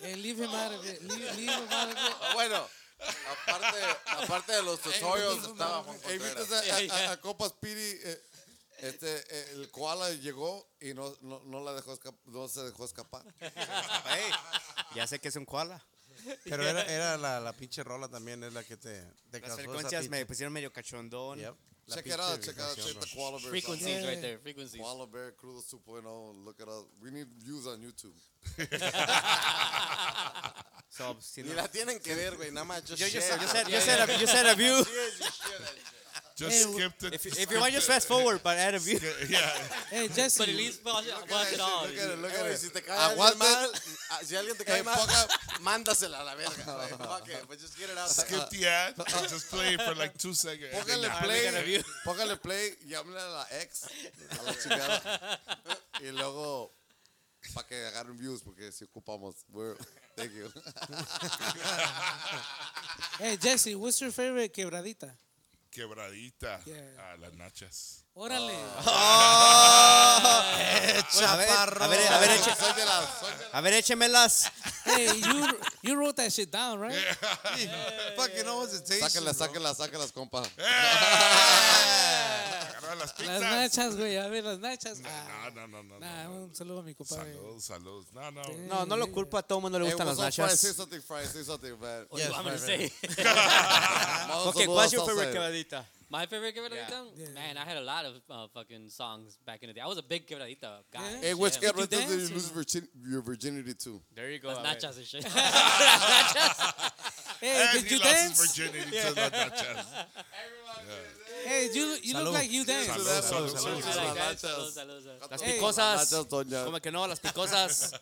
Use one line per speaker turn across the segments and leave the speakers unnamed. Hey, Eh, leave him out of it. Leave, leave him out of it.
Ah, Bueno, aparte, aparte de los tesorios
¿Viste-
estaba Juan
eh,
Contreras.
¿viste a- a-
Yeah, yeah.
a Copas Piri? eh, este, eh, el koala llegó y no, no, no la dejó escap- no se dejó escapar.
Ey, ya sé que es un koala.
Pero era, era la, la pinche rola también, es la que te, te
Las
causó esa
frecuencias me
pinche-
pusieron medio cachondón.
Yep. La
check it
pinche
out, check out,
vibración,
check the koala bear.
Frequencies
song.
right there,
Frequencies.
Koala bear cruise 2.0. Look it up. We need views on YouTube.
So, si
Ni
no-
la tienen que ver, güey. Nada más. Just
Yo, yo,
share.
said, yo, said, yo, said a, you said a view.
Just skipped it.
If, you- if you want, just fast forward, but add a view.
yeah.
Hey, Jesse.
But at least watch, watch it all.
Look at it, look
Eh,
at
güey,
it.
si te cae alguien
Aguante.
mal, ah, si alguien te cae
Eh,
mal,
poca-
mándasela a la verga, güey. Fuck it, but just get it out there.
Skip the ad. and Just play it for like two seconds. and then
Póngale
you-
play, póngale play y háblale a la ex, a la chingada. y luego, para que agarren views, porque si ocupamos. We're, thank you.
Hey, Jesse, what's your favorite quebradita?
Quebradita.
Yeah.
Ah, las nachas.
Órale.
A ver, a ver,
eh,
a ver, eche-
soy de las, soy de
a ver, échemelas.
hey, you you wrote that shit down, right?
Fucking no hesitation,
Sáquenlas,
bro.
sáquenlas, sáquenlas, compa.
¡Eh! Agarra las pizzas.
Las nachas, güey. A ver, las nachas. Ah,
No, no, no, no.
nah,
no.
un saludo a mi compadre. Eh,
Salud, salud. No, no.
No, no lo culpo a todo mundo le
Hey,
gustan las
what's up, Fry? Say
nachas.
something, Fry. Say something, man.
What do I'm gonna say.
Vamos,
Okay,
saludos,
¿cuál es your
salsa.
favorite quebradita?
My favorite quebradita?
Yeah.
Man, I had a lot of uh, fucking songs back in the day. I was a big quebradita guy.
Yeah.
Hey, which
Yeah.
quebradita did
dance
you
or
lose
no?
virgin- your virginity to?
There you go.
That's
a ver.
nachas and shit.
Hey,
And
did
he
you
lost his
dance?
virginity to the nachas.
Hey, you you look like you dance.
Salud, salud,
I
salud.
like that.
Nachas.
Saludos, saludos.
Las
Hey.
picosas.
Las nachas, doña.
Como que no, las picosas.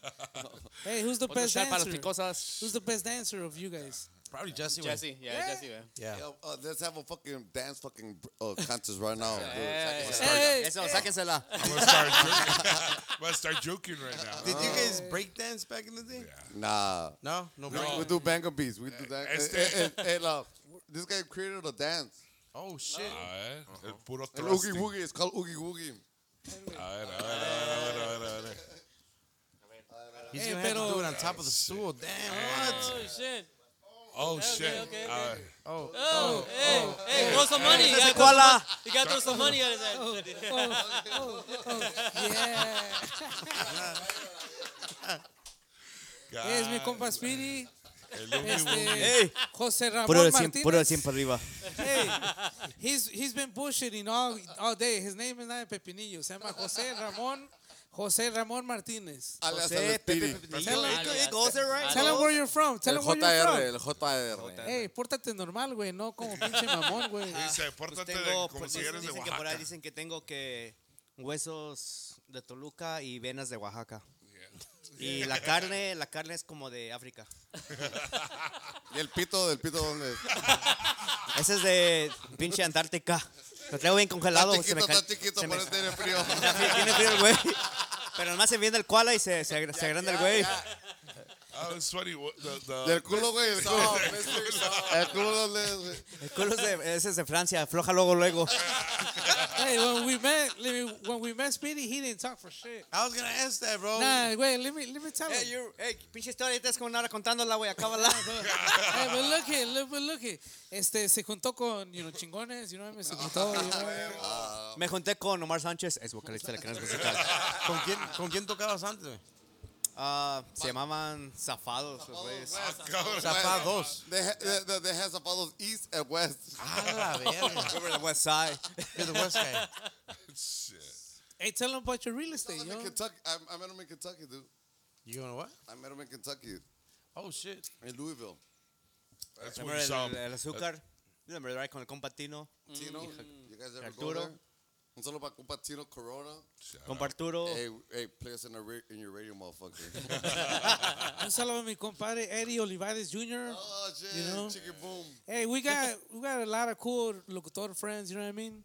Hey, who's the
Otro
best
shot para las
dancer?
picosas.
Who's the best dancer of you guys?
Probably Jesse. was-
Jesse, yeah, Jesse, man.
Yeah.
Yo, uh, let's have a fucking dance fucking uh, contest right now. dude.
Hey,
Oh,
eh,
Eso, sáquensela.
I'm gonna start joking. I'm gonna start joking right now. Oh,
Did you guys break dance back in the day?
Nah.
No, no,
We
break.
do banger beats. We do that.
este-
Eh, eh, eh, eh, la- this guy created a dance.
Oh shit.
A ver, el puro
An Uh-huh. Oogie
thrusting.
Woogie. It's called Oogie Woogie.
A ver, a ver, a ver, a ver, a ver, a ver.
He's
Hey,
gonna have to
pero-
do it on top of the stool. Damn. What?
Oh, shit.
Oh shit.
okay,
A ver.
Oh, hey, hey, throw some money. You gotta throw-
Koala.
you gotta throw some money at his head.
oh, oh, oh, yeah. Es mi compa Speedy,
El Oogie Woogie.
este, José Ramón
Puro de 100,
Martínez.
puro de 100 para arriba.
Hey, he's he's been bullshitting all all day. His name is not Pepinillo. Se llama José Ramón José Ramón Martínez.
Alias
José,
El Speedy.
Pepe, Pepe, Pepe,
Nico.
It goes there, right?
Tell him where you're from. Tell
El
him where you're
JR,
from.
el JR.
Hey, pórtate normal, güey, no como pinche mamón, güey.
Dice,
Pues
pórtate de
tengo,
como
pues
si
dicen,
eres de
dicen que por ahí
Oaxaca.
dicen que tengo que huesos de Toluca y venas de Oaxaca. Y la carne, la carne es como de África.
¿Y el pito? ¿Del pito dónde es?
Ese es de pinche Antártica. Lo traigo bien congelado.
Está
se me
chiquito,
ca-
está chiquito,
se me-
por eso tiene frío.
Tiene frío el güey. Pero nomás se viene el koala y se, se, se agranda el güey.
Oh, it's funny. what- The, the,
Del culo, güey. El culo. El culo dónde es, güey.
El culo es de, ese es de Francia. Afloja luego, luego.
Hey, when we met, let me, when we met Speedy, he didn't talk for shit.
I was gonna ask that, Ah, este, bro.
Nah, güey, let me let me tell him.
Hey, you- hey, pinche historia, ahorita es como una hora contándola, güey. Acábala.
Hey, but look here, look, but look here. Este, se juntó con, you know, chingones, you know, me se juntó. you know what I mean?
Me junté con Omar Sánchez, es vocalista de la canal musical.
¿Con quién, ¿Con quién tocabas antes, güey?
Ah, se llamaban zafados, los güeyes.
ah,
Zapá dos.
They, ha- they, they, they have zapatos east and west.
Ah,
A la verga.
We were the West Side.
You're the West guy.
Hey, tell him about your real estate,
I'm
yo.
in Kentucky. I'm, I met him in Kentucky, dude.
You gonna what?
I met him in Kentucky,
Oh shit.
in Louisville.
That's what
Remember
we saw.
el, el azúcar. Remember, right, con el compa Tino,
Tino, you guys ever go
Arturo.
there? Un solo para compa Tino Corona.
compa Arturo.
Hey, hey, play us in, the ra- in your radio, motherfucker.
Un saludo a mi compadre Eddie Olivares Jr.
oh, shit,
You know?
chicken boom.
Hey, we got we got a lot of cool locutor friends, you know what I mean?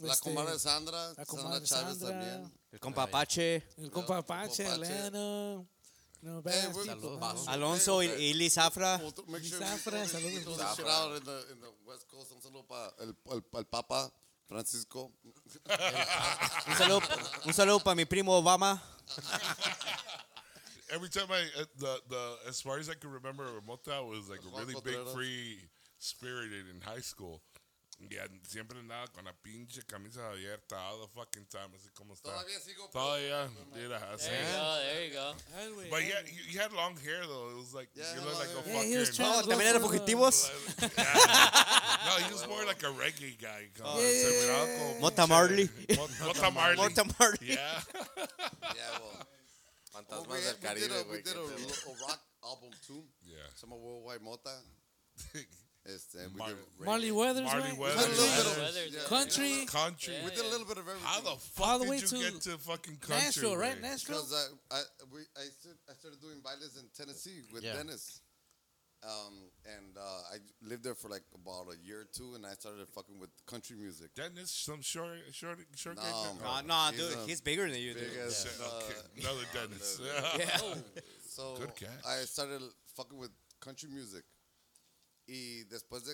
La
Este,
comadre Sandra,
la
Sandra
comadre
Chávez
Sandra.
también.
el compa Apache.
el compa Apache,
Apache.
Elena. No,
Hey,
badass
we're-
people,
Saludos.
man.
Alonso y, y Liz Afra.
We'll th- make sure we-
Zafra,
we- we
saludos.
throw this shit out in the, in the West Coast. Un saludo para el, el, el Papa Francisco.
Un saludo, un saludo para mi primo Obama.
every time I uh, the the as far as I can remember, Mota was like a
Juan
really big
Contreras.
free spirited in high school. Yeah, siempre andaba con la pinche camisa abierta all the fucking time. Así como está.
Todavía sigo.
Todavía, mira, así.
There you
Eh,
go. There you go.
Ay, güey.
But yeah, you, you had long hair though. It was like
Yeah,
you looked like a
yeah,
he was
fucking.
trying-
Oh, también era
Goku.
fugitivos.
no, he was more like a reggae guy. Oh,
Mota Marley.
Mota Marley.
Morta Marley.
Yeah.
Yeah, well,
Oh,
Fantasmas del
we, had, we did
Caribe,
a, we
güey.
did a,
que te-
lo- a rock album too.
Yeah.
Some of Worldwide Mota. Este, we
Mar-
did reggae.
Marley Weathers,
Marley
right?
Weathers.
A little bit of-
Weathers,
yeah.
yeah.
Country,
Country.
We did a little bit of everything.
How the fuck
All the
did
way
you
to
get to fucking country?
Nashville, right?
Ray?
Nashville.
Because uh, I, I, we, I, started, I started doing bailes in Tennessee with
Yeah.
Dennis. Um, and uh, I lived there for like about a year or two, and I started fucking with country music.
That is some short, short, short.
No,
guy? Oh,
no.
No, no,
He's
dude,
a
he's bigger than you, dude.
Big as,
Shit,
uh,
okay. Another Dennis.
Yeah.
So
Good catch.
I started fucking with country music. Y después de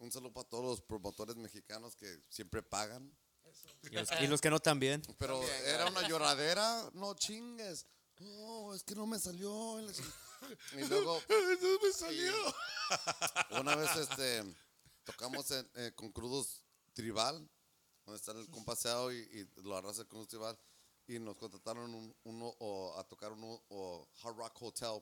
un saludo para todos los promotores mexicanos que siempre pagan.
Y los, y los que no también.
Pero era una lloradera, no chingues. No, es que no me salió. Y la ching- Y luego
No me salió.
una vez este, tocamos en- eh, con Crudos Tribal, donde está el compaseado y, y lo arrasa el Crudos Tribal. Y nos contrataron un- uno o, a tocar uno o Hard Rock Hotel.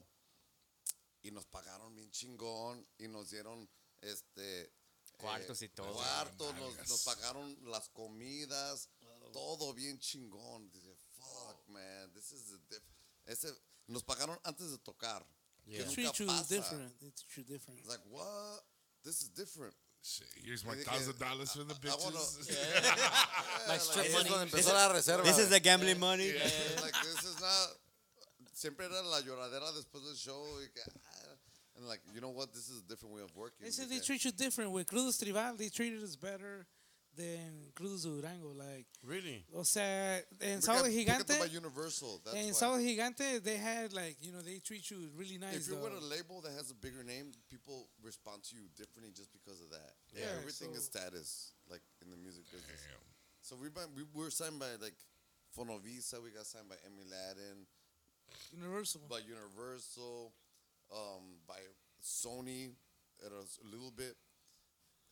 Y nos pagaron bien chingón y nos dieron este. eh,
Cuartos y todo.
Cuartos, nos, nos pagaron las comidas, todo bien chingón. Dice, fuck, man, this is a diff-" Ese, nos pagaron antes de tocar. que
They
nunca
treat you
pasa.
different. They treat you different.
It's like, what? This is different.
Shit, here's my
Dije,
thousand dollars for the
I wanna-
bitches.
My
Ahí
strip
es
money.
donde empezó la reserva.
This is
güey.
the gambling money.
like, this is not. Siempre era la lloradera después del show. Y que, ah, and like, you know what? This is a different way of working.
They said
Dije,
they treat you different. With Crudos Tribal, they treated us better than Crudos Durango. Like,
Really?
o sea, en
"We
Sábado
got picked
Gigante,
up by Universal. That's
en
why.
Sábado Gigante, they had like, you know, they treat you really nice.
If you're
though.
with a label that has a bigger name, people respond to you differently just because of that.
Yeah,
everything is
so-
status, like in the music business. So we bu- we were signed by like Fonovisa. We got signed by Emmy Laden,
Universal.
by Universal, um, by Sony, it was a little bit.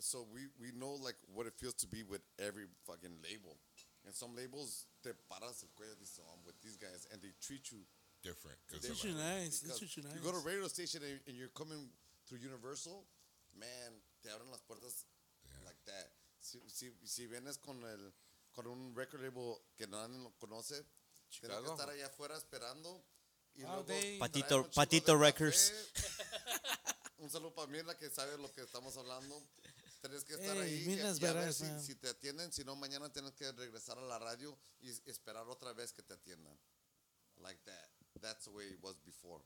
So we we know like what it feels to be with every fucking label, and some labels te paras el cuello dices, "Oh, I'm with these guys, and they treat you
Different. 'cause
They
they're
treat you
like-
nice. They
because
treat you nice.
You go to a radio station and, and you're coming through Universal, man, te abren las puertas like that. Si, si, si vienes con el con un record label que nadie lo conoce, tienes que
Chicago.
estar allá afuera esperando. Y
All
luego
day.
traen
Patito-
un chingo
Patito
de
Records.
café. Un saludo para Mirna que sabe lo que estamos hablando. Tienes que estar
Hey,
ahí y-
Mirna es
y, a ver
veraz,
si-
man.
si te atienden, si no mañana tienes que regresar a la radio y s- esperar otra vez que te atiendan like that. That's the way it was before.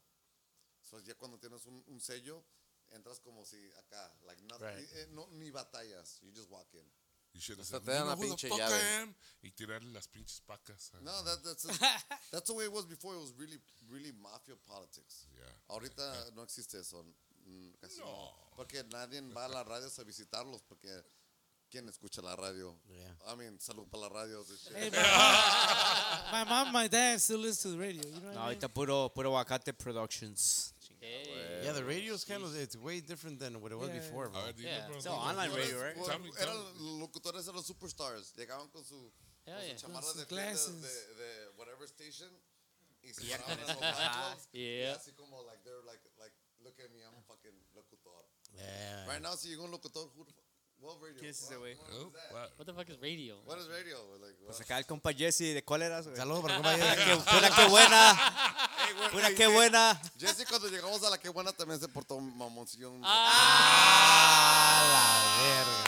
So ya cuando tienes un, un sello, entras como si acá, like not, eh, no, ni batallas, you just walk in.
You should have
Hasta
said,
te dan
"You know
la
who
pinche
the fuck I
llave."
am?" Y tirarle las pinches pacas. uh,
No, that, that's that's the way it was before. It was really really mafia politics.
Yeah. Eh,
Ahorita no existe eso. mm, Casi no.
No.
Porque nadie va a las radios a visitarlos porque quién escucha la radio. I mean, salud para la radio. this shit.
Hey, my, mom- my mom, my dad still listen to the radio. You know what
No,
I mean?
ahorita puro, puro Aguacate Productions.
Hey.
Yeah, the radio's kind of, it's way different than what it was
Yeah.
before, bro.
a ver, dime,
Yeah.
bro.
So online
Ahora es-
radio, right?
bueno,
Tell me, tell
Eran los locutores de los superstars. Llegaban con su,
Hell
con su
yeah.
chamarra
Con
de,
sus
fiesta
glasses.
de, de whatever station. Y se paraban en los backlogs. Y
Yeah.
así como, like, they're like, like, look at me, I'm a fucking locutor.
Yeah.
Right now, si llega un locutor, who the fu- what radio?
Kisses
What-
away.
what is
Oh,
that?
what?
What the fuck is radio?
What is radio? We're like,
Pues
what?
acá el compa Jesse de cóleras, güey.
Saludos para compañero.
Pura qué buena,
Hey, güey,
pura
hey,
qué
hey.
buena.
Jesse, cuando llegamos a la que buena, también se portó mamoncillo.
A la verga.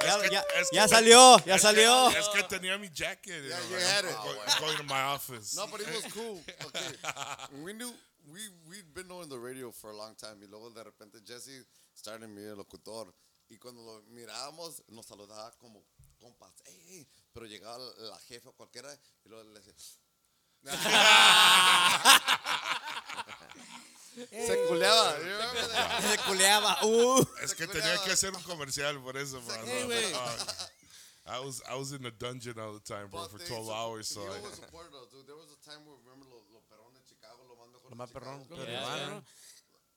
Ya,
Es que-
ya,
es que
ya
te-
salió,
Es
ya
que-
salió.
Es que tenía mi jacket.
Yeah,
you
you
know,
had
I'm
it.
go- I'm going to my office.
No, but it was cool. Okay. We knew we we'd been on the radio for a long time. Y luego de repente Jesse started mi locutor. Y cuando lo mirábamos, nos saludaba como compas. Hey, hey. Pero llegaba la jefa o cualquiera y luego le decía. Se culeaba. You remember that?
Se culeaba. Uh.
Es que tenía que hacer un comercial por eso, bro.
Hey, wait.
Oh, I was I was in a dungeon all the time, bro,
But
for
they
12
sup-
hours.
He
So I,
always supported us, dude. There was a time where remember los, los perrones de Chicago, lo más mejor.
Lo
más perrón.
Lo
Pedro
más
Iván,
perrón.
¿no?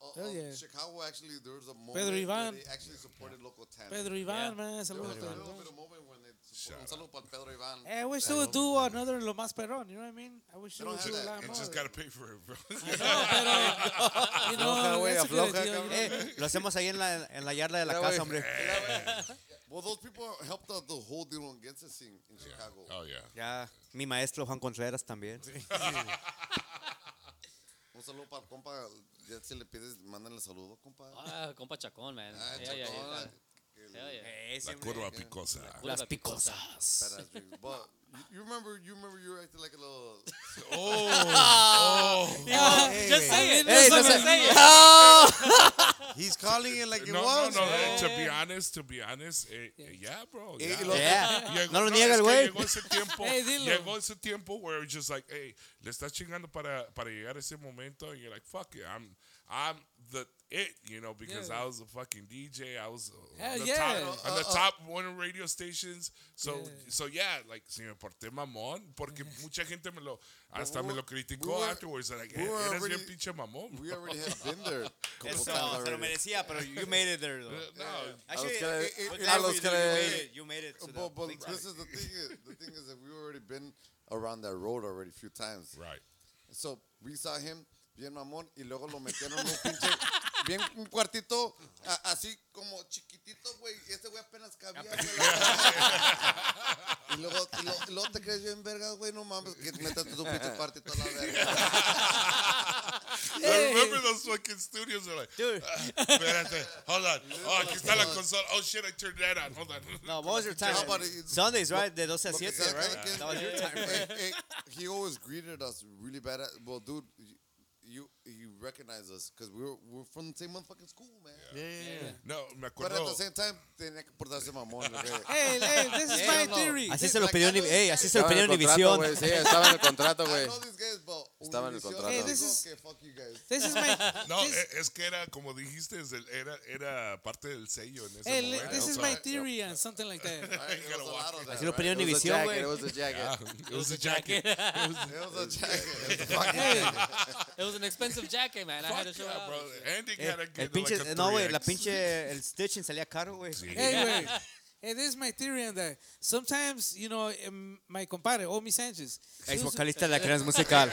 Oh,
Hell
oh,
yeah.
Chicago actually there was a moment
Pedro
where
Iván.
they actually supported local talent.
Pedro Iván, man.
There was
Saludos,
a
Pedro. Eh.
little bit of moment when they support- un saludo para Pedro Iván.
Hey, I wish they would do another Lo Más Perrón, you know what I mean? I wish they
don't
would
have
do a
that.
lot
You
more.
just gotta pay for it, bro.
Pero, you
Afloja,
know,
güey,
that's a good
afloja,
idea, you
cabrón.
know?
Eh, lo hacemos ahí en la, en la yarda de la
Ya, güey.
casa, hombre.
Well, those people helped out the whole deal against the scene in Chicago.
oh yeah.
Ya, mi maestro Juan Contreras también.
Un saludo para el compa. Ya si le pides, mándale saludo, compa.
Ah, compa Chacón, man.
Ah,
yeah, yeah, yeah.
chacón.
Hell yeah.
Eh,
La
siempre-
curva picosa.
Las picosas.
Badass dude. But you- you remember, you remember, you were acting like a little.
Oh,
Just say it.
Hey,
Just fucking say it.
He's calling it like it
No, no,
was.
no. eh, To be honest, to be honest, eh, eh, yeah, bro.
Eh,
yeah.
lo-
Yeah.
Llegó-
No lo
no, es
niega el
que
güey.
Llegó ese tiempo.
Ey, dilo.
llegó ese tiempo where it's just like, hey, le estás chingando para, para llegar a ese momento. And you're like, fuck it. I'm, I'm the it, you know, because
Yeah.
I was a fucking DJ. I was uh,
Hell
on the,
yeah.
top, on the top one of radio stations. So, so yeah, like, si me porté mamón, porque mucha gente me lo, hasta
we
me
were-
lo criticó
we were-
afterwards. Like,
we
eh,
were
eres bien
already-
pinche mamón.
We already had been there. a couple times
Eso, se lo
already.
merecía, pero you made it there, though.
No,
Actually,
que-
eh,
eh,
what
eh,
the hell
a los
you
que
do,
le-
you made it- you made it to the
But, but
big time.
this is the thing. Is, the thing is that we've already been around that road already a few times.
right.
So we saw him bien mamón y luego lo metieron en un pinche bien un cuartito a- así como chiquitito, güey. y Este güey apenas cabía. güey. y, luego, y, lo- y luego te crees bien verga, güey, no mames, que métete tu pinche cuartito a la verga.
I remember those fucking studios are like, "Ah,
Dude,
Espérate, hold on. Oh, aquí está la consola. Oh shit, I turned that on. Hold on.
no, what was your time?
How about it?
Sundays, right? De 12 a
Porque
7,
cada-
right?
cada quien-
That was your time.
Eh, eh, he always greeted us really bad. At, well, dude, you you, you recognize us because we were we're from the same motherfucking school, man.
No, me
But at the
acuerdo.
same time, tenía que portarse mamón. güey.
Hey, hey, this is my theory.
Así
Sí,
se lo
la
pidió
cara
Univ-
de-
ey, así se lo
Estaba en
pidió
el contrato,
Univision.
güey. Sí, estaba en el contrato,
I
güey.
know these guys, but
Estaba en el
Univision,
contrato.
Hey, this is-
okay, fuck you guys.
This is my
No,
this,
e- es que era, como dijiste, es el- era, era parte del sello en ese
hey,
momento.
this is
so-
my theory and something like that.
All right, it was a lot of that,
Así lo pidió
It was a
Univision,
jacket,
güey. Eh,
it was a jacket.
Ah, It was a jacket.
right? It was a jacket.
hey,
It was an expensive jacket, man. I had to
Fuck
show
yeah,
out.
bro. Andy
Eh,
had a
El
good like
pinche,
a
no, güey, la
3X.
pinche, el stitching salía caro, güey.
hey, wait. Hey, this is my theory on that. Sometimes, you know, um, my compadre, Omi Sanchez, he
Ex
was,
vocalista de la Creación Musical.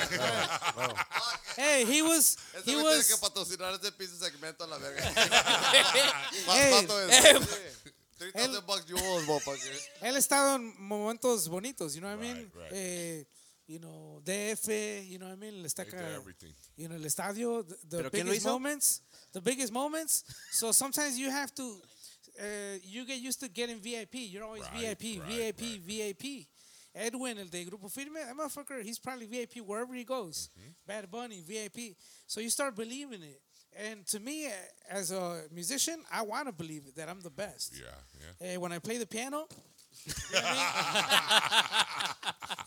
hey, he was,
Este
he
güey tiene que
was,
patrocinar este pinche segmento a la verga.
Ey,
Más pato es.
él-
Three thousand bucks you owe us, motherfucker.
él ha estado en momentos bonitos, you know what I mean?
Right, right.
Eh, you know, DF, you know what I mean? Le está
They did
ca-
everything.
you know, el estadio, th- the,
¿Pero quién lo
biggest
hizo?
moments, the biggest moments. so sometimes you have to, uh, you get used to getting VIP. You're always
Right,
VIP,
right,
VIP, VIP. Edwin, el de Grupo Firme, that motherfucker, he's probably VIP wherever he goes. Bad Bunny, VIP. So you start believing it. And to me, uh, as a musician, I want to believe it, that I'm the best.
Yeah, yeah.
Hey, when I play the piano, you know what I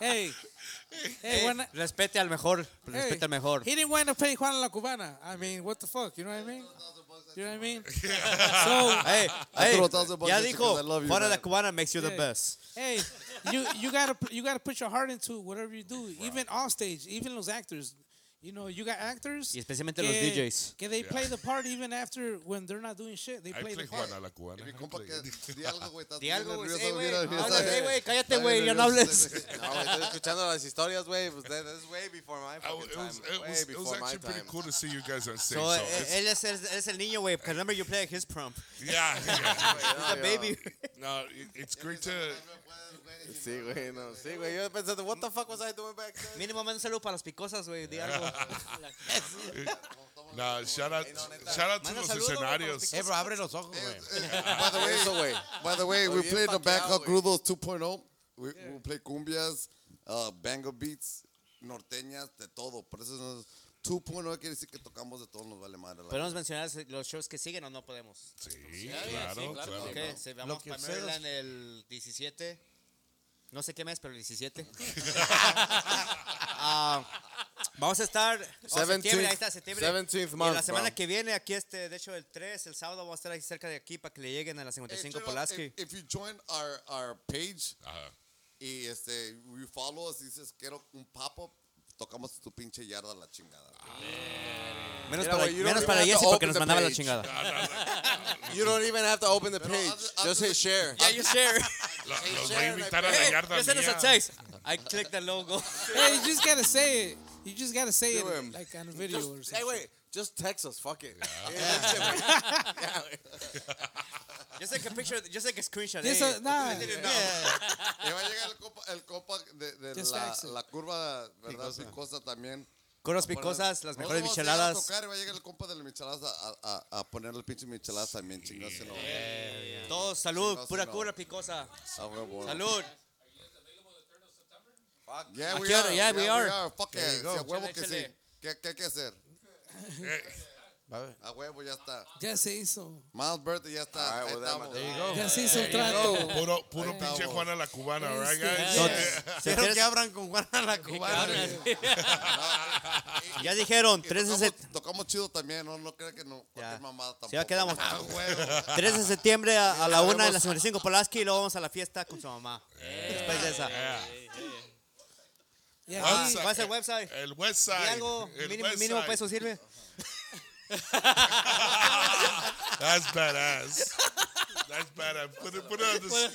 mean? hey, hey, when I,
Eh, Respete al mejor,
Hey,
respete al mejor.
He didn't wind up playing Juan La Cubana. I mean, what the fuck? You know what I mean? You know what I mean? so,
Hey, hey,
throw a thousand bucks
ya
at you 'cause
dijo,
I love you,
fuera
man.
la cubana makes you the
Yeah.
best.
hey, you you gotta you gotta put your heart into whatever you do, even off stage, even those actors. You know, you got actors.
Y especialmente los DJs.
Que they play the part even after when they're not doing shit. They
I
play
play
the part.
Juana la cubana.
Mi
I
compa
play
que
it.
di algo, güey. estás
Di algo,
bien
güey.
nervioso,
Ey,
mira,
güey,
mira,
habla,
está
ey,
bien
güey, cállate, Este, güey, ya no
nervioso.
No, güey, estoy escuchando las historias, güey. Pues, that- That's way before
Ah,
my
I w-
fucking
Oh, It was,
time.
it was,
Way
it was
before my
actually pretty
time.
cool to see you guys on stage.
So,
so
eh,
it's-
él es, el- es el niño, güey, because remember you played his prompt.
yeah, yeah.
The baby.
No, it, it's great to.
Sí, güey, no. Sí, güey. Yo pensando, what the fuck was I doing back then?
Mínimo, manda un saludo para las picosas, güey, di algo.
No, shout out, shout out to
Manda
los
saludos, güey, para los
escenarios.
Eh, bro, abre los ojos, güey.
By the way,
Eso, güey.
by the way, we
bien
played the
paqueado,
Bangkok
güey.
Grudos 2.0. oh. We, we play cumbias, uh, bango beats, norteñas, de todo. Por eso nos- 2.0 quiere decir que tocamos de todo, nos vale madre. la
¿Podemos mencionar los shows que siguen o no podemos?
Sí,
yeah, sí, claro.
claro, claro.
Ok, se
Lo
vamos
que
para
ustedes-
Maryland el 17. No sé qué mes, pero el 17. Ah, vamos a estar. oh, septiembre,
17th,
ahí está, septiembre.
17th
Y la
month,
semana
bro.
que viene, aquí este, de hecho el 3, el sábado vamos a estar ahí cerca de aquí para que le lleguen a la
Hey, eh,
55
Chema,
Polaski.
If, if you join our, our page
Ajá.
y este, you follow us, dices quiero un pop-up, tocamos tu pinche yarda a la chingada. güey.
Menos
Mira,
para,
güey, you don't
menos
even
para
have to
Jesse porque
open
nos
the
mandaba la
page.
chingada.
You don't even have to open the page.
haz-
Just hit share.
Yeah, you share.
Lo-
Hey,
los voy a
Sharon,
invitar a la
hey,
yarda
just send us
mía.
a text. I clicked the logo.
Hey, you just gotta say it. You just gotta say
Do him.
it like on a video or
Just,
something.
hey, wait. Just text us. Fuck it.
Just take a picture, just take a screenshot. eh.
Just
hey.
a- nah.
Y va a llegar el copa, el copa de, de
Just
la,
fax it.
la curva, ¿verdad? Picosa también.
Coros
Poner-
picosas, las
No,
mejores
vamos a llegar a
micheladas.
tocar y va a llegar el compa de las micheladas a, a, a- a ponerle pinche micheladas también, chingarse. no.
Todos, salud,
no,
pura
sí, no.
cura picosa.
Ah, huevo.
Salud.
Yeah, we
Aquí ahora,
are.
yeah,
Yeah,
we
we
are.
are. Fuck it. Sí, a huevo que sí.
Échale,
¿Qué, ¿Qué hay que hacer?
Eh,
A huevo, ya está.
Ya se hizo.
Miles Birthday ya está.
All right,
Ahí
well, that
estamos.
might-
Ya se hizo trato.
Eh, Puro,
Oh.
puro pinche
estamos.
Juana la cubana,
Este,
right, guys?
No,
Yeah.
si
Quiero
quieres-
que abran con Juana la cubana.
ya dijeron,
Y
3 de,
tocamos,
sep-
tocamos chido también, no, no creas que no. Cualquier mamada tampoco.
ya quedamos.
Ah, huevo.
3 de septiembre a, Eh, a la 1 en la 55 Polaski y luego vamos a la fiesta con su mamá. Después de esa.
Y
Ah,
aquí,
sí.
¿Vas al website?
El West Side.
¿Y algo?
el
Mínimo,
West
mínimo
Side.
peso sirve.
That's badass. That's badass. Put it, put it on the sc-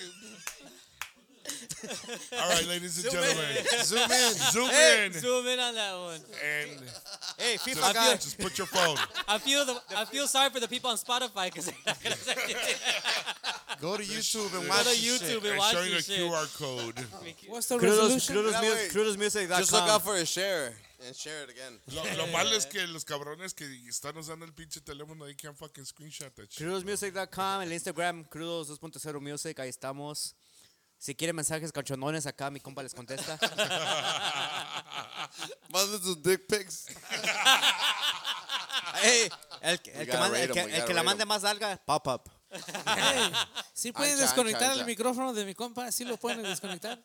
All right, ladies and gentlemen.
Zoom in.
Zoom in.
Zoom in on that one.
And
Hey,
just,
FIFA guy.
just put your phone.
I feel the, I feel sorry for the people on Spotify because they're not gonna send it.
Go to YouTube and
Go
watch
to
the shit.
YouTube
They're
and watch
showing a
your shit.
QR code.
what's the
Crudos,
resolution?
Mira,
crudos, Mu-
güey.
crudos music.
Just look out for a share and share it again.
Lo, lo malo es que los cabrones que están usando el pinche teléfono, they can't fucking screenshot ah, that shit.
crudosmusic.com, el Instagram crudos 2.0 music, ahí estamos. Si quieren mensajes cachonones acá mi compa les contesta.
Mándense sus dick pics.
Hey, el, que- el que,
gotta
mande-
rate
el que-
'em, we
el
gotta
que la
rate
mande más larga, pop up.
Hey, ¿Sí pueden
Ancha,
desconectar
ancha,
el
ancha.
micrófono de mi compa? ¿Sí lo pueden desconectar?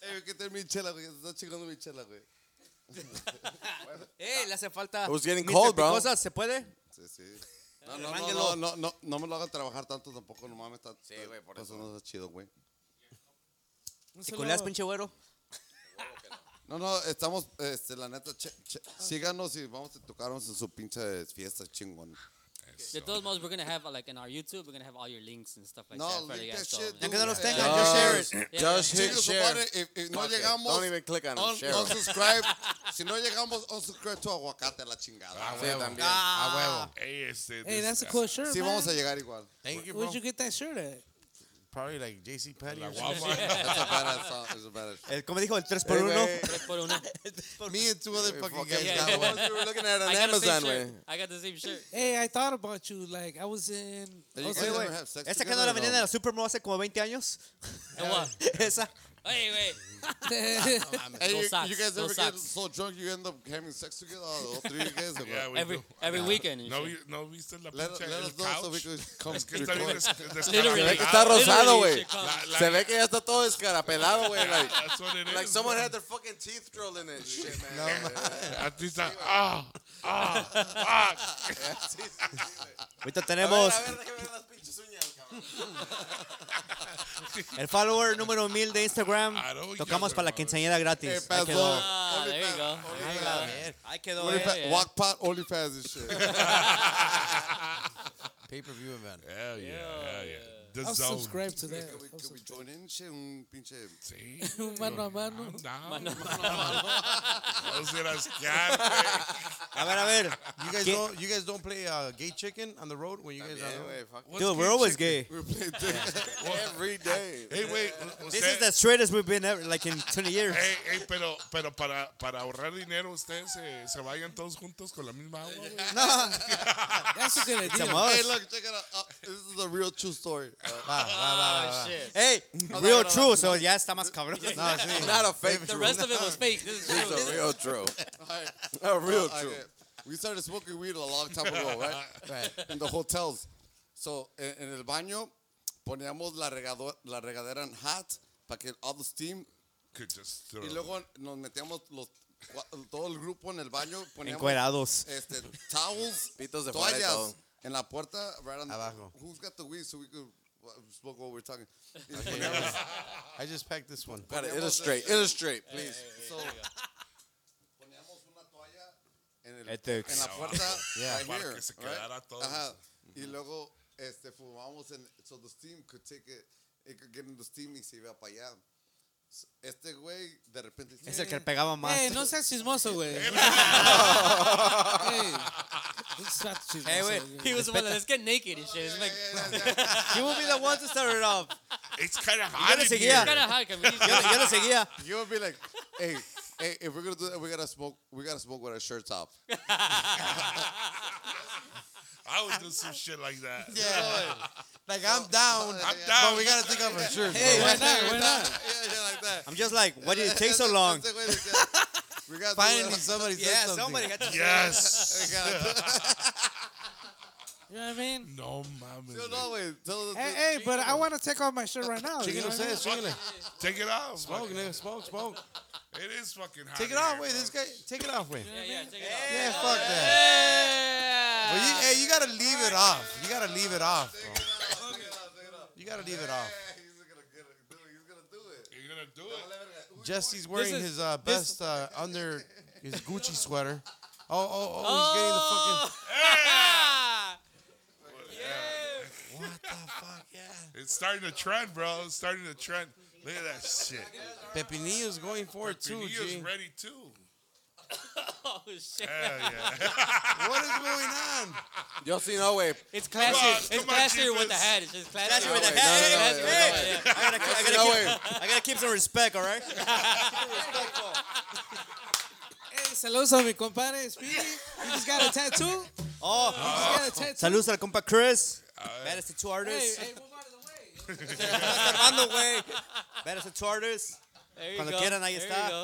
Ey, ¿qué tal mi chela, güey? Se está chingando mi chela, güey.
Hey, le hace falta.
It was getting
Mr.
cold, bro.
Picosas, ¿se puede?
Sí, sí. No, no, no, no,
Arránquelo.
no, no, no me lo hagan trabajar tanto tampoco, no mames. Tanto, sí, güey, por eso. no está chido, güey.
Un
¿Te
saludo.
culeas, pinche güero?
No, no, estamos, este, la neta, che- che- síganos y vamos a tocarnos en su pinche fiesta chingón.
De todos modos, we're gonna have uh, like in our YouTube, we're gonna have all your links and stuff like
No,
that for
link
you
that
guys. so-
shit,
Ya
dude.
que no los tengan,
Yeah.
yo share it.
Yeah.
Just hit
Chingue su
share.
madre, y- y no
Fuck it.
llegamos.
Don't even click on it,
un-
share it.
un subscribe. si no llegamos, unsubscribe tu aguacate a la chingada.
Ah,
Sí,
huevo.
también.
Ah,
Hey, este,
Hey,
this-
that's a cool shirt,
sí,
man.
vamos a llegar igual.
Thank you, bro.
Where'd you get that shirt at?
Probably like JC Petty.
La
or something.
guapa.
That's a badass song. That's a badass
El, como dijo, el 3x1.
Tres por uno.
Me and two other fucking
Yeah,
guys.
yeah,
yeah,
yeah.
the ones you were looking at on
I got the same
Amazon,
shirt.
way.
I got the same shirt.
Hey, I thought about you. Like, I was in. I
you
was
guys
in-
ever have sex
Esa que
together
no la
or no?
vendían en la Supermo hace como 20 años.
And what?
Esa.
Wait, wait.
Hey,
Those
you,
socks,
you guys ever
those
get
socks.
so drunk you end up having sex together? All three of you guys? or
Yeah,
what?
we
Every
do.
every weekend. and
No,
shit.
vi- no viste la
let,
pinche
let
el
us know so we
couch?
could come
Es que está bien
record.
des- descarapelado.
Se ve
Literally.
que está
Literally,
rosado,
shit
güey.
comes-
La- la-
Se ve que ya está todo escarapelado, güey. Like,
That's what it
like
is.
someone had their fucking teeth drilled in it. Shit, man.
Así está. Ah, ah, ah.
Ahorita
A ver,
tenemos
a ver, déjame ver las pinches uñas, cabrón.
el follower número 1000 de Instagram.
Claro,
Tocamos
ya,
para la
mamá.
quinceañera
Hey,
gratis. Ahí
pass
quedó.
on.
Ah, there you go. There you go.
Ahí quedó.
Only
eh.
fa-
yeah.
Walk pot, only fans and shit.
Pay per view event.
Hell yeah, hell yeah. The
I'll
zone.
subscribe to that.
Can we, can we join in? Shit, un pinche.
Sí.
Un mano a mano.
No, no, no se las cante.
A ver, a ver.
You guys
¿Qué?
don't you guys don't play uh, gay chicken on the road when you guys are on the
Yeah,
road?
güey, fuck.
Dude, we're always gay.
Every day.
Hey, wait.
This is the straightest we've been ever, like in 20 years.
Hey, hey, pero, pero para, para ahorrar dinero, ustedes se, se vayan todos juntos con la misma agua, güey.
That's a good idea.
Tomamos.
Hey, look, check it out. Uh, this is a real true story.
Oh shit.
Hey, real true. So ya está más cabrón.
No, sí.
Not a fake
The
drill.
rest of it was fake. This is true.
It's a real drill.
Alright,
A real
okay.
drill.
We started smoking weed a long time ago, right? In the hotels. So, en, en el baño, poníamos la, regado- la regadera en hot para que all the steam
Could just throw.
Y luego nos metíamos los, cua- todo el grupo en el baño, poníamos
Encuerados.
este, towels,
Pitos de fuera y
toallas
todo.
en la puerta, right on-
Abajo.
Who's got the weed so we could uh, smoke what we're talking? Y poníamos-
I just packed this one.
Eh,
Gotta illustrate. Illustrate, please.
so,
el-
Ethics.
en la puerta.
Yeah.
right
Para
here,
que se
right?
quedara todo.
Ajá. Y luego este, fumamos en. So the steam could take it. It could get in the steam y se iba para allá. S- Este güey de repente. "Eh,
Es
eh,
el que pegaba más.
Hey, eh, no seas chismoso, güey. hey, no seas chismoso,
Hey, güey.
güey.
He was the one that let's get naked and
eh,
shit. It's like
You will be the one to start it off.
It's kind of
yo
hot
le
in here.
seguía.
kind of hot. 'cause we need-
Yo, yo lo seguía.
You would be like, hey, hey, if we're gonna do that, we gotta smoke. We gotta smoke with our shirts off.
I would do some shit like that.
Like, I'm down.
I'm down.
But we gotta take off our shirts.
Hey, why not? Why
yeah,
not?
yeah, like that.
I'm just like, why did it take so long?
Este güey decía, we gotta do
Finally,
that.
somebody said
Yeah,
something.
somebody had to say
yes.
You know what I mean?
No mames.
No, no, güey. Tell us-
Hey, hey, but I want to take off my shirt right now. you know
Chíguele
what I mean?
ustedes, chíguele.
Take it off.
Smoke,
fucking-
nigga, smoke, smoke.
It is fucking hot.
Take it
in
off,
here,
wait.
bro.
This guy, take it off, wait.
Yeah, yeah, take it off.
Yeah, fuck that. But you, hey, you gotta leave it off. You gotta leave it off, bro. You gotta leave it off.
You're gonna do it.
Jesse's wearing
is-
his uh,
this-
best uh, under his Gucci sweater. Oh, oh, oh,
Ah!
It's starting to trend, bro. It's starting to trend. Look at that shit.
he's getting the fucking. Pepinillo's going for it too,
Pinillo's
G.
ready too.
Oh shit!
Hell yeah.
What is going on?
Yo sí no, güey.
It's classier.
come
It's
on,
classier with
Jeepers.
the hat. It's just
That's
classier
where
with
the
the
heck.
hat.
Hey,
no,
hey, hey. I gotta, I gotta,
No,
keep,
güey.
I gotta keep some respect, all right?
Hey, saludos a mi compadre Speedy. He just got a tattoo.
Oh,
He just got a tattoo.
saludos al compa Chris. Baddest tattoo
Hey,
artist.
hey, move out of the way.
On the way. Baddest tattoo artist.
There you
Cuando
go.
quieran, ahí
There
está.
you go.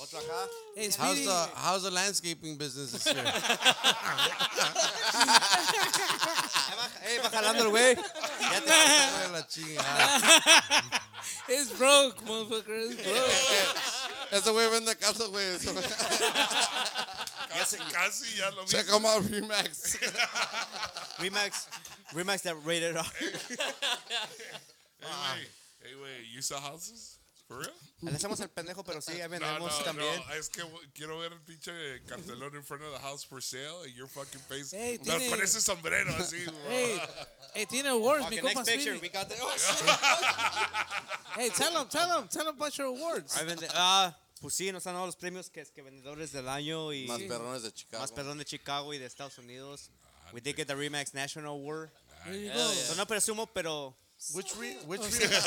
Otro acá.
Hey,
How's
Speedy.
the how's the landscaping business this year?
Ahí va- Hey, va jalando el güey. Ya te-
La chingada.
It's broke, motherfucker. It's broke.
Ese güey vende casas, güey. Ese güey-
Casi, casi ya lo
Check
mismo.
out my Remax.
Remax. Remax that rated R.
Hey, wait. Hey, wait. You sell houses? For real?
Le hacemos el pendejo, pero sí, ahí
No, no,
vendemos también.
no. Es que quiero ver el pinche cartelón en front of the house for sale and your fucking face.
Hey,
no,
tiene-
con ese sombrero así, bro.
Hey, hey, tiene awards, mi
Okay,
compa
next picture,
Speedy.
we got the.
Hey, tell him, tell him, tell him about your awards.
Ahí vende- Ah, pues sí, nos han dado los premios que es que vendedores del año y
Más perrones de Chicago.
más perdón de Chicago y de Estados Unidos.
Ah,
We did get the Remax National Award.
There you
Hell
go.
yeah.
So no presumo, pero
Which re, which remax?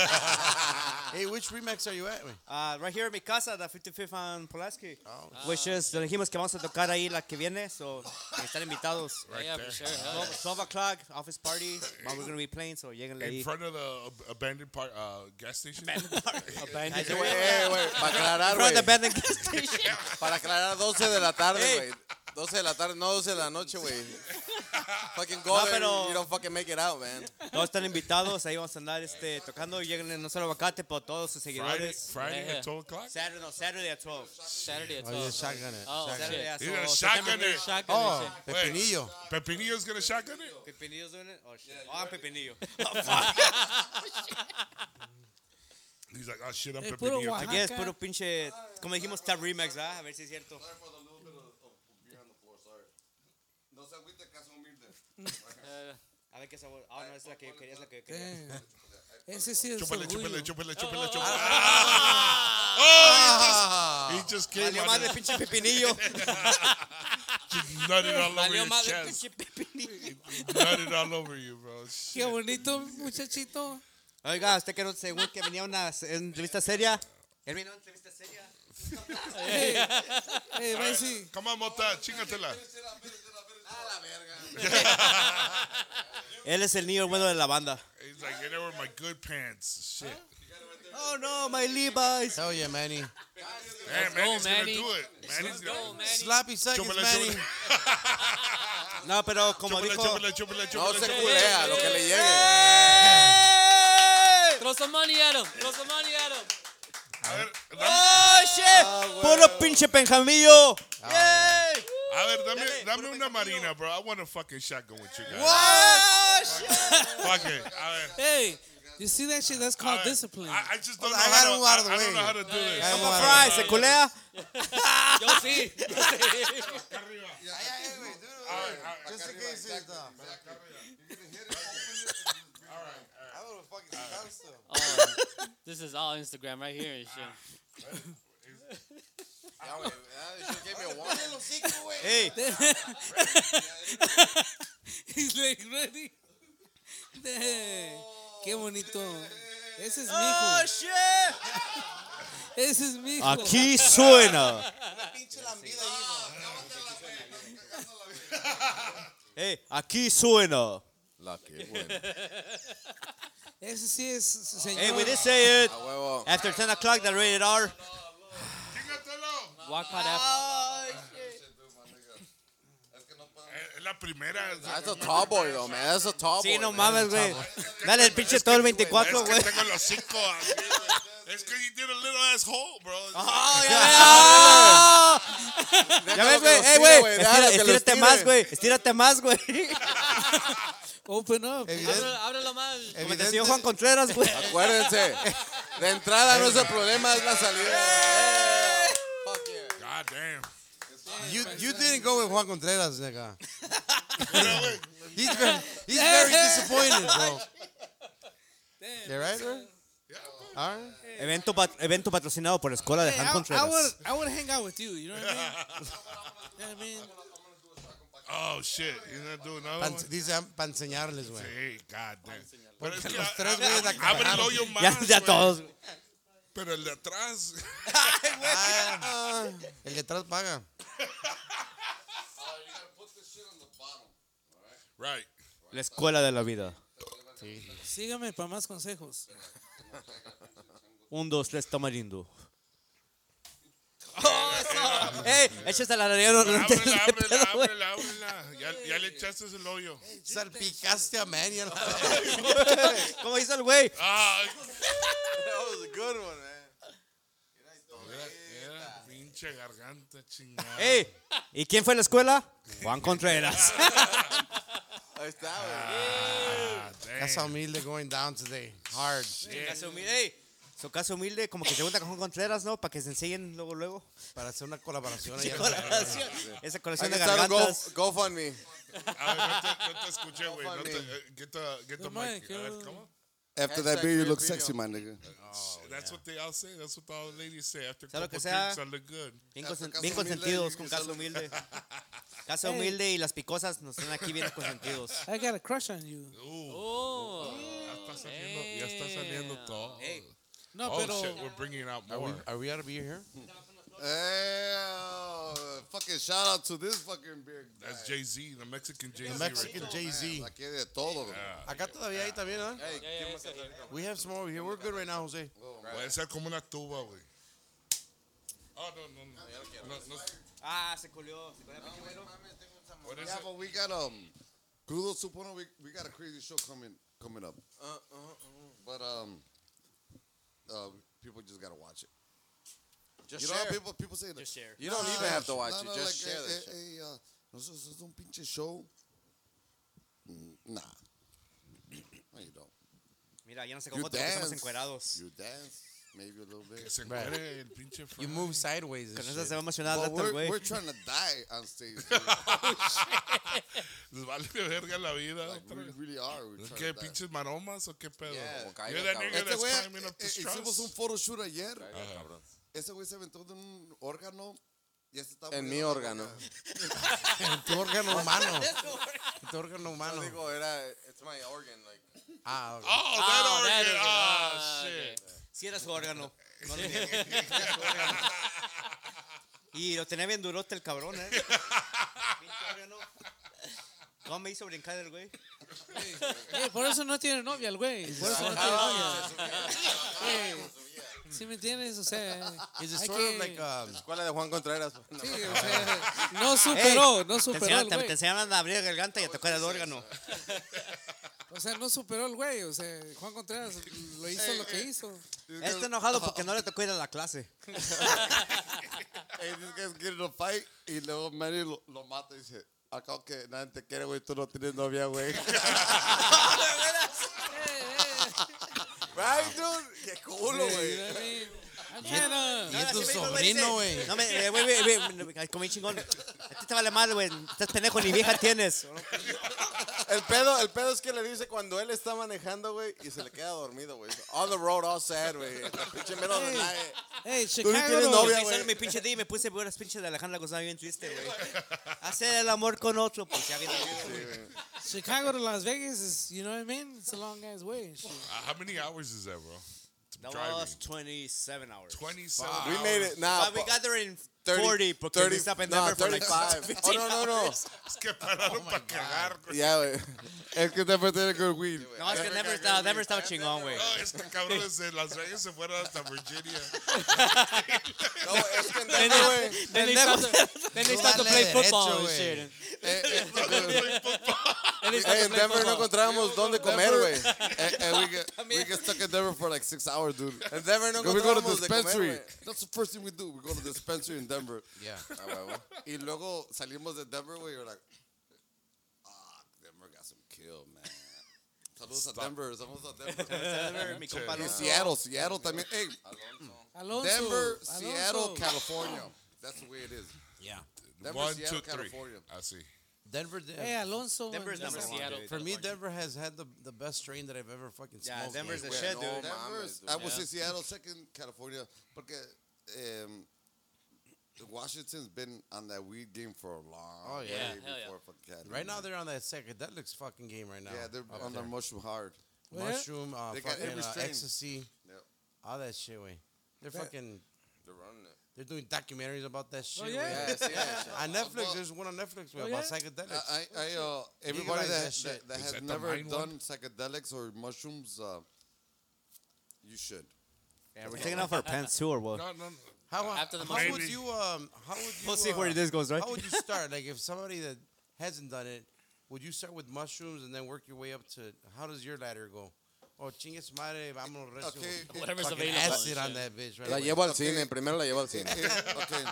hey, which remax are you at? Wait.
ah, right here en mi casa, la 55th and Pulaski.
Oh.
Which is, le dijimos que vamos a tocar ahí la que viene, so están invitados.
Right
Yeah, for
there.
sure. Hell yeah.
12, 12 o'clock, office party. Well, we're gonna be playing, so lleguenle
In
ahí.
front of the ab- abandoned par- uh, gas station.
Abandoned-
Eh, eh, güey, para aclarar,
Front of the
güey.
abandoned gas station.
Para aclarar, 12 de la tarde,
Ey.
güey. 12 de la tarde, no 12 de la noche, güey. fucking go
No,
there,
pero-
you don't fucking make it out, man.
Todos están invitados, ahí vamos a andar este, tocando. Lleguenle no solo Aguacate, pero todos sus
Friday,
seguidores.
Friday
Yeah.
at 12 o'clock?
Saturday, no, Saturday at 12.
Saturday at
Oh, yeah,
12.
shotgun it.
Oh,
shotgun
Saturday
it.
at
You're gonna
12.
shotgun
September,
it.
shotgun and
Oh,
shit.
Wait.
pepinillo.
Pepinillo's going to shotgun it?
Pepinillo's doing it? Oh, shit. oh, I'm Pepinillo.
He's like, oh shit, I'm
Hey, put a
Pepinillo.
Oaxaca.
Aquí es puro pinche, como dijimos, Tab Remix, ¿verdad? A ver si es cierto.
No se agüite, casa humilde.
A ver qué sabor. Ah, no, es la que yo quería, es la que yo quería.
Damn. Eh, Ese sí es
Chúpale,
orgullo.
chúpale, chúpale, chúpale, chúpale. Ah! Oh, he just, he just came
Ah. Valió
out
madre
and nutted all over your
pinche Pepinillo. Valió madre
chest.
pinche Pepinillo.
Nutted all over you, bro.
Qué
Shit.
bonito, muchachito.
Oiga, usted que no, según que venía una se- entrevista seria. Él vino a una entrevista seria.
Hey, va a decir,
Come on, Mota, chingatela.
Ah,
Él es el niño bueno de la banda.
He's like, you know, where my good pants. Shit.
Oh, no, my Levi's.
Hell yeah, Manny.
Hey, Manny's
go,
gonna
Manny.
do it. Manny's
Go,
gonna.
Manny.
Sloppy seconds,
Chúpale,
Manny.
chúpale,
No, pero como
chúpale,
dijo...
chúpale, chúpale,
No
chúpale,
se
chúpale.
culea, lo que le llegue.
Throw some money at him. Throw some money at him.
A ver, dame,
¡Oh, shit! ¡Puro pinche penjamillo! ¡Yay!
a ver, dame,
Dale,
dame
puro
una
pepinillo.
marina, bro. I want a fucking shotgun with you guys.
¡Oh, shit!
Fuck it. A ver,
hey, You see that shit? That's called
I-
discipline.
I, I just don't know
I
how
got
to,
him out of the way.
I, I don't know how to do this.
Got him out of the
Fry, se culea.
Yo, sí.
Just in case it's, uh, I would have fucking
Ah,
cussed him.
Oh, this is all Instagram right here and shit.
ah,
Hey,
He's like, ready? Dang. Qué bonito.
Eh,
Ese es mi
Oh,
hijo. Ese es mi hijo.
aquí suena. Hey, aquí suena.
La que bueno.
Ese sí es, señor.
Hey, we did say it.
A huevo.
After 10 o'clock, that rated
Ah.
R.
Walk by
Ah.
that.
Es la primera. o sea,
That's
no
a
me
tall boy,
acuerdo.
though, man. That's a tall boy.
Sí, no
man.
mames, güey. Dale el pinche todo el 24,
Es
güey.
que tengo los cinco. así, güey. Es que you did a little asshole, bro.
Uh-huh.
¡Ah! Ya ves, güey. Ey, güey.
Déjalo
estira-
que los
Estírate
tire.
más, güey. Estírate más, güey.
Open up.
Evidente-
Ábrelo, ábrelo más.
Como te
evidente-
siguió Juan Contreras, güey.
Acuérdense. De entrada no es el problema, es la salida. Fuck yeah.
God damn.
You, you didn't go with Juan Contreras, nigga. he's very, he's very disappointed, bro. You right, bro? All right.
Evento, pat- evento patrocinado por la escuela de
Hey,
Juan
I, I would,
Contreras.
I would hang out with you. You know what I mean? You know what I mean?
Oh, shit. You're not doing another
Pan,
one?
dice para enseñarles,
pues.
güey.
Sí, God damn. Pero es que
los
a-
tres
a-
güeyes la
abre el
cagaron.
hoyo más.
Ya, ya
güey.
todos. güey.
Pero el de atrás.
Ah, el que atrás paga.
Right.
La escuela de la vida.
Sígame para más consejos.
Un, dos, tres, tamarindo. ¡Ey! Échate la nariz. no- no
Ábrela,
te- te
ábrela,
pedo, güey.
ábrela, ábrela. Ya, ya le echaste el hoyo.
Salpicaste a Manny. a la-
¿Cómo hizo el güey?
Ah,
That was a good one, eh. man.
mira, pinche garganta chingada.
¡Ey! ¿Y quién fue a la escuela? Juan Contreras.
Ahí está, güey.
Ah, damn.
That's how humilde going down today. Hard.
Caso humilde, ey. Su caso humilde, como que se junta con Juan Contreras, ¿no? Para que se enseñen luego, luego.
Para hacer una colaboración allá.
Colaboración. Esa
I
colección de
can start a go,
gargantas.
GoFundMe.
A ver, no te, no te escuché, güey. No te,
funny.
eh, get the, get the
The
mic.
mic,
A ver,
uh,
¿cómo?
After that
Hashtag
beer, you
real
look
video.
sexy, my nigga.
That's what they all say. That's what all the ladies say. After a
Sea lo
couple
Oh, que sea.
drinks, I look good.
Bien,
Caso-
consen-
caso
bien
humilde,
consentidos
y-
con
y-
caso humilde. Caso humilde y las picosas nos están aquí bien consentidos.
I got a crush on you.
Ooh,
Oh.
ya está saliendo, ya está
Oh,
saliendo todo.
No,
Oh,
pero
shit, we're bringing out more.
Are we out of beer here?
Hey, oh, fucking shout out to this fucking beer.
That's Jay Z, the Mexican Jay Z.
Mexican Jay Z.
Aquí de todo, güey.
Acá todavía hay también, ¿ah? We have some over here. We're good right now, Jose.
Puede ser como una tuba, güey. Oh, no, no, no. no, no.
Ah, se culió. Se culió.
What is
Yeah,
it?
but we got um, Crudo Supono. We, we got a crazy show coming coming up. Uh, uh, uh, but um, uh, people just gotta watch it.
Just
you know, how people people say that.
Just share.
You don't even have to watch
No,
it.
no,
Just
like,
share
eh,
that
eh,
shit.
eh, uh, nosotros es un pinche show. Mm, Nah. No, you don't.
Mira, ya no se
You
cómo porque estamos
dance.
encuerados.
You dance, maybe a little
Que
bit.
se muere el pinche
You
Frank.
move sideways. and
Con eso
shit.
se va a emocionar
But
el rato, el
we're,
güey.
we're trying to die on stage. dude.
Les vale verga la vida.
like, we
otra vez.
really are. We're trying
¿Qué
to die.
pinches maromas o qué pedo?
Yeah. Como
You're
caiga,
that
cabrón.
nigga
Este
that's
güey,
climbing up
eh,
the
eh, hicimos un
struts.
photo shoot ayer.
Ajá.
Ese güey se aventó de un órgano. Y este ese está
En
muriendo
mi
de
órgano.
boca.
Tu órgano humano. Tu órgano humano.
Digo, era, it's my organ, like.
Ah, ok.
Oh,
Oh,
that
that
organ.
organ.
Ah,
Ah,
shit.
Sí era su órgano. No lo niegues. Y lo tenía bien durote el cabrón, ¿eh? Pinche órgano. ¿Cómo me hizo brincar el güey?
eh, por eso no tiene novia el güey. Por eso no
Ah,
tiene novia. Eh, ¿Sí me entiendes? O sea,
Is it
hay
sort of
que-
like um,
Escuela de Juan Contreras.
sí, o sea, no superó, no
Te
superó
enseñaban,
el
te,
güey.
te enseñaban a abrir la garganta y a tocar el órgano.
O sea, no superó el güey. O sea, Juan Contreras lo hizo lo que hizo.
Está enojado porque no le tocó ir a la clase.
Hey, this guy's getting a fight. Y luego Manny lo, lo mata y dice: Acá que nadie te quiere, güey. Tú no tienes novia, güey.
Right, dude. Qué culo,
You know
güey.
what I mean? I'm trying to-
Y es tu
así mismo, güey, dice,
sobrino, güey.
No, me, eh, güey, güey, güey, comí chingón. A ti te vale madre, güey. Estás pendejo, ni vieja tienes.
El pedo, el pedo es que le dice cuando él está manejando, güey, y se le queda dormido, güey. On the road, all sad, güey. En la Pinche middle of the night.
Hey,
tienes
Chicago.
novia,
though.
Me hicieron mi pinche día y me puse las pinches de Alejandra Guzmán bien triste, güey. Hacer el amor con otro, pues ya viene.
Chicago to Las Vegas is, you know what I mean? It's a long ass way. and shit.
Uh, how many hours is that, bro? It's
That
driving.
was 27 hours.
27
We made it. Nah,
But we
pa-
got there in
30
40 porque
30
we stopped in
no,
Denver for like
35. Oh,
15
no, no, no.
hours.
Es que pararon para cagar. güey.
Ya, güey. Es que te fue tener good weed.
No, es que Denver estaba, Denver estaba chingón, güey.
No, Oh, este cabrón desde Las Vegas se fueron hasta Virginia.
No, es que en Denver, güey.
Then they start to, then they start to
Dale
play
derecho,
football and
güey.
shit.
eh, eh,
Then they start
eh,
to
en
play
Denver no
football.
encontrábamos dónde comer, güey. Eh,
and, and we, get, we get stuck in Denver for like six hours, dude.
En Denver no
Go- we go to
encontrábamos
the
de comer,
dispensary.
güey.
That's the first thing we do. We go to the dispensary in Denver.
Yeah.
Ah, huevo. y luego salimos de Denver, güey. We're like, fuck, Denver got some kill, man. Saludos a Denver. Saludos a Denver.
Denver, mi compa
y
Alonso.
Seattle, Seattle también. Hey,
Alonso.
Denver,
Alonso.
Seattle, California. That's the way it is.
Yeah.
Denver,
One, two,
Seattle,
three. Ah,
California.
Así.
Denver.
Hey, Alonso.
Denver's
and-
number
That's-
one. dude.
For me, Denver has had the, the best strain that I've ever fucking
Yeah,
smoked.
Denver's
güey.
the shit, dude.
No mames,
Denver's-
dude.
I would say Ah, Seattle, second California, porque um, Washington's been on that weed game for a long
Oh, yeah.
way
Yeah, hell
before fucking California.
Right now, they're on that psychedelics fucking game right now.
yeah, they're
Up
on
there.
their mushroom hard.
Well, yeah.
mushroom, uh,
They got
fucking
every
uh,
strain.
ecstasy,
Yep.
all that shit, way. They're fucking.
They're running it.
They're doing documentaries about that shit.
Oh,
wey.
yeah.
Yeah, yeah.
On Netflix,
well-
there's one on Netflix wey,
Oh,
about
yeah?
psychedelics.
I, I, I uh, everybody
Legalize that shit.
that, that, that
Is
has
that the
never
main
done
one?
psychedelics or mushrooms, uh, you should.
Yeah, we're taking off our pants too, or what?
No, no, no.
how
After the
how
maybe.
would you um how would you
We'll see
uh,
where this goes, right?
How would you start? like if somebody that hasn't done it, would you start with mushrooms and then work your way up to how does your ladder go? Oh, chingas madre, vámonos recio.
Okay. it-
Whatever's
Fucking
available.
acid on that bitch, right?
La
away.
llevo al
Ok.
cine, primero la llevo al cine.
it- okay,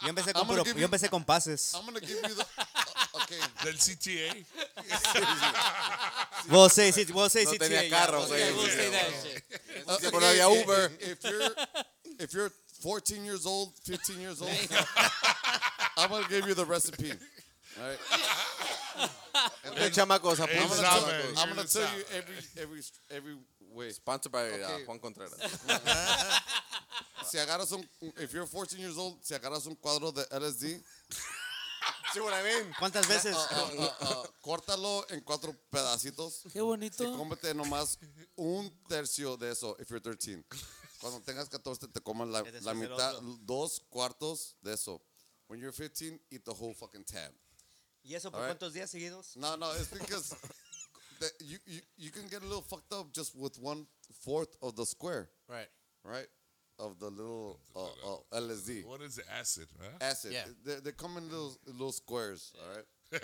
Yo empecé
I'm
con,
gonna
puro,
give
yo
you-
empecé con pases.
I'm gonna give you the. uh, Okay,
Del CTA.
We'll say, C- we'll say
No
CTA.
tenía
yeah,
carro,
we'll
güey.
say-
We'll
we'll
say
say
that shit.
Uh,
tiempo
okay,
no había
i- i-
Uber.
If you're if you're 14 years old, 15 years old, I'm gonna give you the recipe. All right.
Qué chamacos,
I'm
It's
apúntense,
gonna,
not,
tell,
man.
chamacos.
I'm gonna
It's
tell
not.
you every every every way.
Sponsored by uh,
Okay.
Juan Contreras.
Si agarras un, if you're 14 years old, si agarras un cuadro de LSD,
See what I mean?
¿Cuántas veces?
uh, uh, córtalo en cuatro pedacitos
Qué bonito.
y cómete nomás un tercio de eso. If you're 13, cuando tengas 14 te comas la,
Ese es
la
el
mitad,
otro.
dos cuartos de eso. When you're 15, eat the whole fucking tab.
¿Y eso por
All right.
cuántos días seguidos?
No, no, it's because that you, you you can get a little fucked up just with one fourth of the square,
Right.
right? Of the little uh, uh, LSD
What is the acid? Huh?
acid.
Yeah.
They, they come in little little squares, all right?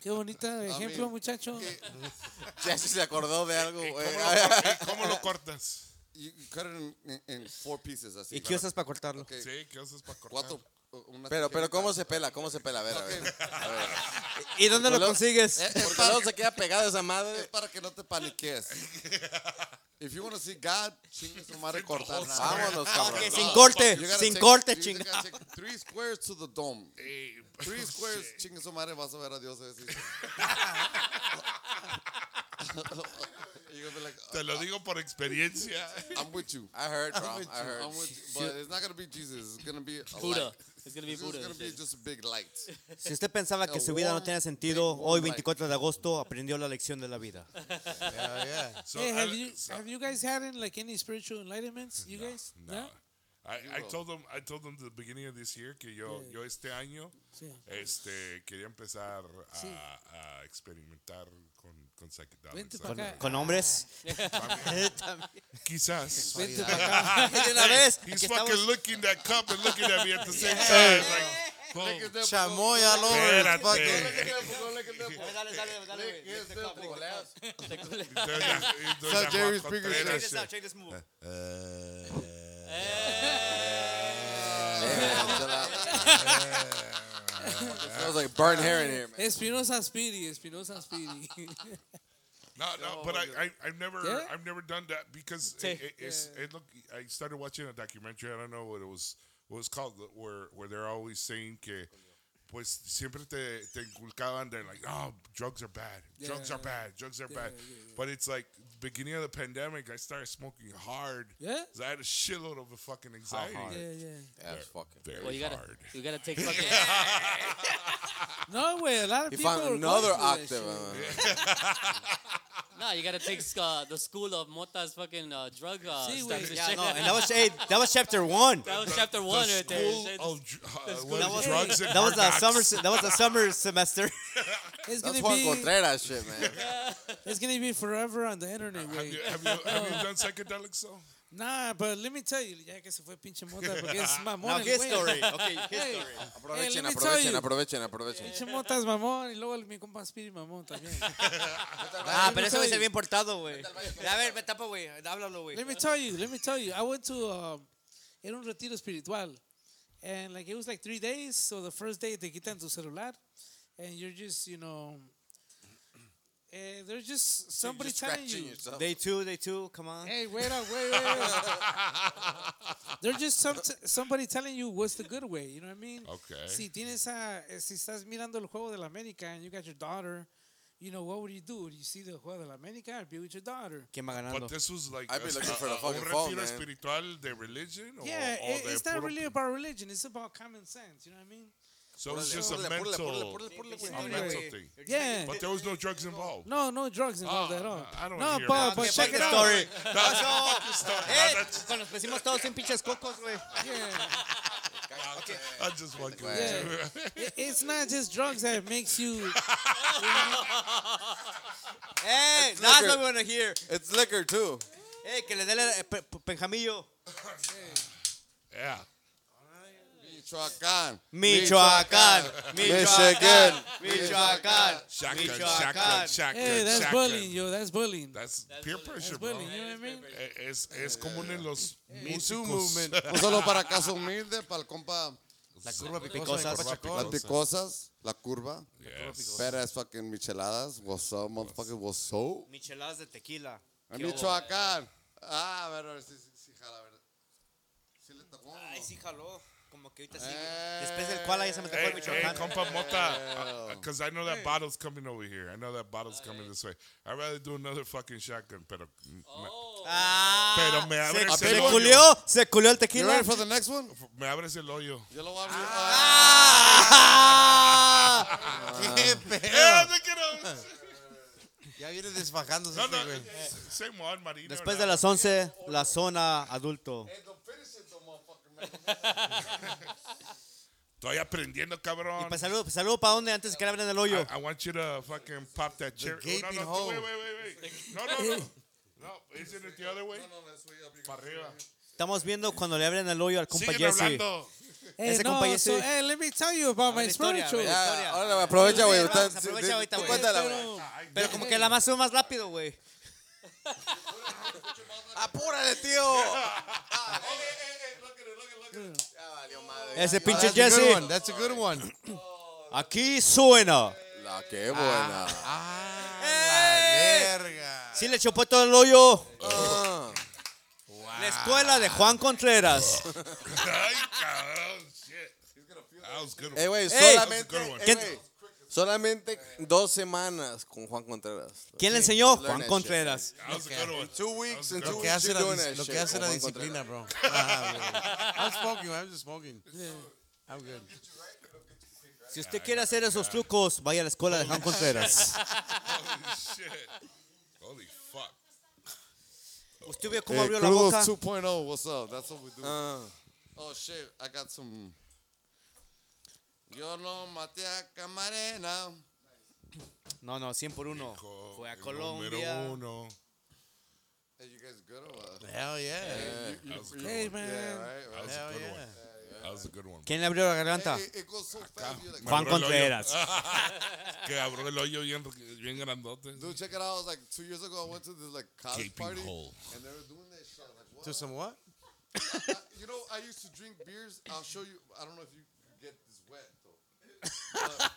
Qué bonita ejemplo, muchacho.
Jesse se acordó de algo,
¿Y
Pues,
güey.
cómo, lo, cor- y cómo lo cortas?
You, you cut it in, in, in four pieces. Así.
¿Y qué usas para cortarlo?
Okay.
Sí, ¿qué haces para cortar?
Cuatro. uh, una
Pero, pero,
tijerita.
¿cómo se pela? ¿Cómo se pela? A ver, a ver.
¿Y dónde lo consigues?
Porque luego se queda pegado esa
Es
madre.
para que no te paniquees. If you want to see God, chingue su madre cortar nada.
Vámonos,
Ah,
cabrón.
Que sin Oh, corte,
You gotta
sin
take-
corte,
you gotta
chingada.
take Three squares to the dome.
Ey,
Three
shit.
squares, chingue su madre, vas a ver a Dios así. You're gonna be like,
Te lo digo por experiencia.
I'm with you.
I heard, bro.
I'm with
I
you.
heard.
I'm with you. But it's not gonna be Jesus. It's gonna be a
Buddha.
light.
It's gonna be
It's
Buddha.
gonna
and
be
shit.
just a big light.
Si usted pensaba que
A
su vida no
warm,
tenía sentido, hoy
warm light.
24 de agosto aprendió la lección de la vida.
Yeah, Oh, yeah.
So,
Hey, Eh, have
Ale-
you
so-
have you guys had in, like any spiritual enlightenments? You guys?
No.
Yeah?
I, I told them I told them at the beginning of this year que yo yo este año
Sí.
este quería empezar a,
Sí.
a experimentar con con psychedelics.
Vente
algo
pa' acá.
Con hombres.
así. Quizás.
Vente para acá.
De una vez.
He's
aquí
fucking
estamos.
looking at cup and looking at me at the same time. Like, boom.
Chamoy all over. his fucking-
Espérate.
Dale, dale, dale, güey.
He's doing that- he's doing that
Jerry
Juan
Springer
Contreras
Check this
shit.
out, check this move.
It smells like burnt hair in here, man.
Espinosa Speedy, Espinosa Speedy.
No, no, but I, I, I've never,
Yeah?
I've never done that because it,
Take-
it, it's, it look. I started watching a documentary. I don't know what it was, what it's called, the- where where they're always saying que, pues siempre te, te inculcaban that like, oh, drugs are bad, drugs are
Yeah.
bad, drugs are bad.
yeah, yeah.
But it's like beginning of the pandemic, I started smoking hard.
Yeah?
'cause I had a shitload of fucking anxiety.
Yeah, yeah.
That's fucking.
Very
Well, you gotta,
hard.
you gotta take fucking.
No way. A lot of
He
people
found
are
another
going
octave.
through that
uh,
No, you gotta take uh, the school of Mota's fucking uh, drug uh,
Sí,
stuff
güey.
and
Yeah,
shit.
No, and that was hey, that was chapter one.
That was chapter one
the
right there.
school
It's-
of dr- uh,
school
what
That
is
was
it, drugs and
that was a
hard
summer.
knocks?
se- That was a summer semester.
shit. It's
That's
gonna
Juan
be.
Contreras shit, man.
It's gonna be forever on the internet.
Have
güey.
you, have, you, have you done psychedelics though?
Nah, but let me tell you, ya que se fue pinche mota, porque es mamón.
Now
el
his
güey.
story. Okay, his
Hey,
Aprovechen,
story.
let me tell
aprovechen,
you. Eh,
aprovechen, aprovechen.
Pinche mota es mamón y luego el- mi compa Speedy mamón también.
Ah, pero ese
tell
güey se
you.
bien portado, güey. A ver, me tapa, güey. Háblalo, güey.
let me tell you, let me tell you. I went to um, era un retiro espiritual, and like it was like three days. So the first day te quitan tu celular, and you're just you know, and there's just somebody telling you,
Day two, day two. Come on.
hey, wait up, wait, wait, wait. They're just some somebody telling you what's the good way. You know what I mean?
Okay.
Si tienes a, eh, si estás mirando el juego de la América and you got your daughter, you know what would you do? Would you see the juego de la América or be with your daughter?
¿Quién va ganando?
But this was like
I'd be
a-
looking for the
a- a-
fucking
un
phone,
retiro
man.
espiritual de religion or,
Yeah,
or
it,
de
it's not
puro-
really about religion. It's about common sense. You know what I mean?
so it's just a mental a
Yeah.
mental thing
Yeah.
but there was no drugs involved
no, no drugs involved
Oh,
at all.
I don't wanna
no,
hear
but,
about
but
Okay,
check
fuck
it
the
out.
story.
That's
Pasó.
a fucking story.
Eh,
That's-
Cuando nos pusimos todos en pinches cocos, güey.
Yeah.
I just want to
Yeah. It- it's not just drugs that makes you.
Hey, that's
liquor.
what we want to hear.
It's liquor too.
Hey, que le dé el pe- pe- penjamillo.
yeah
Michoacán.
Michoacán, Michoacán,
Michigan.
Michoacán.
shotgun
Michoacán.
shotgun shotgun
Hey, eh, that's
shotgun.
bullying, yo. That's bullying. That's
that's peer pressure bro
bullying. You know what I mean?
Eh, es es común en los
Too
músicos
movement.
Un saludo para Casa Humilde, para el compa
La curva
Picosas.
Las Picosas, La Curva,
Yes.
Pérez fucking Micheladas, What's up, motherfucker, What's up?
Micheladas de tequila.
En Michoacán. Ah, a ver, a ver, sí, sí, sí, jala, a ver. Sí le tocó.
Ay, sí jaló. Como que ahorita sí.
Eh.
Después del cual ahí se me tocó
Hey, hey,
el Este Michoacán. Oh.
compa Mota, because I know that bottle's coming over here. I know that bottle's coming this way. I'd rather do another fucking shotgun, pero, mm,
Oh.
Ah,
pero me
se,
abres
se
el
culió,
hoyo.
se culió el
You
tequila.
ready for the next one?
Me abres el hoyo.
Yo lo voy a abrir.
Ah.
Qué
Yeah,
pedo.
look at him.
Ya viene desfajándose
No,
este
no,
güey.
same one, Marino.
Después de las 11, la zona adulto.
Estoy aprendiendo, cabrón.
Y pues saludo, pues, saludo para dónde antes que le abran el hoyo.
I, I want you to fucking pop that cherry. Oh,
gaping
no, no,
hole.
Wait, wait, wait, wait. No, no, no. No, isn't it the other way? Para arriba.
Estamos viendo cuando le abren el hoyo al compa
Siguen
Jesse.
hablando.
hey,
Ese
Eh, no,
compa ya
so,
se-
hey, let me tell you about my
la historia,
spiritual.
güey.
Ah,
Historia.
Ahora aprovecha, güey.
Vamos,
Usted-
aprovecha
tú
ahorita, güey.
cuéntala, güey.
Pero-
Pero como que la más más rápido, güey.
Apúrale, tío.
Ese
That's a
pinche
good
Jesse.
one. That's a good one.
Aquí suena.
La que buena.
Verga.
Sí le chupó todo el hoyo.
Ah.
La escuela de Juan Contreras.
Ay, cabrón, shit. That was good.
Eh, güey,
Ey.
solamente,
That's a good one.
eh,
¿Quién-
güey, solamente dos semanas con Juan Contreras.
¿Quién le enseñó?
Learn
Juan
that
Contreras.
That was a good one.
Two weeks and two
Lo que
weeks
hace
you're
la,
doing
dis-
that
lo que
shit
hace
con
la
Juan
disciplina,
Contreras.
bro. Ah, güey. I'm smoking, I'm just smoking. I'm good.
Si usted quiere hacer esos trucos, vaya a la escuela de Juan Contreras.
Holy shit. Holy fuck.
¿Usted vio cómo
Hey,
abrió la boca?
Crudos 2.0, oh, what's up? That's what we do.
Ah.
Oh shit, I got some. Yo no maté a Camarena.
No, no, 100 por 1. Fue a Colombia.
Número uno.
Hey, you guys good or what?
Hell yeah.
That was a good
Hey
one.
man,
Yeah, right,
That
right.
was a
Hell
good
yeah.
one. That was a good one.
¿Quién le abrió la garganta?
Hey, it, it goes so fast. You're like,
Juan
abrió el hoyo.
Contreras.
Que abrió el hoyo bien, bien grandote.
dude, check it out. Like two years ago, I went to this like college
Gaping
party,
hole.
and they were doing that shit. I'm Like, what?
To some what?
you know, I used to drink beers. I'll show you. I don't know if you get this wet though. But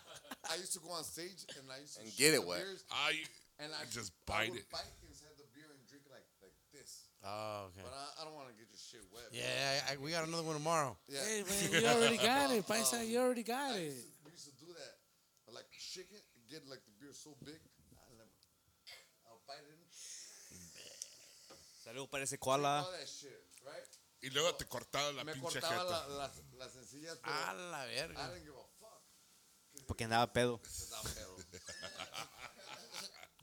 I used to go on stage and I used to
And
shoot
get it
the
wet.
beers,
Ay,
And I
Just
I
bite
would
it.
bite inside the beer and drink like like this.
Oh, okay.
But I, I don't want to get your shit wet.
Yeah, I, I, we got another one tomorrow.
Yeah.
Hey, man, you already got it, paisa. You already got
I
it.
used, to, we used to do that. I like shake it, get like the beer so big. I never, I'll bite it. in,
Saludos para ese koala.
All that shit, right?
Y luego te cortaba la
Me
pinche
cortaba
jeta.
la, las, las encillas, pero
Ah,
A la
I
verga.
didn't give a fuck.
Porque andaba pedo.
'cause I'm pedo.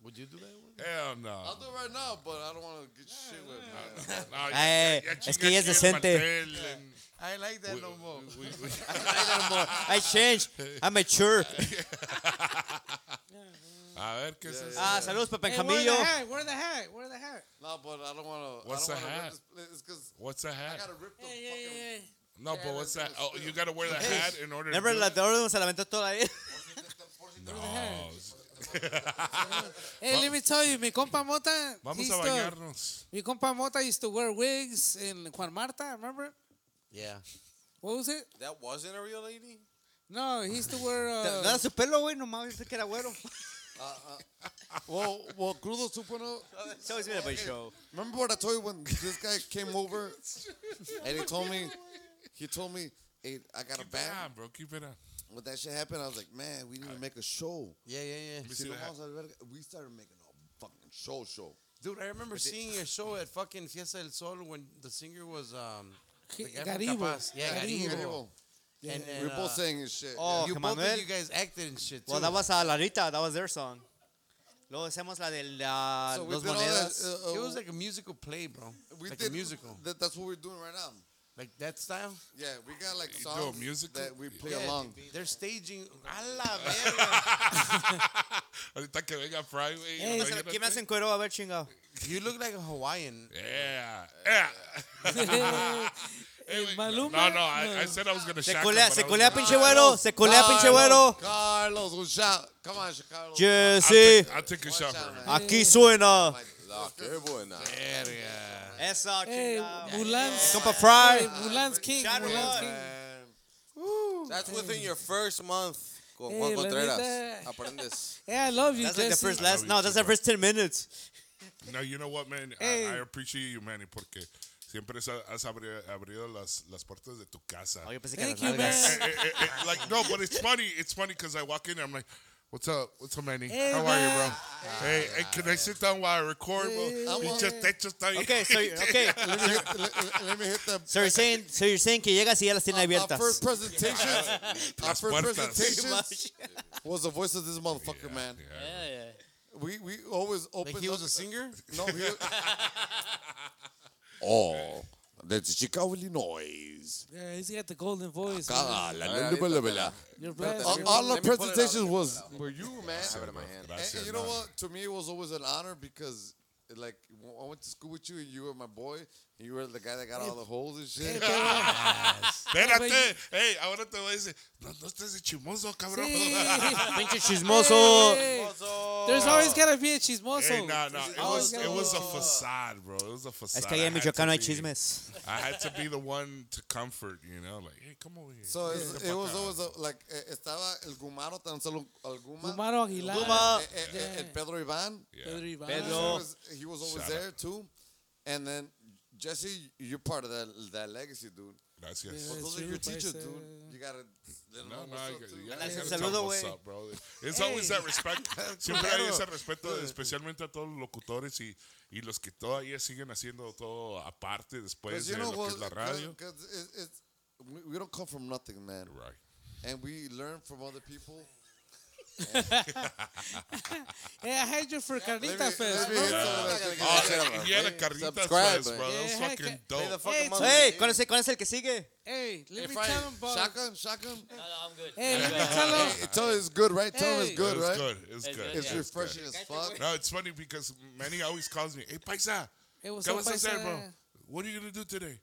Would you do that one?
Hell
I'll
no.
do it right now, but I don't want to get shit wet. man.
No, ya-
Eh,
ya
es que ella es
chingaste el
decente.
mantel, en-
I like that no more.
we- we-
I changed. I'm mature.
A ver, ¿qué es eso?
Ah, saludos para
Hey, wear the
Benjamillo.
hat. Wear the hat. Wear the hat.
No, but I don't want to.
What's
I
a
don't wanna
hat?
Rip this, pla- it's because
What's a
I
hat?
gotta rip the
Hey, hey,
fucking.
hey.
No, but what's that? Oh, you gotta wear the hat in order.
Remember
to do
la
it?
de orden se la aventó toda ahí.
No.
Hey, let me tell you, mi compa Mota.
Vamos
he's
a
the-
bañarnos.
Mi compa Mota used to wear wigs in Juan Marta, remember?
Yeah.
What was it?
That wasn't a real lady?
No, he used to wear.
No era
Uh,
su pelo, güey. Nomás dice que era güero.
Ah, Well, well, Crudo Supano.
It's always been a big show.
Remember what I told you when this guy came over and he told me, he told me, hey, I got a
Keep it
band.
on, bro. Keep it on.
When that shit happened, I was like, man, we need to make a show.
Yeah, yeah, yeah.
see
Si no
the hat.
vamos a ver- We started making a fucking show show.
Dude, I remember seeing a show at fucking Fiesta del Sol when the singer was um the guy from
Garibo.
Capaz. Yeah,
Garibo.
Garibo. uh,
Garibo.
And then,
we were
uh,
both saying his shit.
Oh,
you
que
both
Manuel.
of you guys acted and shit too.
Well, that was a Larita. That was their song. Luego hacemos la uh, de la
So we
dos
did all that,
monedas.
uh, uh,
it was like a musical play, bro.
we
like
did
a musical.
That, that's what we're doing right now.
Like that style.
Yeah, we got like
do a
songs
musical?
that we play
Yeah,
along.
They're staging. A la verga.
Ahorita que venga Fry, güey.
Ey,
no,
se
yo
¿Quién
no
me hace en cuero? A ver, chingado.
you look like a Hawaiian.
te- Yeah. Yeah. Hey,
eh,
wait,
Maluma.
No, no, I, I said I was gonna
Se
shock
culea,
him,
se
but I was
culea,
gonna-
pinche güero. Se culea, pinche güero.
Carlos, un shout. Come on, Carlos.
I'll take-
Jesse,
I'll take a shot.
out,
bro.
man.
aquí suena.
La que buena.
Verga.
Eso,
hey,
chingado.
Mulan's.
Compa
Hey,
Fry.
Mulan's King.
Shout
Mulan's
out.
King.
That's within your first month con
Hey,
Juan
la
Contreras.
neta.
Ah, Aprendes.
Hey, I love you,
That's like the
Jesse.
first last. No, that's the first 10 minutes.
No, you know what, man?
Hey.
I, I appreciate you, man, porque siempre has- has abri- abrido las, las puertas de tu casa.
Oh, yo pensé que
Thank
las
you,
nalgas.
man.
Eh, eh, eh, like no, but it's funny. It's funny because I walk in and I'm like, "What's up? What's up, Manny?
Hey,
How are you, bro?
man.
hey, hey, can I sit down while I record, bro? Pinche techo está ahí.
Okay, so, okay.
let, me hit, let, let me hit the
So you're saying, so you're saying que llegas y ya
Ah,
las tiene
Our
abiertas.
first presentation, our
Las
first
puertas.
presentation was the voice of this motherfucker, man.
Yeah, yeah.
We we always open.
Like he
up-
was a singer?
no. He oh, that's Chicago, Illinois.
Yeah, he's got the golden voice. man.
Ah, la la la la la.
You're blessed.
All,
You're-
all our
Let me pull it out.
presentations was were you, man.
Out of my hand.
And,
Gracias,
and you know
man.
what? To me, it was always an honor because. Like w- I went to school with you, and you were my boy, and you were the guy that got all the holes and shit.
Espérate. Hey, ahora te voy a decir, no, no estés de chismoso, cabrón.
Sí.
Pinche chismoso.
Hey, There's always gotta be a chismoso.
Oh. Hey, no, no, it
always
was
gotta
it
be
was a
chismoso.
facade, bro. It was a facade.
Es que allá
I
en
had
Michoacán no hay
to be-
chismes.
I had to be the one to comfort, you know, like, hey, come over here.
So it's,
Get the
it
fuck
was
out."
always a, like eh, estaba el Gumaro tan solo el Guma,
Gumaro Aguilar.
Guma.
eh, eh, eh, el
Yeah.
Pedro Iván.
Yeah.
Pedro Ibarra.
Pedro.
He was, he was always
Shout
there too. And then Jesse, you're part of that that legacy, dude.
Gracias.
Yeah.
Those
true,
are your teachers,
paisa.
dude. You gotta let them
No,
know
no,
what's
you
up, too.
you
Yeah.
guys
Un
gotta
saludo,
tell what's
güey.
up, bro. It's always that respect. Siempre hay ese respeto, especialmente a todos los locutores y, y los que todavía siguen haciendo todo aparte después de
Pues, you know
lo que es
what? uh,
la radio.
Because it's, it's we, we don't come from nothing, man.
Right.
And we learn from other people.
Hey, I had you for Carnita Fest.
Maybe
bro.
it's, uh,
Oh, yeah, yeah, the carnitas
subscribe,
fest, pues, bro. That was
Yeah,
fucking
heck,
dope.
Hey,
Fucking
so-
Hey, Eh, ¿cuál es, el- cuál es el que sigue?
Hey, let
hey,
me
Frank,
tell him about.
shotgun, shotgun.
No, no, I'm good.
Hey,
I'm
let me
good.
tell him.
Hey, tell it's good, right? Tell
Hey.
it's good,
It was
right?
good. It was
It's
good.
good,
It's
yeah.
refreshing as fuck.
No, it's funny because Manny always calls me, hey, paisa,
Hey, what's
¿qué
up,
vas a hacer, bro?
paisa?"
What are you going to do today?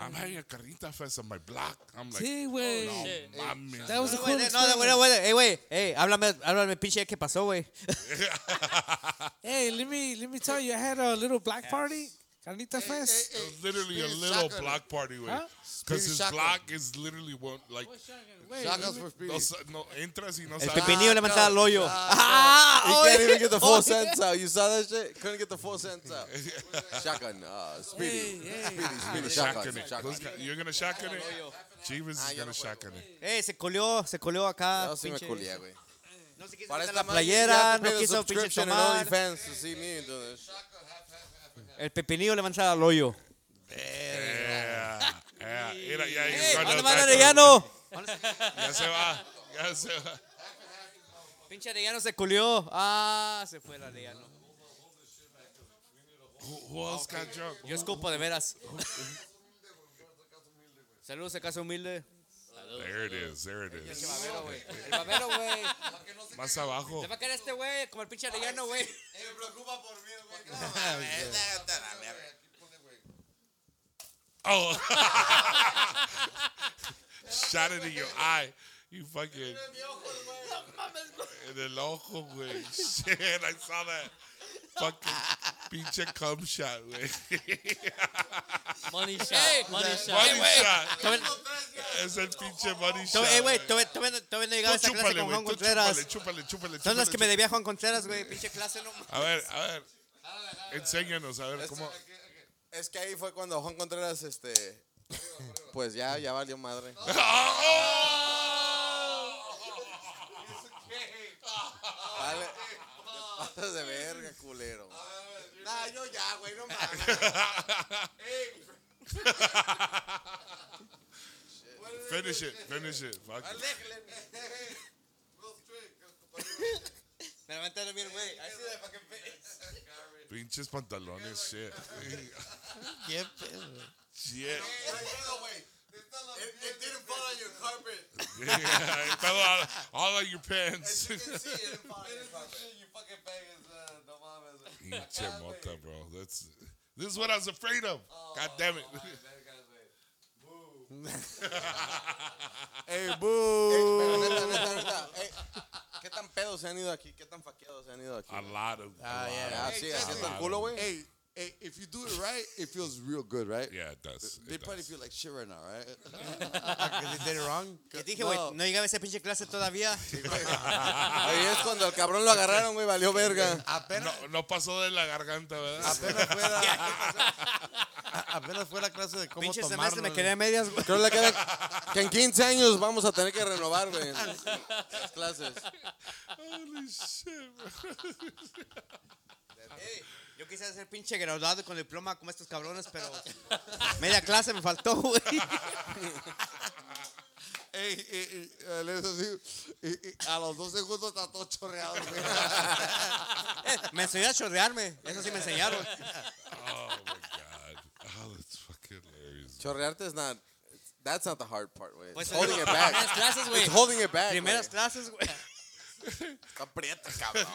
I'm having a carnita fest on my block. I'm like,
Sí, güey.
no,
shit.
mames.
That was a
No, güey,
cool
Eh, no, no, güey, no, güey. Ey, güey. Ey, háblame, háblame, pinche, ¿qué pasó, güey?
Hey, let me let me tell you, I had a little black party, Carnita Fest.
It was literally a little block party, güey.
Huh?
Because
Speedy
his
shotgun.
block is literally one, like,
Wait,
Shotguns for
no,
speed.
sa- no, entras y no
El
sales.
pepinillo le mandaba al hoyo.
Ah,
¡Ah!
¿Y
¡Oh,
qué
can't even get the four cents out. You saw that shit? Couldn't get the four cents out. Shotgun. Uh, speedy. Speedy, speedy. Shotgun.
Shotgun it.
Shotgun.
Who's got- You're gonna shotgun it. Chivas is gonna shotgun it.
Eh, se colió, se colió acá.
No, sí me
pinche.
culié, güey.
No se quiso
Para
quitar
esta
la
madre, you
playera,
have to
no
pay the
quiso pinche
subscription and
tomar.
OnlyFans to see me do this.
El pepinillo le va a entrar al hoyo.
Yeah. Yeah. Mira, ya, ya,
¡Eh,
ya,
¿Dónde
ya,
va el
ya,
Arellano?
Ya se va. Ya se va.
Pinche Arellano se colió. Ah, se fue el Arellano.
Who, who else got drunk?
Yo escupo de veras. Saludos a Casa Humilde.
There it is. There it is.
Babero, güey. El babero, güey.
Más abajo.
Se va a caer este güey, como el pinche Arellano, güey.
Oh. Shot it in your eye. You fucking. In el ojo, güey. Shit, I saw that. Fucking pinche cum shot, güey.
Money shot. money shot.
Money shot.
Tomen-
Es el pinche money
to-
shot.
Eh, güey, todavía todavía no
Tú
llegaba a esta clase
chúpale,
con
güey.
Juan
Tú
Contreras.
chúpale, chúpale, chúpale.
Son las
chúpale,
que me debía Juan Contreras, güey. Pinche clase, no mames.
A ver, a ver. Enséñanos, a ver cómo.
Es que ahí fue cuando Juan Contreras, este. Pues ya, ya valió madre. Vale. Te pasas de verga, culero. Nah, yo ya, güey, no mames.
Finish it, finish it. Fuck it.
Me levantaron bien, güey. Ahí sí de fucking
Pinches pantalones, shit.
Qué pedo.
Shit.
It, it didn't fall on your carpet.
Yeah, it fell out all of your pants.
eh,
Pinche mota, bro. That's this is what I was afraid of.
Oh.
God damn it.
Ey, boo. neta, neta, neta. Ey, ¿Qué tan pedos se han ido aquí? ¿Qué tan faqueados se han ido aquí?
A lot of. a lot
Ah,
of-
sí, así hasta el culo, güey.
Hey, hey, if you do it right, it feels real good, right?
Yeah, it does.
They
It
probably
does.
feel like shit right now, right?
Because they did it wrong.
Yo dije, güey,
No.
no llegaba a esa pinche clase todavía.
Ahí es cuando al cabrón lo agarraron, güey, valió verga.
Apenas,
No, no pasó de la garganta,
Ah,
¿verdad?
apenas, fue la, apenas fue la clase de cómo
Pinche
tomarlo.
semestre me quedé a medias, güey.
Creo que, que en 15 años vamos a tener que renovar, güey, las clases.
Holy shit, bro.
Yo quise ser pinche graduado con diploma como estos cabrones, pero media clase me faltó, güey.
Ey, y- y, eh, les digo, y- y a los 12 segundos está todo chorreado. güey.
Me enseñó a chorrearme, eso sí me enseñaron.
Oh my god. Oh, that's fucking hilarious.
Chorrearte es not. That's not the hard part, güey.
Pues,
It's holding it back.
primeras clases, güey.
It's holding it back.
Primeras
güey.
clases, güey.
Está prieta, cabrón.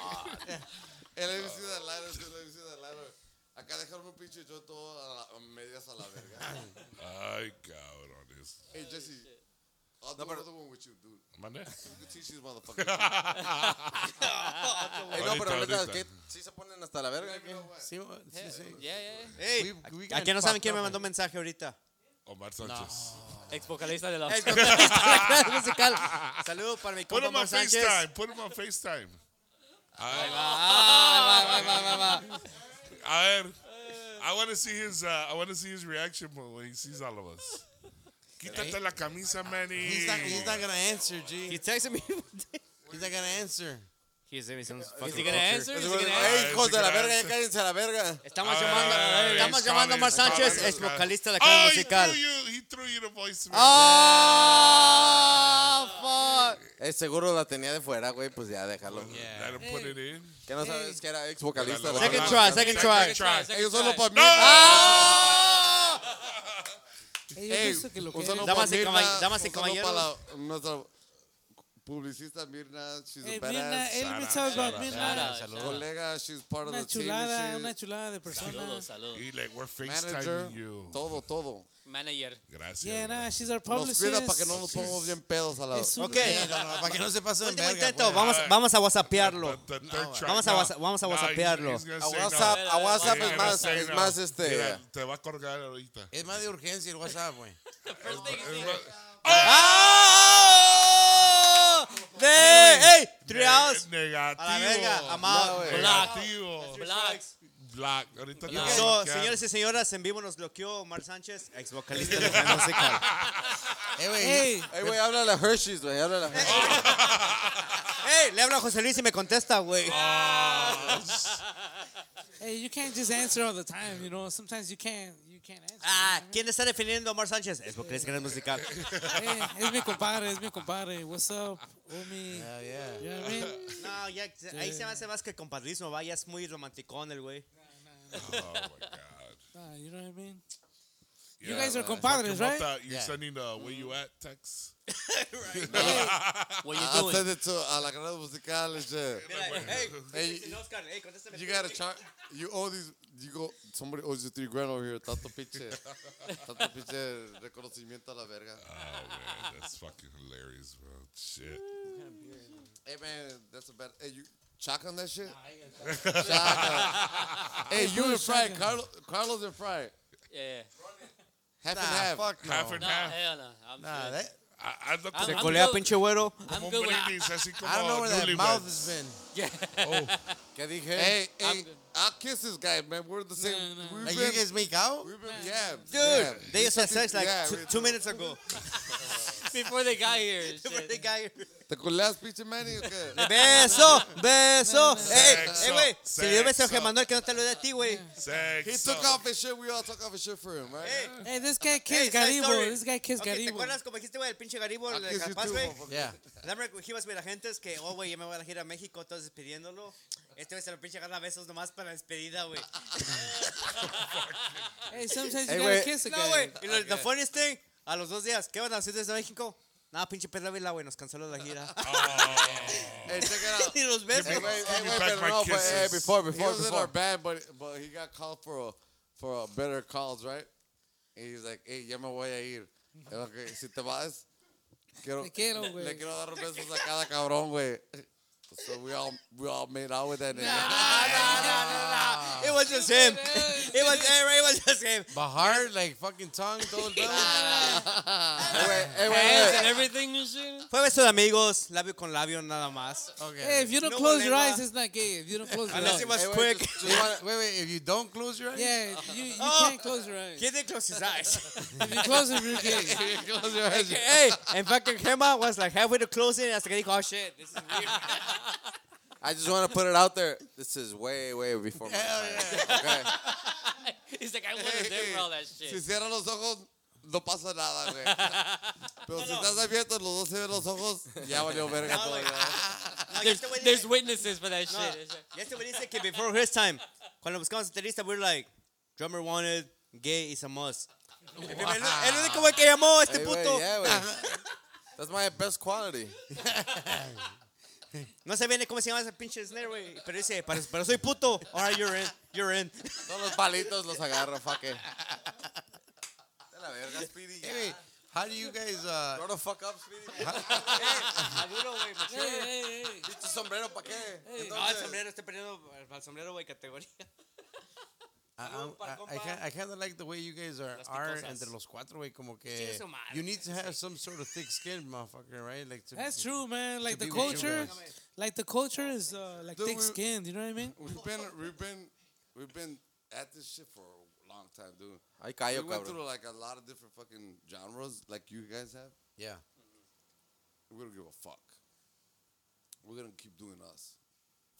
El MC de Laro, el MC de Laro. Acá dejaron un pinche yo todo a, la- a medias a la verga.
Ay, cabrones.
Hey, Jesse. I'll do another one with you, dude.
Eh,
¿Mande?
You can teach these motherfuckers.
Ey, no, pero
Ahorita,
neta,
ahorita.
que sí se ponen hasta la verga. güey.
Sí, güey, sí, sí.
Yeah, yeah.
Ey,
We- we
aquí no saben quién me
fucked
mandó
up,
mensaje ahorita.
Omar Sanchez.
Ex vocalista de la.
Es vocalista musical. Saludo para mi
Put him
compa
on
Omar Sánchez.
FaceTime. Put him on FaceTime.
Ah, va, va, va, va, va.
I I want to see his uh, I want to see his reaction when he sees all of us. Quítate la camisa, Manny.
He's not, he's not gonna answer, G.
He texted me.
He's not gonna answer.
He's gonna
Is he gonna answer? Is he gonna answer?
Ey, hijos de la verga, ya cállense a la verga.
Estamos
Ah,
llamando,
ah, ah,
estamos
he's
llamando a Omar
calling, he's
Sánchez,
calling,
ex
he's calling.
vocalista de
Oh,
la clase
he
musical. Oh.
threw you. He threw you the voicemail.
¡Ah! fuck.
Eh, seguro la tenía de fuera, güey, pues ya déjalo.
Oh,
Let him put it in.
Que no sabes que era ex vocalista.
Second
Second try, second try.
Try, second
Ellos solo
try.
para mí.
Ah,
ah,
Ey, yo pienso que lo que
Un saludo
es-
Damas
pa'
y
Mirna,
caball- damas y
un saludo
caballeros.
para la- nuestra publicista Mirna, she's
Hey,
a badass.
Eh, Mirna, él me sabe about Mirna.
Shout out, shout out.
Colega, she's part of
Una
the team.
chulada,
and
una
shit.
chulada de persona.
Saludos, saludos.
He like we're
Manager,
FaceTiming you.
todo, todo.
Manager.
Gracias.
Yeah, nah, she's our
Nos cuida para
publicist.
que no nos pongamos bien pedos a la
Es un-
Ok.
Para que no se pasen
Último
verga, pues.
intento,
güey.
vamos,
Ah,
vamos a whatsappearlo.
But the third try-
Vamos a
no.
whats- vamos a
No, he's-
whatsappearlo.
he's gonna
A
say no.
WhatsApp, a WhatsApp es
He's gonna
más,
say
es
no.
más este.
Mira, Te va a colgar ahorita.
Es más de urgencia el WhatsApp, güey.
Ah,
First thing you see.
¡Ah! ¡De hey, hey. Three hours.
eh, Negativo.
A la verga, I'm out.
güey.
Negativo.
Blacks.
Black. Ahorita te
Black.
So,
voy a bloquear.
señores y señoras, en vivo nos bloqueó Mar Sánchez, ex vocalista de la musical.
Eh,
Hey,
Hey, güey, habla la Hershey's, güey. Habla la Hershey's.
Hey, le hablo a José Luis y me contesta, güey.
Ah,
hey, you can't just answer all the time, you know. Sometimes you can't, you can't answer.
Ah, ¿quién está definiendo a Mar Sánchez? Es vocalista de la musical.
Hey, Eh, es mi compadre, es mi compadre. What's up, homie?
Hell
You
yeah.
know what I mean?
No, ya, ahí se me hace más que compadrismo, vaya, es muy romanticón el güey.
Oh, my God.
Nah, you know what I mean?
Yeah,
you guys are
man.
compadres, right?
Mota, You're
Yeah.
sending uh, where you at text?
What you
I'll
doing?
send it to a la carrera musical and shit.
Hey,
Hey,
hey, Oscar, hey, contéstame.
You gotta charge. You owe these. You go. Somebody owes you three grand over here. Tanto pinche. Tanto pinche reconocimiento a la verga.
Oh, man. That's fucking hilarious, bro. Shit.
Hey man, that's a bad. Hey, you chalk on that shit. Chalk on. hey, you and Fry, Carlos, Carlos and Fry,
Yeah.
half
Nah,
and
Ah,
half.
fuck no.
Half and
No,
half.
hell no. I'm
Nah,
good.
that,
I, I
I'm-
look como-
I'm
Colea
good-
pinche güero.
I'm
como
good with
brindis, así como
I don't
Oh,
know where that
newlyweds.
mouth has been.
¿Qué dije?
Hey,
I'm
hey,
good.
I'll kiss this guy, man. We're the same.
No, no.
We've
Like, you
been,
guys make out?
we've been, yeah, yeah.
Dude, they just had sex like
Yeah,
two,
we-
two minutes ago.
before they got here. and
Where
shit.
the guy-
The colas pinche Manny, okay.
Beso, beso. Ey,
Sexo,
ey, güey. Se dio beso a
sexo.
Ángel Manuel que no te lo dé a ti, güey.
Sex. uh,
He took off his shit. We all took off his shit for him, right?
Hey, this guy
Hey,
kissed
side
Garibo.
story.
This guy kissed
Ok, ¿Te
Garibo.
acuerdas como dijiste, güey, el pinche Garibo,
I'll
el
kiss you
capaz,
too,
güey?
motherfucker.
Yeah.
Dame cogibas, güey, la gente es que, oh, güey, ya me voy a la gira a México, todos despidiéndolo. Este güey se lo pinche agarra besos nomás para la despedida, güey.
Hey, sometimes you
Hey,
gotta
wait.
kiss a
No, güey.
guy.
Y lo, the funniest thing, a los dos días, ¿qué van a hacer desde México? Nada, pinche Pedro Vila, güey, nos canceló la gira.
Hey, check it out.
Ni los besos.
Hey,
Give
wait,
me-
hey,
give me
wait,
back
but
my
no, but hey,
kisses.
before, before,
He was in
before.
our
band, but but he got called for a, for a better calls, right? And he's like, hey, ya me voy a ir. And okay, si te vas, quiero,
Te quiero, güey.
le quiero dar besos a cada cabrón, güey. So we all we all made out with that nigga.
It was just him. It was, eh, güey, it was just him.
By heart, like fucking tongue, todo el pedo.
Hey, wait, hey, wait,
Eh,
Hands
wait.
and everything and shit.
Fue beso de amigos, labio con labio, nada más.
Hey,
Okay.
if you don't
No
close your
lengua.
eyes, it's not gay. If you don't close your
Unless
eyes.
it was
Hey, wait,
quick.
just- just wanna-
Wait, wait, if you don't close your eyes?
Yeah, you, you
Oh.
can't close your eyes.
Kid did close his eyes.
If you close them, you're gay.
Close your eyes.
hey, and fucking Gemma was like halfway to closing hasta que dijo, oh shit, this is weird.
I just want to put it out there. This is way, way before my time. Okay.
He's like, I wasn't there for all that
Si
shit.
cierras los ojos, no pasa nada, güey. Pero si estás abierto, los dos se ven los ojos, ya valió verga
No,
todo.
güey.
ya.
No, y
There's,
este güey
there's
dice-
witnesses for that
No,
shit.
y este güey dice que before his time, cuando buscamos baterista, we were like, drummer wanted, gay is a must. El primer- El único güey que llamó a este
Hey, wait,
puto.
yeah, wait. That's my best quality.
No se viene cómo se llama ese pinche snare, güey. Pero dice, pero, pero soy puto. Alright, you're in, you're in.
Todos los palitos los agarro, fuck it. De la verga, Speedy.
Hey, wait, how do you guys, uh,
Grow the fuck up, Speedy.
Maduro, güey, macho.
Hey, hey, hey.
Pinche sombrero, ¿pa' qué?
No, el
Entonces,
sombrero, estoy perdiendo al sombrero, güey, categoría.
I,
Saludos
I,
para el
I,
compa.
can't, I kind of like the way you guys are,
Las
are
picosas.
entre los cuatro, güey, como que
Chingue su madre,
you need to have some sort of thick skin, motherfucker, right? Like to,
That's true, man. Like
be
the
with you
culture,
guys.
like the culture is uh, like
Dude, we-
thick skinned. You know what I mean?
We've been we've been we've been at this shit for a long time, dude.
Ay, callo,
we went
cabrón.
through like a lot of different fucking genres, like you guys have.
Yeah.
We don't give a fuck. We're gonna keep doing us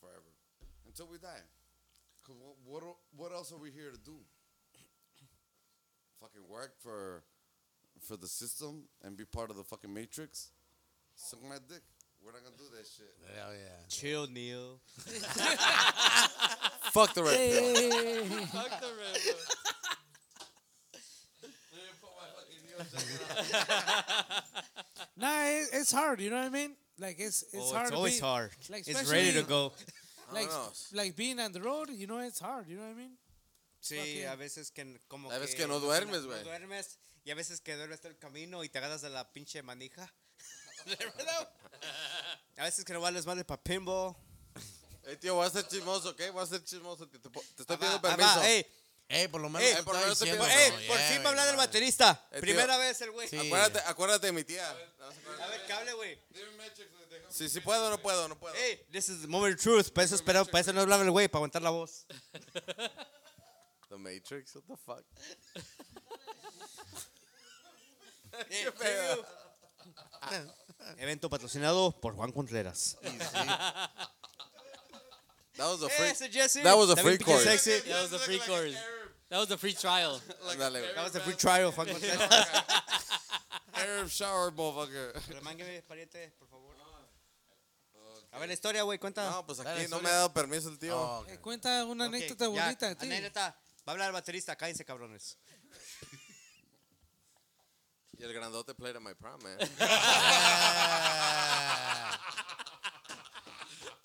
forever until we die. Cause what what, el- what else are we here to do? Fucking work for for the system and be part of the fucking matrix. Suck my dick. We're not gonna do that shit.
Hell yeah.
Chill, Neil.
Fuck the red
Hey,
pill.
hey, hey, hey.
Fuck the red pill.
Nah, it, it's hard. You know what I mean? Like it's it's
oh,
hard.
it's
to
always
be-
hard.
like,
it's ready to
especially-
go.
Like
know.
like being on the road. You know it's hard. You know what I mean?
Sí,
Fucking-
a veces que como
Hay veces que no duermes, güey.
No duermes y a veces que duermes todo el camino y te agarras de la pinche manija. ¿De verdad? a veces que no vales madre para pinball.
Hey, tío, voy a ser chismoso, ¿ok? Voy a ser chismoso. Te, te, po- te estoy
Ah, va,
pidiendo
ah, va,
permiso.
ey,
Ey, por lo menos.
Ey,
te
por lo
estaba
menos te
diciendo,
pido- Ey,
bro.
Por
Yeah,
fin
güey,
va a hablar del
no,
baterista.
tío.
Primera vez el güey.
Sí.
Acuérdate, acuérdate de mi tía.
A ver, cable, güey.
Si sí, puedo o no puedo, no puedo.
Hey, this is the moment of truth. Para eso, espera, para eso no hablaba el güey, para aguantar la voz.
The Matrix, what the fuck?
Eh, Evento patrocinado por Juan Contreras.
That was a freak.
Ese Jesse.
That was a free
También pinche
course.
sexy.
That was the free course. That was the free trial.
Dale,
That
güey.
was a free trial, Juan Contreras.
Arab shower, motherfucker.
Remángame, pariente, por favor. A ver la historia, güey, cuenta.
No, pues aquí
Dale,
no
sorry.
me ha dado permiso el tío.
Oh,
Eh, Cuenta una
Ok,
anécdota
ya,
bonita, tío.
Anécdota. Va a hablar el baterista, cállense, cabrones.
Y el grandote played at my prom, man.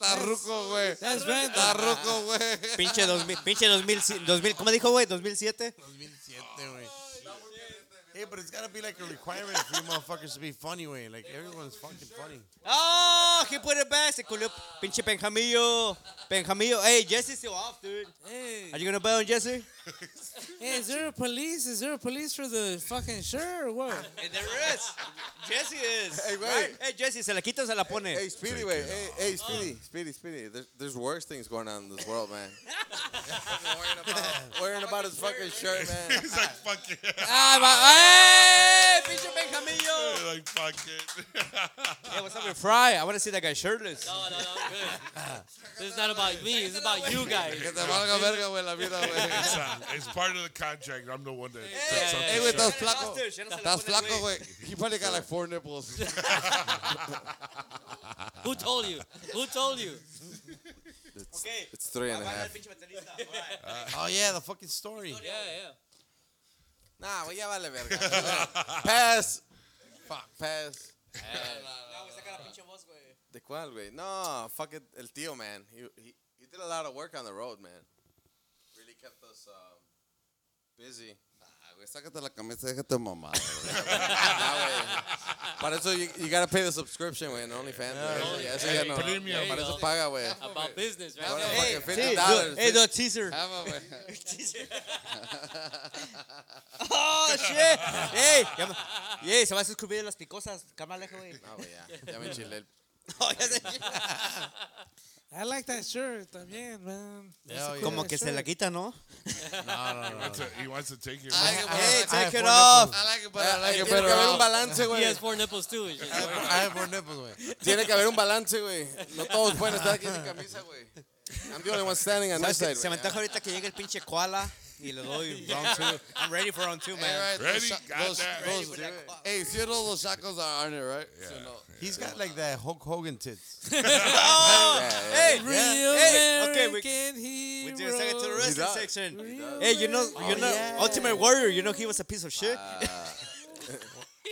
Tarruco, güey.
That's Brandon.
Ah,
Tarruco, güey.
Pinche 2000, pinche 2000, 2000, ¿cómo dijo, güey? 2007.
2007, güey. Hey, but it's gotta be like a requirement for you motherfuckers to be funny, way. Like everyone's fucking funny.
Oh, he put it back. Se culió. Pinche Benjamillo. Benjamillo. Hey, Jesse's still off, dude.
Hey,
Are you gonna bail on Jesse?
hey, is there a police? Is there a police for the fucking shirt or what?
And there is. Jesse is.
Hey, güey.
right? Hey, Jesse, se la quita o se la pone.
Hey, Speedy, wait. Hey, hey, Speedy, Speedy, Speedy. There's, there's worse things going on in this world, man. worrying about, worrying about his fucking shirt, man.
He's like, fuck it.
Ah, va. Hey, pinche Benjamillo.
like, fuck it.
Hey, what's up with Fry? I want to see that guy shirtless.
No, no, no, I'm good. This is not about me. It's about you guys.
Que te valga verga, güey, la vida, güey.
it's, uh, it's part of the contract. I'm the one that.
Hey,
picks up
hey,
the
Hey, güey,
shirt.
Ya
estás
no
flaco.
basters, ya no se le
Estás
pone,
flaco,
güey.
güey. He probably got like four nipples.
Who told you? Who told you?
It's,
Okay.
it's three and a half.
Ah.
Oh yeah, the fucking story.
Yeah, yeah.
Nah, güey, ya vale verga. Pass. Fuck, pass. ¿De cuál, güey? No, fuck it, el tío, man. He, he, he did a lot of work on the road, man. Really kept us um, busy.
Ah, güey, Sácate la camisa, déjate mamar. güey.
Para eso, you, you gotta pay the subscription, güey, en OnlyFans. güey. Ya, eso ya
Hey,
no.
premium.
Para eso paga, güey.
About business, right?
Ahora
Hey,
fucking
Hey,
$50.
do- hey, do a teaser.
Ama, güey.
Oh, shit. Hey, ya me- Hey, se va a descubrir las picosas. Cámara lejos, güey.
No, güey, ya. Ya me enchilé. el-
Oh, ya se-
I like that shirt también, man.
Hell
That's a
yeah.
cool
Como que
ass
se la
shirt.
quita, ¿no?
He uh, wants to- He wants to take it.
Hey,
I
take
have
it
four
off.
nipples.
like it, but
Ah, Tiene que haber un balance,
he has
güey. Ah,
four nipples too. and shit.
I have four nipples, güey.
Tiene que haber un balance, güey. No todos pueden estar aquí sin camisa, güey. I'm the only one standing on this
¿Sabes qué?
side,
Ah, Se me
güey.
antoja ahorita que llegue el pinche koala y le doy round two. I'm ready for round two, man. pues,
Hey, right,
Ready?
those sho-
Got
those-
that.
those-
Ready with that-
Hey, see all those shackles are on it, right? So, no.
He's got like that Hulk Hogan tits.
Hey,
Real
hey, okay, we,
American
we
hero.
did a second to the wrestling
does.
section.
Real
Hey, you know, you know,
yeah.
Ultimate Warrior, you know he was a piece of shit.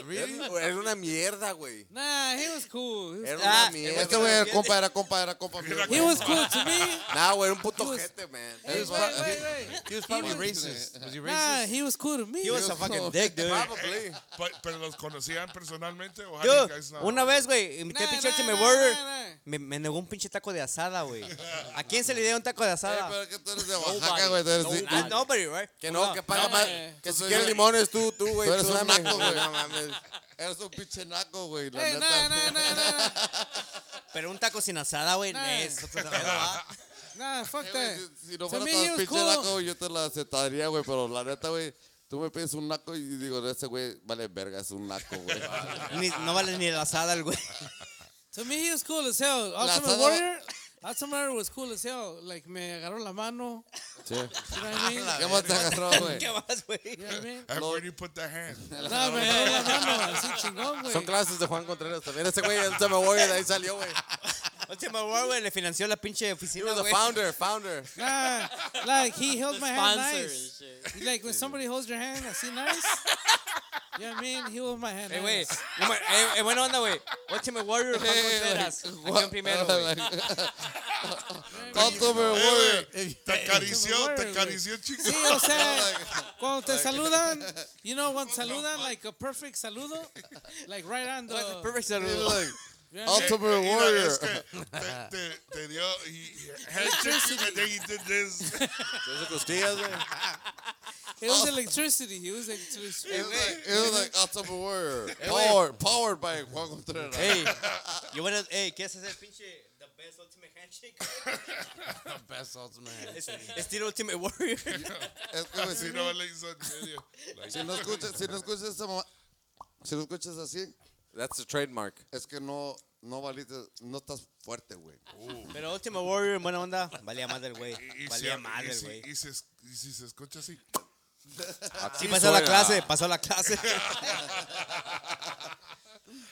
Really?
Era una mierda, güey.
Nah, he was cool. He was,
Era
Ah,
una
Este
mierda.
güey era compa, era compa, era compa. mío,
he
güey.
was cool to me.
Nah, güey, era un puto
He was-
gente, man.
Hey, wait, wait, wait.
He was probably
He was-
racist. Was he
Nah,
racist?
he was cool to me.
He was a fucking dick, dude.
Probably.
But, pero los conocían personalmente. Ojalá
Yo,
you guys know.
una vez, güey, invité
Nah,
al pinche
nah,
Ultimate
nah,
Warrior.
nah, nah.
Me, me negó un pinche taco de asada, güey. ¿A quién se le dio un taco de
Hey,
asada?
pero es que tú eres de Oaxaca, güey. Tú eres de-
Ah, nobody, right?
Que no, que paga
no,
más.
eh.
Que si
Tú
quieres
eres-
limones tú, tú, güey.
tú eres
tú
un
dame.
naco, güey.
No mames.
Eres un pinche naco, güey. La
Hey, nah, nah,
neta.
nah, nah, nah.
Pero un taco sin asada, güey,
Nah.
es otro pedo, ¿ah?
Nah, fuck
Hey,
that.
güey, si- Si no
To
fuera
me,
tan
he was
pinche
cool.
naco, yo te la aceptaría, güey. Pero la neta, güey, tú me pides un naco y digo, ese güey vale verga, es un naco, güey.
Ni- no vale ni la asada el güey.
To me, he was cool as hell. Ultimate
asada-
Warrior, Ultimate Warrior was cool as hell. Like, me agarró la mano. You know what I mean?
¿Qué más te agarró, güey?
¿Qué más, güey?
You know what I mean?
And where do you put the hand?
Nah, me agarró la mano. Así chingón,
Son
güey.
clases de Juan Contreras también. Ese güey, el Summer Warrior, de ahí salió, güey.
Ultimate Warrior, güey, le financió la pinche
He
oficina,
was a
güey.
founder, founder.
Nah, like, he held my hand
Sponsor and
nice.
shit.
Like, when somebody holds your hand, I see nice. You know what I mean? He held my hand
Eh, güey.
nice.
no ma- Eh, eh, buena onda, güey. Ultimate Warrior, Juan Contreras. Aquí en primero, güey.
Tanto me voy.
Hey, te acarició, te
Word,
acarició, chico.
Sí, o sea, cuando te saludan, you know, cuando saludan, like a perfect saludo, like right on the.
Perfect
He's
saludo.
like,
Yeah.
Ultimate
You know,
Warrior.
es que te, te, te dio, he, he handshake you and then he did this.
Sus costillas, güey.
It was electricity. It was electricity.
Oh. It was like, it was like "Ah, Ultimate Warrior. Powered, powered by Juan Contreras.
Hey, yo bueno, hey, ¿qué es ese pinche The Best Ultimate Handshake?
Best ultimate.
Es- Estilo Ultimate Warrior.
Es que, güey,
Si
si,
no le hizo en serio. Like,
si no escuchas, si no escuchas esa ma- si no escuchas así,
That's a trademark.
es que no, no valiste, no estás fuerte, güey.
Pero Ultimate Warrior, buena onda, valía más del güey.
y, y si,
Valía más
y,
del
si-
güey.
y si es- y si se escucha así.
Sí,
Aquí
pasó la
suena.
clase, pasó la clase.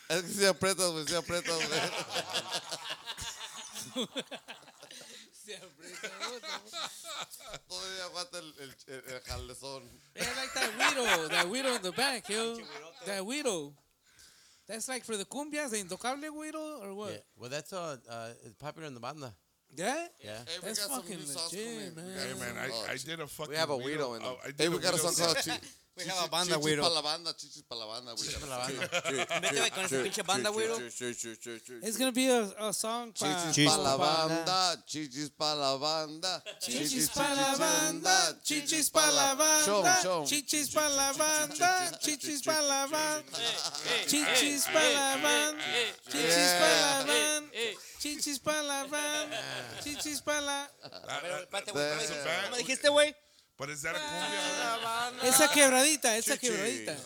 Es que si aprietas, güey, si aprietas, güey. Todavía aguanta el, el, el, el jalezón.
Yeah, like that weirdo, that weirdo in the back, yo. That weirdo. That's like for the cumbias, the indocable weirdo, or what?
Well, that's uh, uh, it's popular in the banda.
Yeah?
Yeah.
Hey, we
That's
got some
fucking
new sauce
legit,
coming. We
man.
got
Hey,
some
man,
sauce.
I, I did a fucking.
have a
weirdo-
weirdo in them.
I did
Hey, we got a
weirdo
song called
set.
Chi-
We have a
Chichis-
banda,
Chichis
güero.
pa' la banda, chichis pa' la banda, güey.
La banda.
Méteme con esa pinche banda, güero.
It's gonna be a, a song by
Chichis pa' la
Ah,
banda, chichis pa' la banda.
Chichis pa' la banda, chichis pa' la
Show 'em,
banda,
show 'em.
chichis pa' la banda, chichis pa' la banda, chichis pa' la banda, chichis pa' la banda, chichis pa' la banda, chichis pa' la...
That- that-
Espérate, güey,
that's a
¿Cómo
band.
dijiste, güey?
But is that a cumbia?
Esa quebradita, esa
Chichis.
quebradita.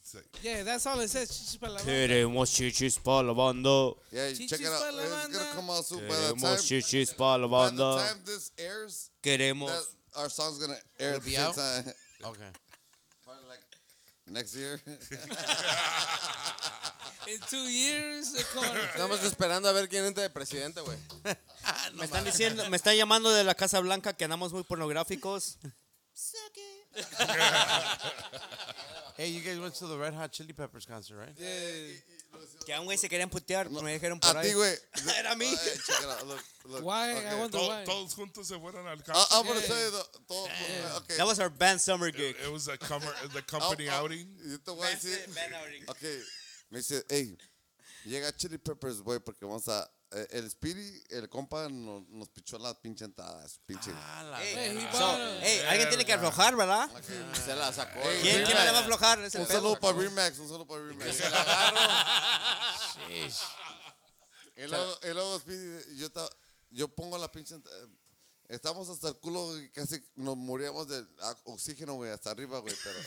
It's like-
Yeah, that's all it says, chichis pa' la banda.
Queremos chichis para la banda.
Yeah, you check it
Chichis
out.
pa' la
It's gonna
banda.
come out soon. By the
Queremos
time,
chichis para la
by the time
banda.
this airs, that,
Queremos.
our song's gonna air at the
be
same
out?
time.
Okay.
Probably like next year.
In two years, eh, come on.
Estamos esperando a ver quién entra de presidente, güey.
Me están diciendo, me están llamando de la Casa Blanca que andamos muy pornográficos.
Hey, you guys went to the Red Hot Chili Peppers concert, right?
Que a un güey se querían putear, me dijeron
A
por ahí.
ti, güey.
Era a mí.
Hey, check it out. Look, look.
Why? I
Okay.
wonder
To-
why.
Todos juntos se fueron al
I,
campo.
I'm gonna tell you the. Todo, okay.
That was our band summer gig.
It it was a comer, the company
I'll- I'll-
outing.
Yo te voy a decir- Ok, me dice, hey, llega Chili Peppers, güey, porque vamos a. eh, el Speedy, el compa, nos, nos pichó las pinches entradas. Pinche.
Ah,
Hey, he
So,
bought a-
hey, alguien tiene que aflojar, ¿verdad?
Se la sacó.
Eh, ¿Quién, quién me la va a aflojar? Es el
un
pedo.
saludo para Remax, un saludo para Remax. Y luego, y luego Speedy, yo, ta- yo pongo la pinche. entra- Estamos hasta el culo y casi nos moríamos de ah, oxígeno, güey, hasta arriba, güey, pero.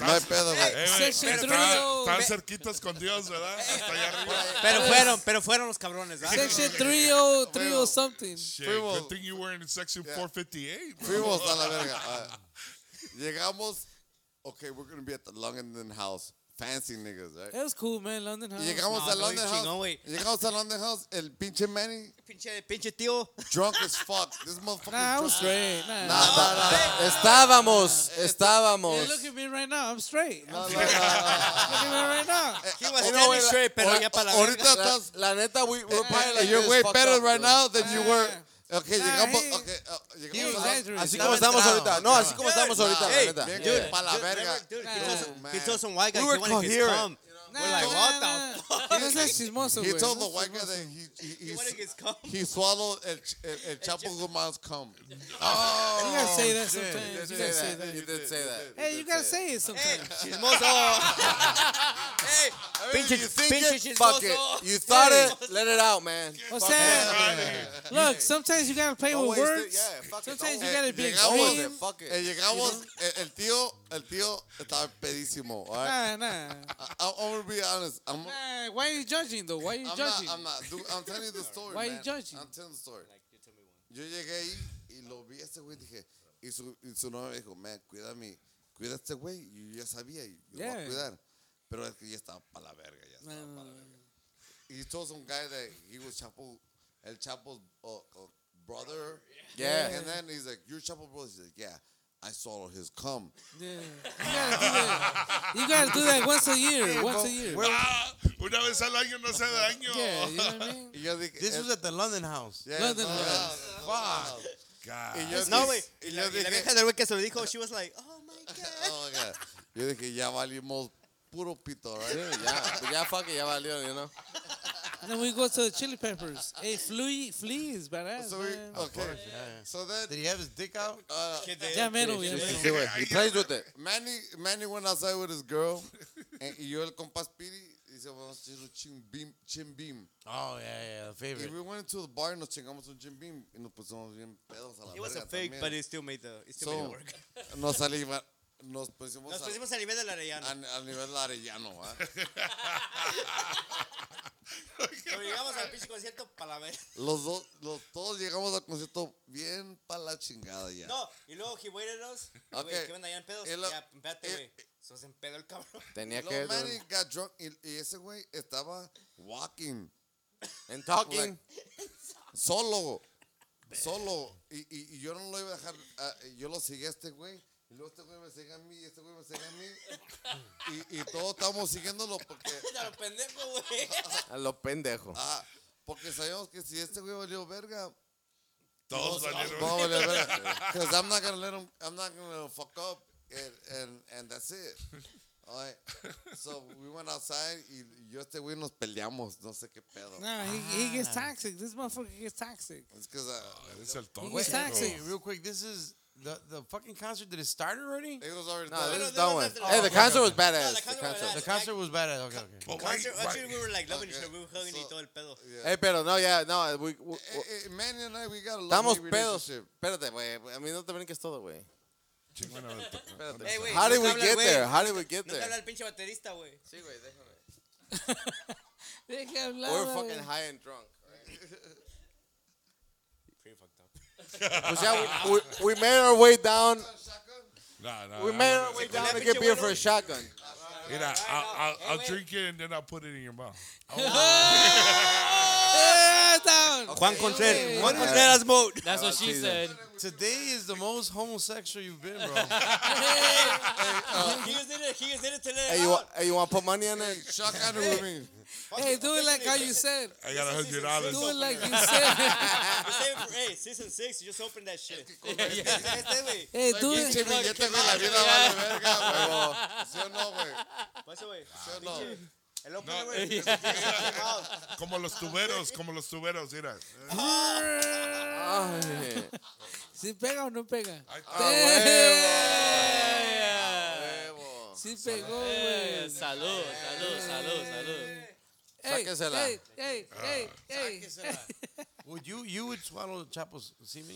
no hay pedo, güey.
Eh, güey,
Session
Estaban
three,
estaban
oh.
cerquitos con Dios, ¿verdad? Hasta allá arriba.
Pero fueron, pero fueron los cabrones,
¿ah?
¿verdad?
Section 303 or oh something.
Shit,
Fuimos.
good thing you were in section 458. bro.
Fuimos a la verga. Ah, llegamos. Okay, we're gonna be at the London House. Fancy niggas, right?
That was cool, man. London House.
Y llegamos
No,
a
está bien
London
chingón,
House.
güey.
Llegamos a London House. El pinche Manny,
Pinche, pinche tío.
drunk as fuck. This motherfucker.
Nah, I
drunk.
was straight. Nah,
Nah, nah, nah, nah.
Estábamos,
Hey,
estábamos.
look at me right now. I'm straight. I'm
No, no, no, no.
look at me right now.
Oh,
He was
Eh, no,
standing
güey, la-
straight, pero
ahora-
ya para la
ahorita
verga. Eh,
estás.
La neta, we, we're probably like
You're
this
way
fucked
better
up,
right
dude.
now than you were. Okay,
Nah,
llegamos.
eh.
Okay, uh,
You
llegamos. a-
exaggerated.
Así como estamos ahorita. No, así como estamos ahorita, la
Hey,
neta.
Bien,
Dude,
güey, pa' la
dude,
verga.
remember, dude, he told
Nah.
some- he told some white guy
We
he
were
wanted his
coherent.
cum.
Nah,
We're like,
nah,
what the
nah. No seas chismoso,
He
güey.
told the
No seas
white guy
chismoso.
that he he,
He wanted
he,
his cum.
he swallowed el, el, el Chapo Guzmán's cum.
You gotta say that
You did
sometimes. You
say
gotta say
that.
that.
You did say that.
Hey, you gotta say it
Hey,
sometimes.
chismoso. Hey, pinche,
You think
pinche
it?
chismoso.
Fuck it. You thought it? Let it out, man.
O sea,
Out of here.
look, sometimes you gotta play with
Always do-
words.
yeah, fuck it.
Sometimes you gotta
Always-
be
llegamos
Always it.
extreme.
Fuck it.
Eh, llegamos, el, el tío, el tío estaba pedísimo. all right?
Nah, nah.
I, I'm gonna be honest. I'm,
Nah, why are you judging, though? Why are you
I'm
judging?
not. I'm not. dude, I'm telling you the story.
Why you
man.
judging?
I'm telling the story. Yo llegué ahí y lo vi a este güey dije y su y su novia me dijo, man, cuida mi, cuida a este güey. Y yo ya sabía y lo voy
Yeah.
a cuidar. Pero es que ya estaba para la verga ya. Estaba pa' la verga. He told some guy that he was Chapo, el Chapo's uh, uh, brother.
Yeah.
And then he's like, you're Chapo brother. He's like, yeah. I saw his cum.
Yeah. You gotta do that. You gotta do that once a year. Once a year.
Ah, una vez al año no hace daño.
Yeah, you know what I mean?
Y yo dije,
This
"Es-
was at the London House.
yeah,
London
no,
House.
fuck.
God.
Y yo
No,
dije-
güey.
y
Y la y
yo
la
dije-
vieja del güey que se lo dijo, she was like, oh my God.
Oh, my God. Yo dije, ya valimos puro pito, right?
Ya, ya, fuck it, ya valió, you know.
And then we go to the Chili Peppers. Hey, Flea, Flea is badass.
So we,
man.
okay. So
Did
then
he have his dick out?
Uh,
yeah, metal, yeah,
He
metal.
do it. He plays with it.
Manny, Manny went outside with his girl, and y yo el compas Piri, dice, vamos a echar un chin beam, chin beam.
Oh, yeah, yeah, the
Y
favorite.
we went into the bar y nos chingamos un chin beam y nos pusimos bien pedos a la
It was a
verga
fake,
también.
but it still made the, it still made it
So,
work.
nos saliva, nos pusimos
Nos
a-
pusimos a nivel de la arellana.
a- al nivel arellano, ¿va?
Pero llegamos al pinche concierto para la ver.
Los dos, los, todos llegamos al concierto bien pa' la chingada ya.
No, y luego Jibueros,
Ok.
güey, ¿qué onda ya en pedos?
Y lo-
ya, espérate,
y-
güey. Sos en pedo el cabrón.
Tenía
Luego
que.
Manny got drunk y, y ese güey estaba walking.
And talking.
Like, solo, solo. Y, y, y yo no lo iba a dejar. ah, yo lo seguí a este güey. Y luego este güey me sigue a mí. Y este güey me sigue a mí. Y, y todos estábamos siguiéndolo porque,
A lo pendejo, güey.
A lo pendejo.
ah, porque sabíamos que si este güey valió verga.
Todos salieron.
Vamos a valer verga. Because I'm not gonna let him, I'm not gonna let him fuck up. And, and, and that's it. All right. So we went outside y yo este güey nos peleamos. No sé qué pedo.
Nah, he, he gets toxic. This motherfucker gets toxic.
It's 'cause, uh,
Es el
He
tonto.
gets toxic.
Hey, real quick, this is the, the fucking concert. Did it start already?
it was already
No,
done.
this is that
no, no,
one.
no, no,
Hey,
no,
the
no,
concert was
No,
badass.
the
The
concert was
concert.
The
Like-
concert was badass. Okay, okay.
But why-
Concert,
why-
actually, we were like loving each
Okay.
other. We were hugging y
So-
todo el pedo.
Hey, pero no, ya, no. we- we-
Eh, eh, Manny and I, we got a
Estamos
lovely
pedos.
relationship.
Espérate, güey. A mí no te brinques todo, güey.
Hey, güey,
How did
nunca
we
habla el
get
güey.
there? How did we get
Nunca habla
there?
el pinche baterista, güey.
Sí, güey, déjame.
Deja hablar,
We were
güey.
fucking high and drunk. Pretty fucked up. pues ya, we, we, we made our way down.
Nah, nah,
We
nah,
made
nah,
our way
nah.
down to get beer for a shotgun.
Eh,
Mira, I'll, I'll, I'll drink it and then I'll put it in your mouth.
Yeah, down.
Juan Contreras.
What
Juan
is-
Contreras mode.
That's what she
Jesus.
said.
Today is the most homosexual you've been, bro.
He just did it. He just did it to let it
Hey, you,
out.
wa- hey, you want to put money in it?
Shotgun with me.
Hey, do it like how you said.
I got a hundred dollars.
Do it like you said.
You save it for, hey, season six, you just open that shit. Este, güey.
Hey, do
Pinche
it.
billete, güey, la vida vale verga, güey. ¿Sí o no, güey?
Pasa, güey.
¿Sí o no?
El opener, güey.
Como los tuberos, como los tuberos, mira.
Ay,
Si pega o no pega.
Ah,
huevo.
Si pegó, güey.
Eh, Salud, salud, salud, salud.
Hey,
Sáquesela.
hey, hey, hey, hey,
Would you you would swallow Chapo's semen?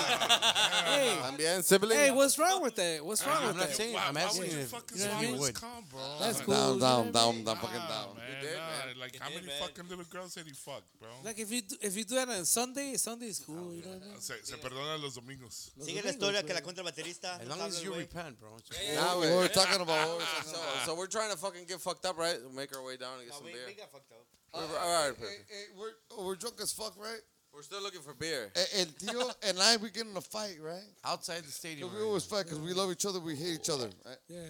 Ah,
hey,
También, sibling.
hey, what's wrong with that? What's wrong
I'm
with
not
that?
saying.
Why,
I'm
why would
asking
you
if
fucking
if
know what I
you
mean?
would.
swallow calm, bro?
That's cool. you
Down,
know
down,
what I mean?
down, down, fucking
Ah.
Nah,
down.
man,
did,
nah,
man.
Like, how
did,
many
man.
fucking little girls did he fuck, bro?
Like if you do, if you do that on Sunday, Sunday is cool. You know what I mean?
Se, se perdonan los domingos.
Sigue la historia que la cuenta el baterista.
As
No
long
habla
as
el
you
güey.
repent, bro. It's-
Nah,
eh, What
güey.
we were talking about, what we were talking
So, so we're trying to fucking get fucked up, right? Make our way down and get
No,
some
we,
beer.
we got fucked up.
We're, all right,
about. Eh, eh, we're, we're drunk as fuck, right?
we're still looking for beer.
Eh, El tío and I, we get in a fight, right?
Outside the stadium.
'Cause we
right?
always fight because we love each other, we hate each other, right?
Yeah.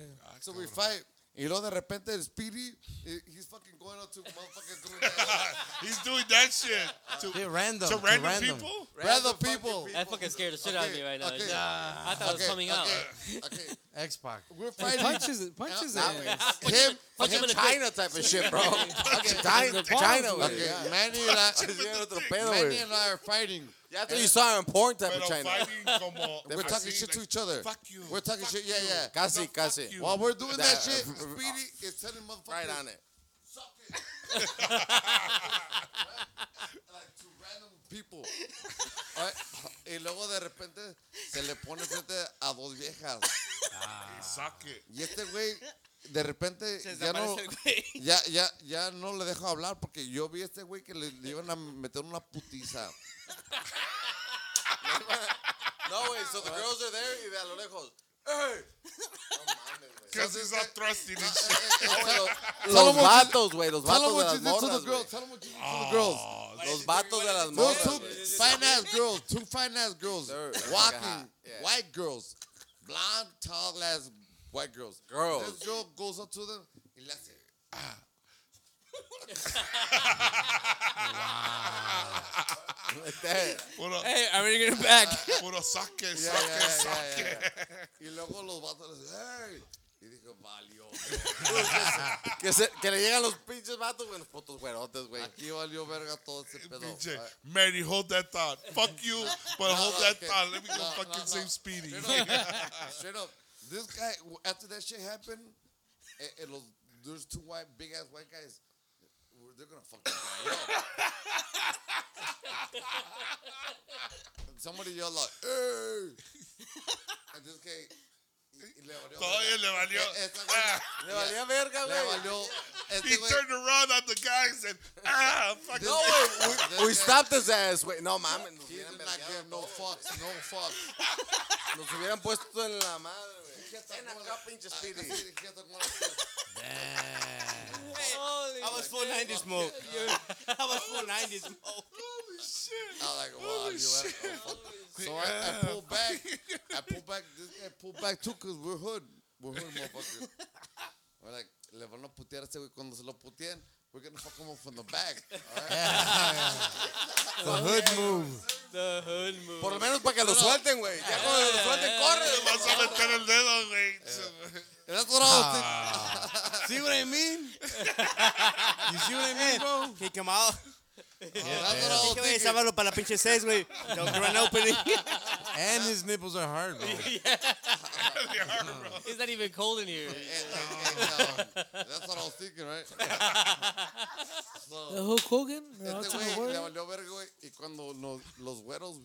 So we fight. Y luego de repente el Speedy, eh, he's fucking going out to motherfucking
He's doing that shit to,
Yeah, random.
to
to
random, people?
Rather people.
That fucking scared the shit out of me right now.
Okay.
I thought it was coming out.
okay, okay.
X-Pac.
Hey,
We're fighting
punches it. Punches
Now-
it.
him,
Punch him in the face.
China type of shit, bro. Fucking China,
balls,
China,
güey.
güey.
Okay, Manny and I,
Yeah, otro pedo,
Manny
güey.
and I are fighting.
Ya te- you saw her in porn type
Pero
of China.
fighting como...
We're
así,
talking shit to
like,
each other.
Fuck you.
We're talking
fuck
shit. Yeah,
you.
yeah.
Casi,
No, fuck
casi.
you.
While we're doing
That-
that, shit, Speedy is telling motherfuckers
Right on it.
like, to random people. Ay, y luego de repente se le pone frente a dos viejas.
Hey, ah, Suck it.
Y este güey de repente
Se
ya no,
desaparece el güey.
ya, ya, ya no le dejo hablar porque yo vi a este güey que le, le iban a meter una putiza.
No, wait, so the girls are there y de a lo lejos.
Because he's not thrusting and shit.
Los
what you-
vatos, güey. Los
Tell
vatos de las
them what you did to
morras,
the girls.
güey.
Tell them what you did to the girls.
Oh,
Los vatos de las
Those
morras,
two
güey.
fine ass girls, two fine ass girls,
They're- they're
walking,
hot, yeah.
white girls, blonde, tall ass white girls.
Girls.
This girl goes up to them and lets it.
Like that.
puro,
Hey, I'm bringing it back.
puro suck it,
Yeah,
suck
yeah,
it,
yeah,
suck
yeah,
it.
Y luego los vatos les hey. Y Y dijo, valió.
Que, se- que le llegan los pinches vatos, güey, los putos güerotes, güey.
Aquí valió verga todo ese pedo.
Pinche,
Ah,
Mary, hold that thought. Fuck you, but hold
no,
that
okay.
thought. Let me go
No,
fucking
no, no.
save Speedy.
Straight up, this guy w- after that shit happened, and, los, there's two white big ass white guys. we're- They're gonna fuck this guy up. And Somebody yelled like, "Hey!" And this guy, y- y le valió.
Todavía le valió. Ah,
Eh, esa güey-
Le valía verga,
le
güey.
valió. Este
He
güey-
turned around at the guy and said, ah, fuck
eh. this
you.
guy- this
We
guy-
stopped his ass, güey. No mames, nos
He
hubieran
did not
vergueado.
give no fucks, no fucks.
Nos hubieran puesto en la madre, güey. Ven acá, pinche
I can
Speedy.
see the kids are gonna say,
I was 490 smoke. I was 490 smoke.
Holy shit.
I like, wow, you
shit.
had a fuck. So I, I pulled back. I pulled back. This guy pulled back too, cause we're hood. We're hood motherfuckers. We're like, le van a putear a este güey cuando se lo puteen. We're gonna fuck him up from the back.
The hood move.
The hood move.
Por lo menos para que lo suelten, güey. Ya cuando lo suelten,
Le
corre.
vas a meter el dedo, güey.
And that's what I was thinking. see what I mean? You see what I mean, bro?
He came out.
That's what I was
Dije, güey,
thinking.
sábalo para la pinche seis, güey. The grand opening.
And his nipples are hard, bro.
They are, bro.
It's not even cold in here.
And, and, and, um, that's what I was thinking, right?
The Hulk Hogan, the
Este
Ultimate
güey le
Warrior.
valió verga, güey. Y cuando nos- los güeros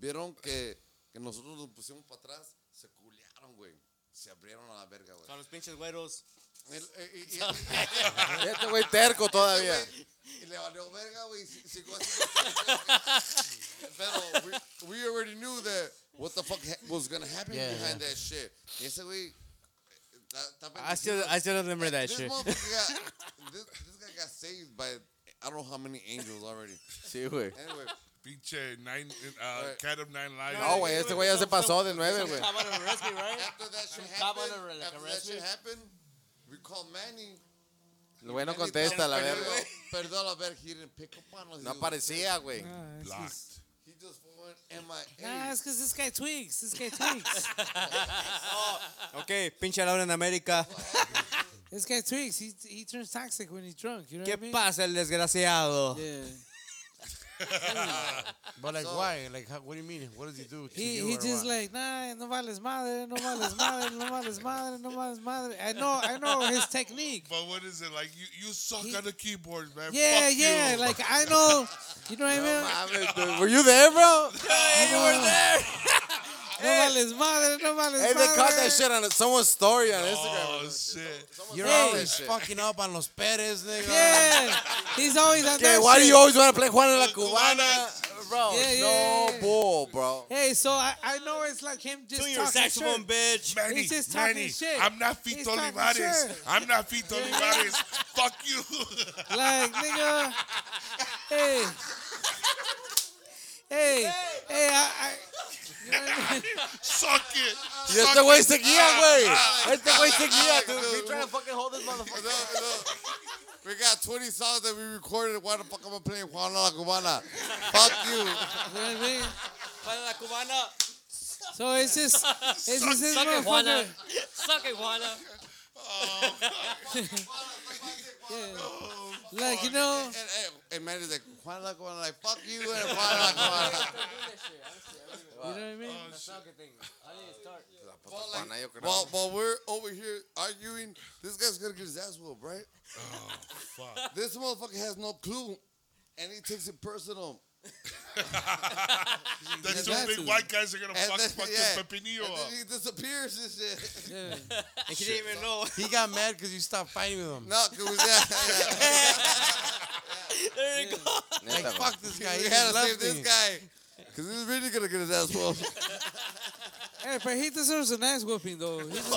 vieron que, que nosotros nos pusimos para atrás, se culearon, güey. Se abrieron a la verga, güey.
Con los pinches güeros.
El- eh, y- y-
Este güey terco todavía.
Y le valió verga, güey. y si- Siguió así. Pero we, we already knew that what the fuck ha- was gonna happen
Yeah,
behind that shit. Y ese güey. eh, ta- ta-
I still, I still remember that
this
shit.
motherfucker got this, this guy got saved by I don't know how many angels already.
Sí, güey.
Anyway,
Pinche nine, uh,
Right.
cat of nine lives.
No, güey, este güey ya se pasó de nueve, güey.
Cop on a rescue, right?
after that shit
Cabo
happened,
no, like,
after that
arrest
shit
me?
happened, we called Manny.
El güey no
Manny
contesta, la
perdón,
verga.
Perdón, la verga. He didn't pick up on us.
No
He was-
aparecía, güey.
Ah, it's
Blocked.
just-
He just went MIA.
Nah, it's because this guy twigs. This guy twigs.
Okay, pinche Laura en América.
this guy twigs. He, he turns toxic when he's drunk. You know
¿Qué
what I mean?
pasa, el desgraciado?
Yeah.
But like, why? Like, how, what do you mean? What does he do? To
He,
you
he
or
just
what?
like, nah, no vales madre, no vales madre, no vales madre, no vales madre. I know, I know his technique.
But what is it like? You you suck
He-
on the keyboard, man.
Yeah,
Fuck
yeah.
you.
Like I know, you know what I mean.
Mames, dude. Were you there, bro?
No vales madre, no vales
Hey, they caught
madre.
that shit on someone's story on Instagram.
oh shit!
You're
Hey.
always fucking up on los Perez, nigga.
Yeah, he's always on
Okay,
that
why do
shit.
you always want to play Juan la
The
Cubana? Bro,
Yeah, yeah,
no
yeah.
bull, bro.
Hey, so I, I know it's like him just
Do your
talking shit.
saxophone, bitch.
Manny,
He's just talking
Manny,
shit.
I'm not
He's
Fito
talking
Olivares.
shit.
I'm not Fito Olivares. Fuck you.
Like nigga, hey, hey, hey, I, I you know what I mean?
Suck it.
Y este güey seguía, güey. Este güey seguía, dude. He trying to fucking hold this motherfucker.
No, no. We got 20 songs that we recorded. Why the fuck am I playing Juana La Cubana? fuck you.
You know what I mean?
Para la cubana.
So it's just, it's just this
Suck it, Juana.
motherfucker.
Suck it, Juana.
Like you know,
And, and, and man is like, Juana La Cubana, like, fuck you and Juana La Cubana.
you know what I mean.
Oh,
Well, like, while, while we're over here arguing, this guy's gonna get his ass whooped, right?
fuck.
This motherfucker has no clue, and he takes it personal.
The two
that's-
big white guys are gonna
And
fuck
then,
fucking
yeah,
Pepinillo
and
up.
then he disappears and shit.
And he didn't even know.
He got mad because you stopped fighting with him.
no, cause we yeah, yeah.
There you go.
Like, fuck this guy. He
we had
just
to save
left
this
me.
guy, cause he's really gonna get his ass whooped.
Hey, but he deserves a nice whooping though. He deserves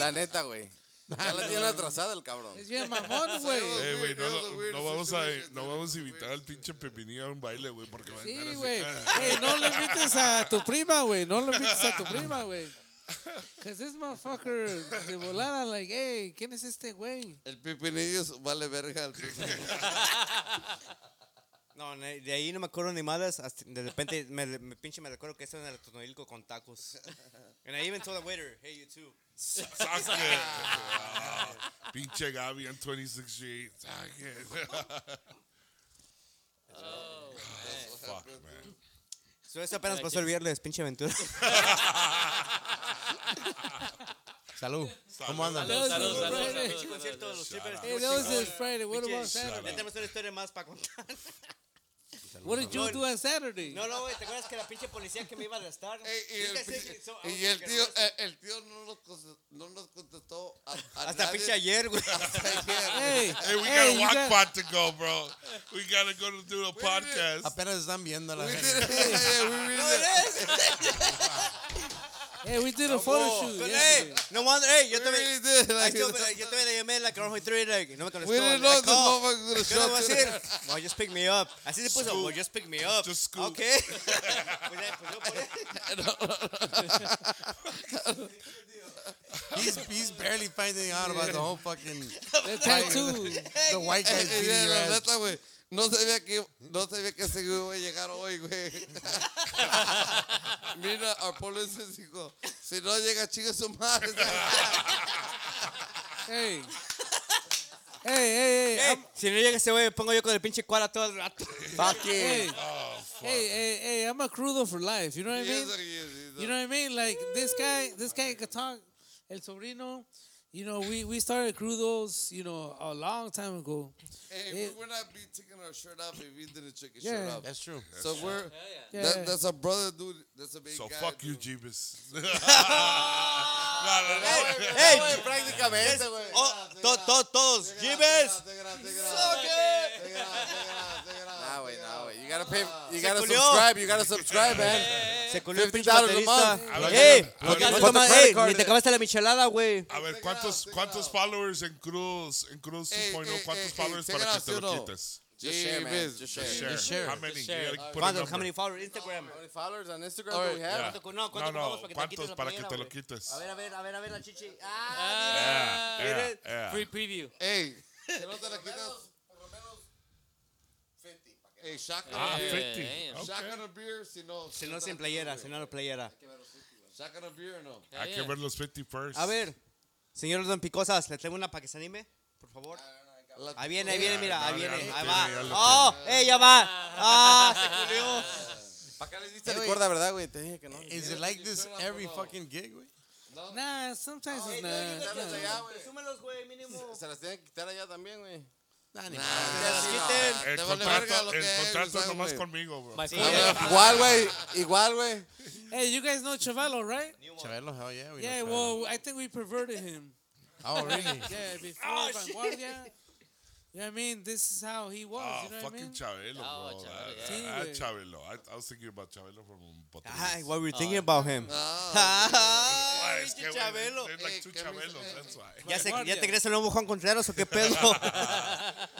La neta, güey. Ya la tiene atrasada el cabrón.
It's bien mamón, güey.
Eh, güey,
That was a
no,
weird
no vamos a,
situation.
no vamos a invitar al pinche Pepinillo a un baile, güey, porque va a estar
Sí,
así.
güey.
Ah.
Hey, no le invites a tu prima, güey. No le invites a tu prima, güey. Cause this motherfucker de volada, like, hey, ¿quién es este güey?
El Pipinillos vale verga. El Pipinillos.
No, ne- de ahí no me acuerdo ni malas. hasta- De repente me, me pinche me recuerdo que estaba en el tonolico con tacos. And I even told the waiter, hey, you too.
Soccer. Ah, Pinche Gaby on 26th Street. Soccer. Fuck, man.
So, eso apenas pasó el viernes, pinche aventura.
Salud. ¿Cómo andan?
Salud.
Salud, salud,
Friday.
salud,
Sí,
salud,
concierto de los
Shout
strippers.
out.
Hey, that was this Friday. What about
Pinche-
Saturday?
Ya tenemos una historia más para contar.
What did you do on Saturday?
No, no, güey, ¿te acuerdas que la pinche policía que me iba a arrestar?
Ey, Eh, y, el,
Fíjate que
pinche-
so-
y el tío, eh, el tío no nos conse- no nos contestó a, a
Hasta
nadie.
pinche ayer, güey.
Hey,
Hey, we
hey,
got a
you
walk
got-
pot to go, bro. We got to go to do a podcast.
Apenas están viendo la
We
gente.
did- yeah, yeah, we really did.
Hey, we did a photo shoot.
Con-
yesterday.
ey, no wonder, ey, yo
We
también.
really did,
I
like,
still- Yo también le llamé en la Carajo y Three, like, no me contestó.
we didn't
like, I
know this
called.
motherfucker was
¿Qué le voy a
gonna show
decir? Well, just pick me up. Así se puso,
Scoop.
well, just pick me up.
Just scoop.
Ok. pues, eh, pues yo por eso.
He's, he's barely finding out about the whole fucking
The tattoo.
the white guys
Eh, eh,
beating your
la
ass.
neta, güey, No sabía que no sabía que ese güey iba a llegar hoy, güey. Mira, a Pablo se dijo, si no llega, chinga su madre.
hey. Hey, hey, hey.
Ey, si no llega ese güey, me pongo yo con el pinche cuara todo el rato.
Hey, hey, hey, hey, I'm a crudo for life. You know what I
Y
mean?
eso, y eso.
You know what I mean? Like this guy, this guy could talk. El sobrino, you know, we we started crudos, you know, a long time ago.
Hey,
eh.
we would not be taking our shirt off if we didn't take his shirt
Yeah.
off.
That's true.
So we're
Yeah.
that, that's a brother, dude. That's a big
So
guy.
fuck you,
dude.
Jeebus. no, no, no.
Ey,
prácticamente, güey.
oh, to- to- todos, Jives.
Nah, Ah, güey, nah, güey. You gotta pay. You
Se
gotta
culió.
subscribe. You gotta subscribe, man.
Eh, Se culió el pinche
$50 a
baterista.
month.
A ver,
Ey,
a ver,
no te
a ver,
toma-
credit
ey,
card
ni te
de-
acabaste la michelada, güey.
A ver, ¿cuántos, cuántos followers en Cruz, en Cruz
Ey,
2.0?
ey,
¿Cuántos
ey,
followers
ey,
para que
check
te
it out,
lo
you know.
quites?
Just share, man.
Jeebus.
Just share.
Share.
share.
How many?
Just share.
You gotta put a
¿Cuántos?
number.
How many followers? Instagram.
How many followers on Instagram do we
Alright,
have?
Yeah.
¿Cuánto- no, cuánto
no,
ocupamos
no,
para que te quites
¿cuántos
la
para que te
playera,
lo
güey?
quites?
A ver, a ver, a ver, a ver la chichi.
Ah,
Ah,
Yeah, yeah,
it?
yeah.
Free preview.
Hey, si no te la quitas, por lo menos 50. Hey, shotgun
Ah,
a beer.
50.
damn.
Okay.
Shotgun a beer, si no.
Si no, sin playera, si no, la playera.
Shotgun a beer o no.
Hay que ver los 50 first.
A ver, señor Don Picosas, le traigo una para que se anime, por favor.
La-
Ahí viene, ahí viene, mira, ahí
no, ya lo
Ah, viene, ahí
tiene, ya
va.
lo
¡Oh! ¡Eh, ya va! ¡Ah! ¡Se culió!
Te recuerda, ¿verdad, güey? Te dije que no.
Is it like this every fucking gig, güey?
Nah, sometimes it's not.
Quitarlas allá, güey.
Súmelos, güey, mínimo.
Se las tienen que quitar allá también, güey.
El
Te vale verga lo
contrato,
que
el
es,
contrato
¿sabes,
nomás
güey?
conmigo, bro.
My
Sí.
favorite.
Igual, güey. Igual, güey.
Hey, you guys know Chavalo, right?
Chabelo, hell yeah. We know
Yeah,
Chabelo.
well, I think we perverted him.
Oh, really?
Yeah, before Vanguardia. You know what I mean? This is how he was.
Oh,
you know what I
fucking
mean?
Chabelo, bro.
Oh, Chabelo,
Ah,
yeah.
Sí,
ah,
güey.
Chabelo. I, I was thinking about Chabelo from Botellas.
Ay, what were you thinking about him?
Ah,
Ay,
es que, güey,
Chabelo.
there's like
Eh,
two
que me-
Chabelos, that's why.
¿Ya, se, ¿Ya
Vanguardia.
te crees el nuevo Juan Contreras o qué pedo?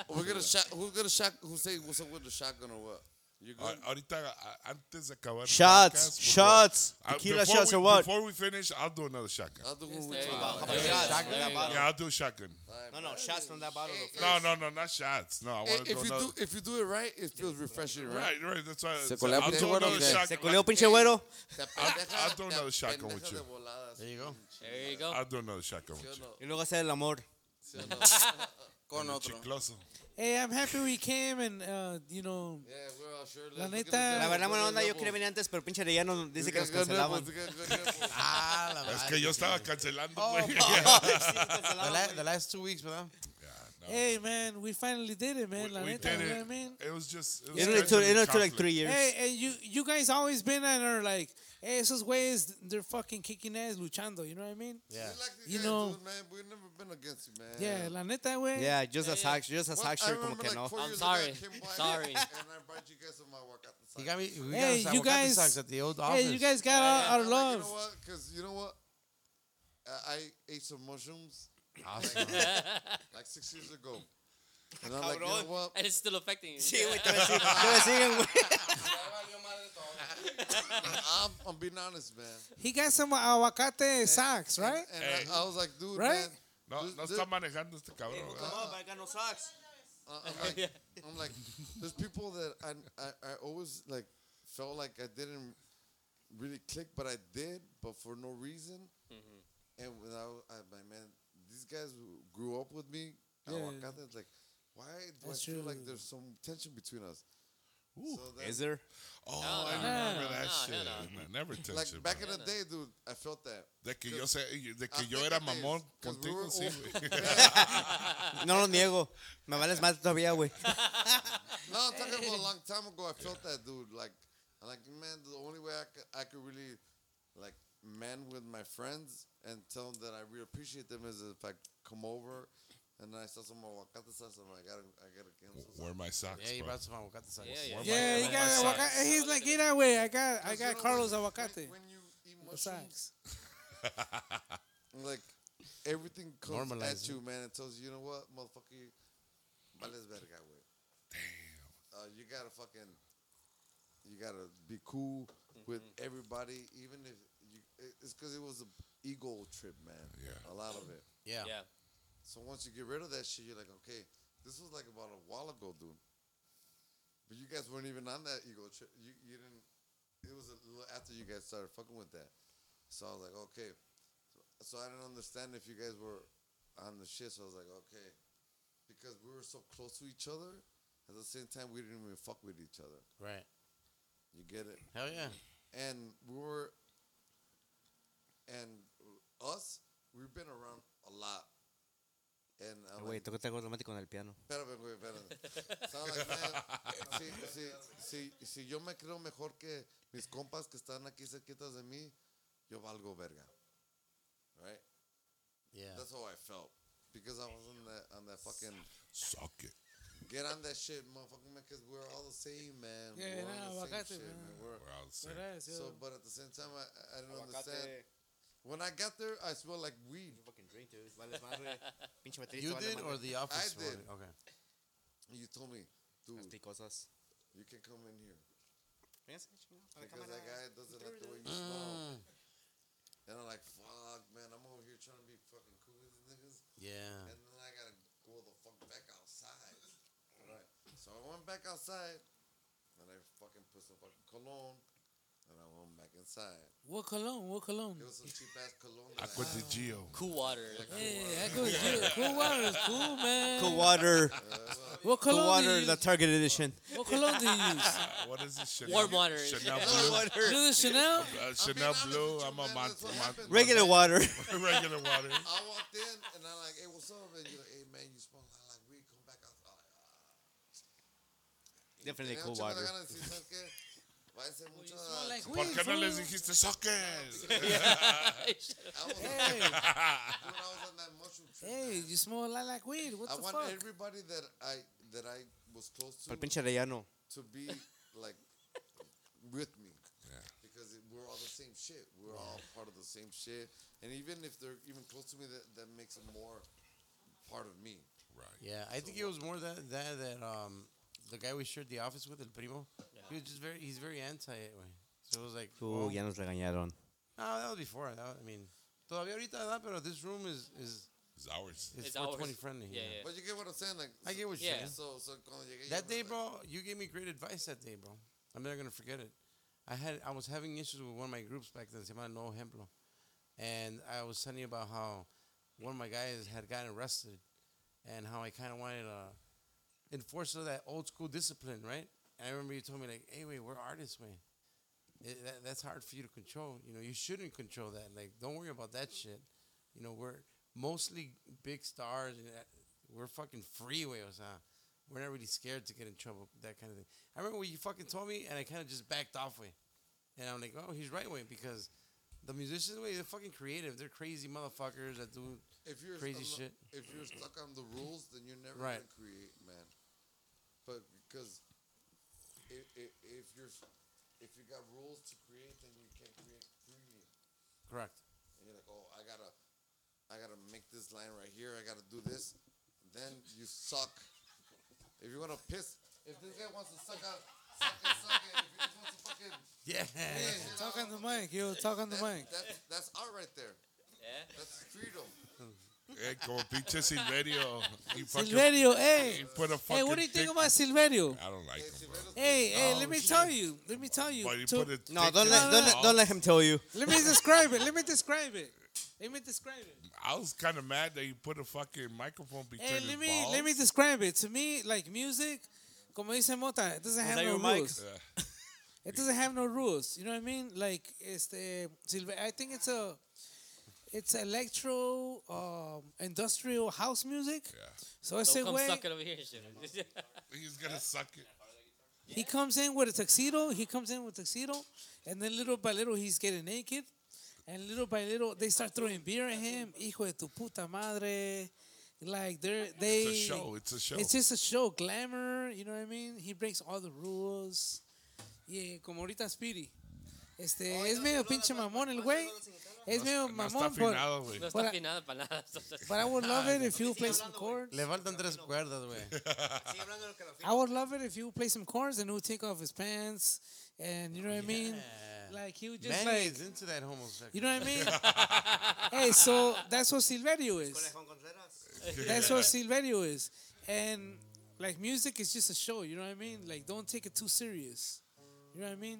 We're gonna shot. Who's gonna shot? Who say what's up with the shotgun or what? You good?
A- Ahorita, a- antes de acabar el
Shots,
podcast,
shots,
before- ah,
tequila
before
shots
we-
or what?
Before we finish, I'll do another shotgun.
I'll do one with
There you
you.
go.
Yeah, I'll do shotgun.
No, no, shots from that bottle. of-
No, no, no, not shots. No, I want
Hey,
to do
Eh, if you
another.
do, if you do it right, it feels refreshing, right?
Right, right. That's why.
Se colea
I'll
pinche
do
güero,
another
mira.
¿Se
shotgun.
culió, pinche güero?
Te apendeja-
I'll do
te
another shotgun
apendeja
with
de
you.
voladas.
There you go.
There you go.
I'll do another shotgun with you.
Y luego hacer el amor.
Con otro.
Chicloso.
Hey, I'm happy we came and, uh, you know,
Yeah, we're all sure.
La
Look at
neta-
the-
La verdad,
look
buena
at the
onda, yo
nipples.
quería venir antes, pero pinche ya nos dice que nos
Look at the
cancelaban.
nipples, look at the nipples.
Ah, la
Es
madre.
que yo estaba cancelando, güey.
The, la, the last two weeks, ¿verdad?
hey, man, we finally did it, man.
We-
la
we
neta, you
did
know what I
it.
mean?
It was just. It was
It only took, it only took like three years.
Hey, and you you guys always been and are like, hey, esos güeyes, they're fucking kicking ass, luchando, you know what I mean?
Yeah.
We like
You
guys,
know-
dude, man. We've never been against you, man.
Yeah, la neta, güey.
Yeah, just as hack, just as
Well,
hack
I
shirt como
remember,
que
like,
no.
four
I'm
years ago, I
sorry.
came by
Sorry.
And I brought you guys on my workout. the
You
side.
got me. We
Hey,
got,
you
we got the
guys-
socks at the old office.
Hey, you guys got
And
our,
I'm
our
like,
love.
You know what? Because you know what? I- I ate some mushrooms uh,
Awesome.
like six years ago. And I'm like, you know
Cabrón.
what?
And it's still affecting you.
Sí, güey, todavía siguen- todavía siguen, güey.
I'm, I'm being honest, man.
He got some aguacate socks, right?
And
Hey.
I, I was like, dude,
Right?
man.
No, no está manejando este cabrón. güey.
"Oh,
Uh, I'm, like, I'm like, there's people that I, I, I always like felt like I didn't really click, but I did, but for no reason.
Mm-hmm.
And when I, w- I- my man, these guys who grew up with me,
Yeah.
Aguacates, like, why do
That's
I feel like
true.
there's some tension between us? So that-
Is there?
Oh,
No,
I
no,
remember
no,
that
no,
shit.
no,
man. Never touched
Like
it.
back
man.
in the day, dude, I felt that.
De que yo, sé, de que
I
yo
think
era
it is,
mamón
'cause we
contigo,
were
sí,
old.
güey.
No lo niego. Me vales más todavía, güey.
No, I'm talking about a long time ago. I felt that, dude. Like, I'm like, man, the only way I could, I could really, like, man with my friends and tell them that I really appreciate them is if I come over and I sell some aguacate sauce and I gotta, I gotta cancel. some.
Where my socks,
Yeah, you
bro.
brought some aguacate sauce.
Yeah, yeah.
Where
Yeah,
my,
he
where
got
my
aguacate.
socks?
He's like, get that way. I got, I
Because, you
got
know,
Carlos
when-
aguacate.
When, when you eat
The
mushrooms,
socks.
like everything comes
Normalize
at you, man. It tells you, you know what, motherfucker, vales verga, güey. Damn. Uh, you gotta fucking, you gotta be cool with everybody, even if you. it- It's because it was a ego trip, man.
Yeah.
A lot of it.
Yeah.
Yeah.
So once you get rid of that shit, you're like, okay, this was like about a while ago, dude. But you guys weren't even on that ego trip. You, you didn't. It was a little after you guys started fucking with that. So I was like, okay. So, so I didn't understand if you guys were on the shit. So I was like, okay, because we were so close to each other. At the same time, we didn't even fuck with each other.
Right.
You get it?
Hell yeah.
and we were and us we've been around a lot and I'm
Güey,
like,
toco tengo automático con el piano.
espérame, güey, espérame. So I'm like, man, si, si, si, si yo me creo mejor que mis compas que están aquí cerquitas de mí, yo valgo verga. Right?
Yeah.
That's how I felt. Because I was on that on that fucking
Suck it.
get on that shit, motherfucking man, because we're all the same, man.
Yeah,
we're
nah,
all the
aguacate,
same shit,
man.
man. We're,
We're all the same.
Whereas, yeah.
so, but at the same time, I, I don't understand. When I got there, I smelled like weed.
Pinche
You did or the office?
I did.
wanted- Okay.
You told me, dude,
cosas.
you can come in here because that guy doesn't like the way you smell.
Mm,
And I'm like, fuck, man, I'm over here trying to be fucking cool with these niggas,
Yeah.
and then I gotta go the fuck back outside. Right. So I went back outside, and I fucking put some fucking cologne, and I went back inside.
What cologne? What cologne?
It was some cheap ass cologne. That
Aqua
I,
de Gio.
Cool water.
Hey, that goes good. Cool water is cool, man.
Cool water.
What
Cool
cologne? do
water,
you
the
use?
Target Edition.
what cologne do you use?
What is this? Chanel,
Warm water.
Chanel
Warm
Blue.
You do the Chanel?
Uh,
I'm being
Chanel
honest
Blue.
with you,
I'm a
man,
mon-
that's what
mon-
happened.
Regular water.
regular water.
I walked in, and I'm like, hey, what's up? And you're like, hey, man, you smell like weed. Come back outside.
Definitely
Tenía
cool
muchas
water.
ganas de decir, ¿sabes qué? Va a ser mucha-
Smell like
¿Por
weed,
qué no
fool.
les dijiste soques?
I was on-
Hey,
when I was on that mushroom trip,
hey, you smell a lot like weed. What
I
the
want
fuck?
everybody that I that I was close to
Por pinche arellano.
to be like with me. Because it- we're all the same shit. We're all part of the same shit. And even if they're even close to me, that, that makes them more part of me.
Yeah, I think it was more that that that um the guy we shared the office with, el primo. He was just very he's very anti it. güey. So it was like, oh,
Uh,
well,
ya nos regañaron.
no, that was before. That was, I mean, todavía ahorita, ¿verdad? pero this room is is
It's ours.
is
It's ours.
420 friendly.
Yeah, yeah.
But you get what I'm saying? Like,
I get what you're
Yeah.
saying.
so, so cuando llegué,
That
yo
day,
me
bro, you gave me great advice that day, bro. I'm never gonna forget it. I had I was having issues with one of my groups back then, se llama No Ejemplo, and I was telling you about how one of my guys had gotten arrested, and how I kind of wanted to enforce that old school discipline, right? And I remember you told me like, "Hey, wait, we're artists, man. It, that, that's hard for you to control. You know, you shouldn't control that. Like, don't worry about that shit. You know, we're mostly big stars, and that, we're fucking freeway or something." we're not really scared to get in trouble, that kind of thing. I remember when you fucking told me, and I kind of just backed off way. And I'm like, oh, he's right way because the musicians way they're fucking creative. They're crazy motherfuckers that do.
if you're
Crazy
on
shit.
If you're stuck on the rules, then you're never
Right.
gonna create, man. But because if, if, if you're if you got rules to create, then you can't create freely.
Correct.
And you're like, oh, I gotta, I gotta make this line right here. I gotta do this. Then you suck. If you wanna piss, if this guy wants to suck out, suck it, suck it. If he just wants to fucking,
Yeah.
piss, you
Talk
know,
on the mic, yo. Talk on the mic.
that, that's that's art right there.
Yeah.
That's freedom.
Eh, como pinche Silverio. He fucking
Silverio, hey.
he put a fucking
Hey, what do you think
dick-
about Silverio?
I don't like
Hey,
him, bro.
Silvero's
Hey, hey, let me tell you. Let me tell you.
But he
to-
put a
No,
dick in
don't let,
his
don't, let,
mouth.
don't let him tell you.
Let me describe it. Let me describe it. Let me describe it.
I was kind of mad that you put a fucking microphone between
Hey,
his
Eh, let me
balls.
let me describe it. To me, like music, como dice Mota, it doesn't have
that
no
your mic?
rules.
Yeah.
It doesn't have no rules. You know what I mean? Like este, Silve- I think it's a it's electro um, industrial house music.
Yeah.
So I say,
Don't come
way
suck it over here, shit.
He's gonna suck it.
he comes in with a tuxedo. He comes in with a tuxedo, and then little by little he's getting naked, and little by little they start throwing beer at him. Hijo de tu puta madre! Like they're they.
It's a show. It's a show.
It's just a show, glamour, you know what I mean? He breaks all the rules. Yeah, como ahorita Speedy. Este, es medio pinche mamón el güey. Es medio
no está
mamón, but,
afinado, güey.
no está
Fuera.
afinada para nada.
but I would love it if you play some chords.
Le faltan tres cuerdas, güey.
I would love it if you play some chords and he would take off his pants and you know what I mean? Like he would just
Manny
like,
is into that homosexual.
you know what I mean? hey, so that's what Silverio is. That's what Silverio is. And like music is just a show, you know what I mean? Like don't take it too serious. You know what I mean?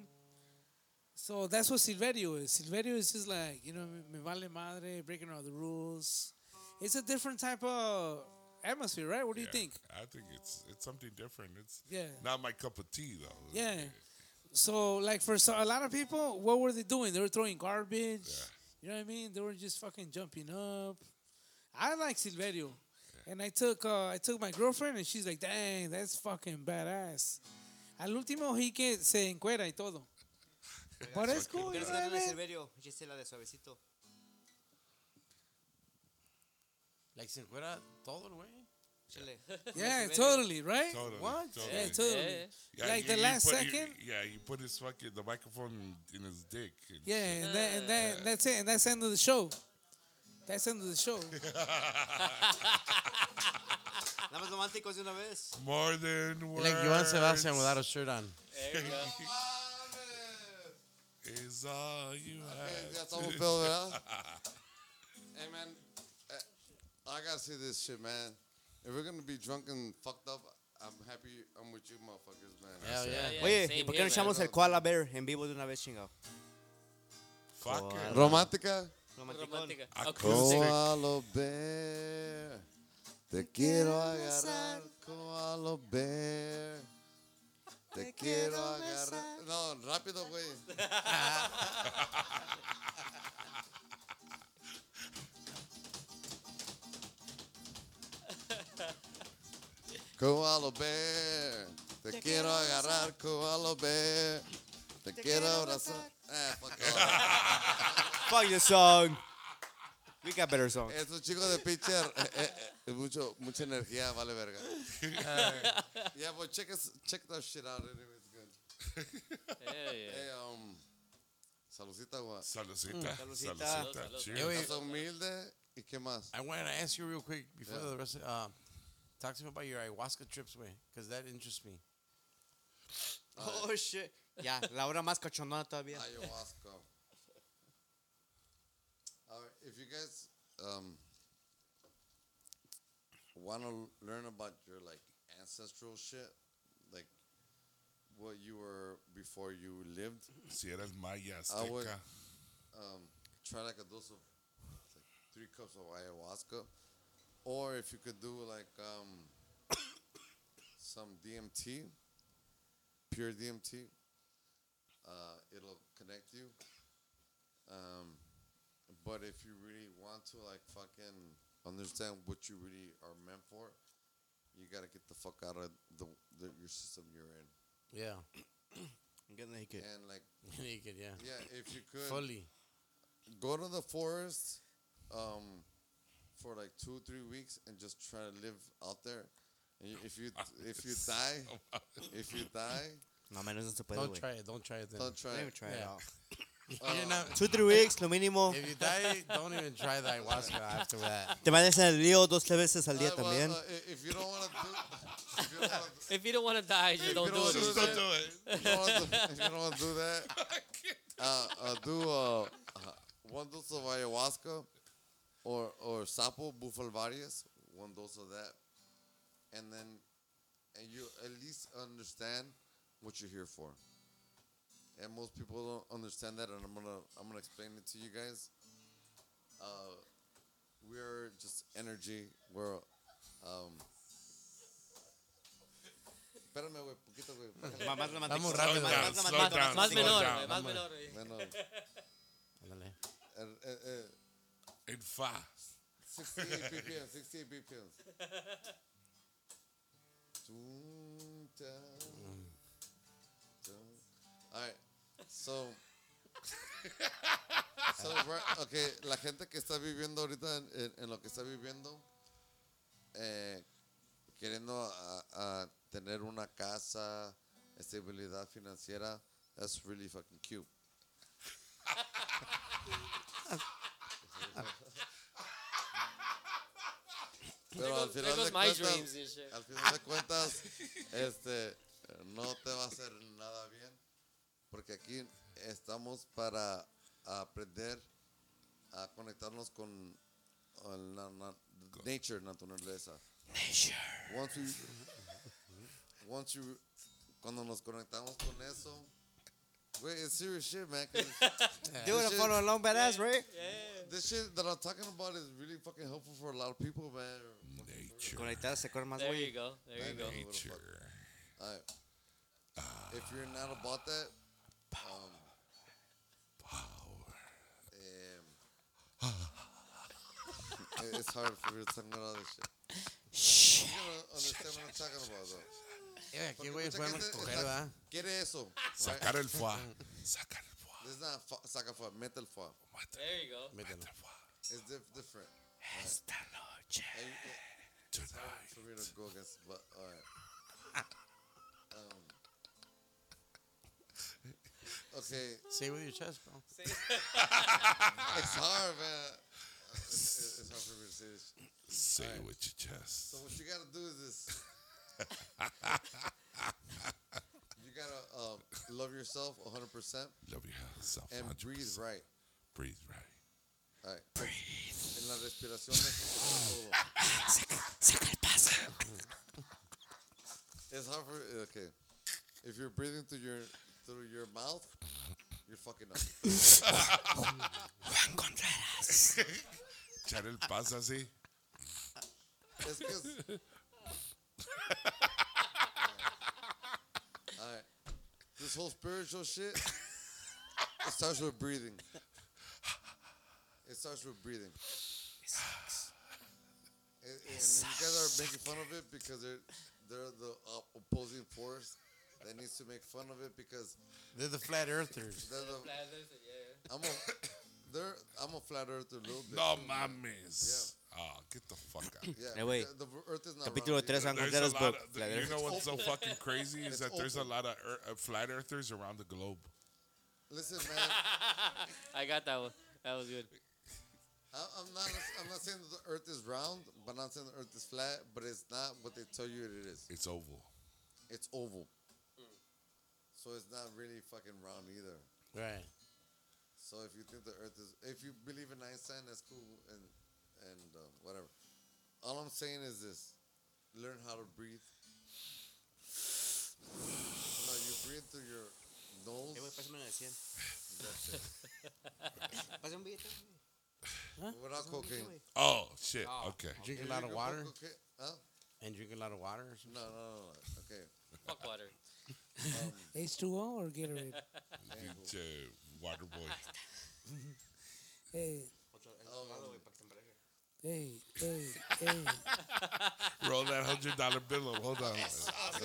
So that's what Silverio is. Silverio is just like, you know, me vale madre, breaking all the rules. It's a different type of atmosphere, right? What do you
Yeah,
think?
I think it's it's something different. It's
Yeah.
not my cup of tea though.
Yeah. So like for so, a lot of people, what were they doing? They were throwing garbage. You know what I mean? They were just fucking jumping up. I like Silverio. And I took uh, I took my girlfriend and she's like, dang, that's fucking badass. Al último he que se encuera y todo. But it's cool, you know what I mean?
la de suavecito.
Like, se encuera todo el güey.
Yeah, totally, right?
Totally.
What?
Totally.
Yeah, totally.
Yeah.
Like
you-
the
you
last
put- you-
second.
yeah, he put his fucking the microphone in his dick. and
Yeah, and, that, and that, that's it. And that's the end of the show. That's the end of the show.
Nada más románticos de una vez.
More than words.
Like Joan Sebastian without a shirt on.
Is all you have.
Ya estamos pedos, ¿verdad? Hey, man. eh, I gotta say this shit, man. If we're gonna be drunk and fucked up, I'm happy I'm with you motherfuckers, man.
Hell yeah.
Yeah,
Oye,
same
¿y por qué
here,
no echamos
man.
el Koala Bear en vivo de una vez, chingado?
Fuck it.
Romántica.
Romántica.
Ah,
Acoustic.
Koala bear. Te quiero agarrar, koala bear. Te quiero agarrar. No, rápido, güey. Koala bear. Te, quiero agarrar, koala bear. Te, quiero abrazar. Eh, fuck off.
Fuck your song. We got better songs.
Estos chicos de pitcher, eh, eh, eh, mucho, mucha energía, vale verga. yeah, but check us, check that shit out. Anyway, it's good.
Hell yeah.
Hey, um, saludcita, gua.
Salucita.
Salucita.
Salucita.
Eh,
Cheers.
güey,
Casa humilde y qué más.
I wanted to ask you real quick before
Yeah.
the rest of uh, Talk to me about your ayahuasca trips, way, because that interests me.
Oh, shit. Ya, la hora más cachondona todavía.
Ayahuasca. All right, if you guys um, want to learn about your like ancestral shit, like what you were before you lived,
Si eres maya,
I would-
azteca.
um, try like a dose of like three cups of ayahuasca, or if you could do like um, some DMT, pure DMT, uh, it'll connect you. Um, but if you really want to like fucking understand what you really are meant for, you gotta get the fuck out of the, the your system you're in,
Yeah.
Get naked.
and like
Naked, yeah.
yeah, if you could.
Fully.
go to the forest um, for like two three weeks and just try to live out there and you- if you if you die if you die
No, menos no se puede,
Don't
güey.
try it. Don't try it then.
don't try
Don't even
it.
try it
Yeah.
out. Oh.
You're not-
Two, three weeks, lo mínimo.
if you die, don't even try the ayahuasca after that.
Te mandas en el río dos, tres veces al
Uh,
día
Ah,
well,
también.
uh, i- if you don't want to do if you don't wanna-
If you don't want to die, just don't
you don't
do
wanna
it.
Just don't do it.
if you don't wanna do- if you don't want to do that uh, uh, do uh, uh, one dose of ayahuasca or or sapo bufalvarius one dose of that and then and you at least understand what you're here for and most people don't understand that and i'm gonna i'm gonna explain it to you guys Uh, we're just energy. We're. Um, espérame, güey, poquito, güey. bájale.
Más- más dramático,
Vamos
más
rápido.
dramático,
Slow
más
Más,
down,
dramático.
más
slow
menor,
down.
güey, más menor. güey.
Bueno,
Ándale.
er, eh, eh,
In fast.
68 BPM, 68 BPM. Dun, dun, Mm. dun. All right, so. so we're- okay, la gente que está viviendo ahorita en, en- en lo que está viviendo, eh, queriendo a- a tener una casa, estabilidad financiera, that's really fucking cute. Pero al
There
final de
goes my
cuentas,
dreams and shit.
al final de cuentas, este, no te va a hacer nada bien, porque aquí estamos para aprender a conectarnos con uh, la na- nature, naturaleza. Nature. Once you- once you- cuando nos conectamos con eso, güey, it's serious shit, man. 'cause
Dude, I'm following along badass, right?
this shit that I'm talking about is really fucking helpful for a lot of people, man.
Nature.
Conectarse con más
There you
güey.
go. There you go.
Nature.
Alright. if you're not about that, um, um, it- it's hard for me to talk about all this shit. Shh. You don't understand what I'm talking about, though.
Eh, aquí, güey,
Mucha
podemos
gente
coger,
está-
¿verdad?
quiere eso. Right?
Sacar el foie. Sacar el foie.
This is not fa- saca fue, mete el fue.
Mata
There you go.
Mételo.
el foie.
It's dif- different.
Esta noche.
And you-
Tonight.
for me to go against, but alright. Um, okay,
Say with your chest, bro.
it's hard, man. It's, it's hard for me to say this.
Say it with your chest.
So what you gotta do is this. you gotta um, love yourself 100%
Love yourself.
and
100%.
breathe right.
Breathe right.
All right. En las respiraciones. todo. It's hard for okay. If you're breathing through your through your mouth, you're fucking up.
Echar el paso así.
It's 'cause- All right. This whole spiritual shit, it starts with breathing. It starts with breathing. And, and you guys are making fun of it because they're they're the uh, opposing force that needs to make fun of it because
They're the flat earthers.
they're the,
Yeah, listen, yeah.
I'm a they're I'm a flat earther a little bit.
No mames. Oh, get the fuck out.
Yeah,
Eh, güey,
because the earth is not round.
Capítulo 3, San
There's
Conteras,
a lot
but.
of, you know what's so fucking crazy is that there's a lot of ear- uh, flat earthers around the globe.
Listen, man.
I got that one. That was good.
I- Uh, I'm not. I'm not saying that the Earth is round, but I'm saying the Earth is flat. But it's not what they tell you it is.
It's oval.
It's oval. So it's not really fucking round either.
Right.
So if you think the Earth is, if you believe in Einstein, that's cool and and uh, whatever. All I'm saying is this: learn how to breathe. No, you breathe through your nose.
Pásame una de 100.
That's it.
Pásame un billete.
Without cocaine.
Oh shit. Okay.
Drink
If
a lot of
you can put
water
cocaine- Huh?
and drink a lot of water. or something.
No, no, no, no. Okay.
Fuck water.
H2O or Gatorade?
Pinche water boy.
hey, hey, hey, hey.
Roll that hundred dollar bill up. Hold on.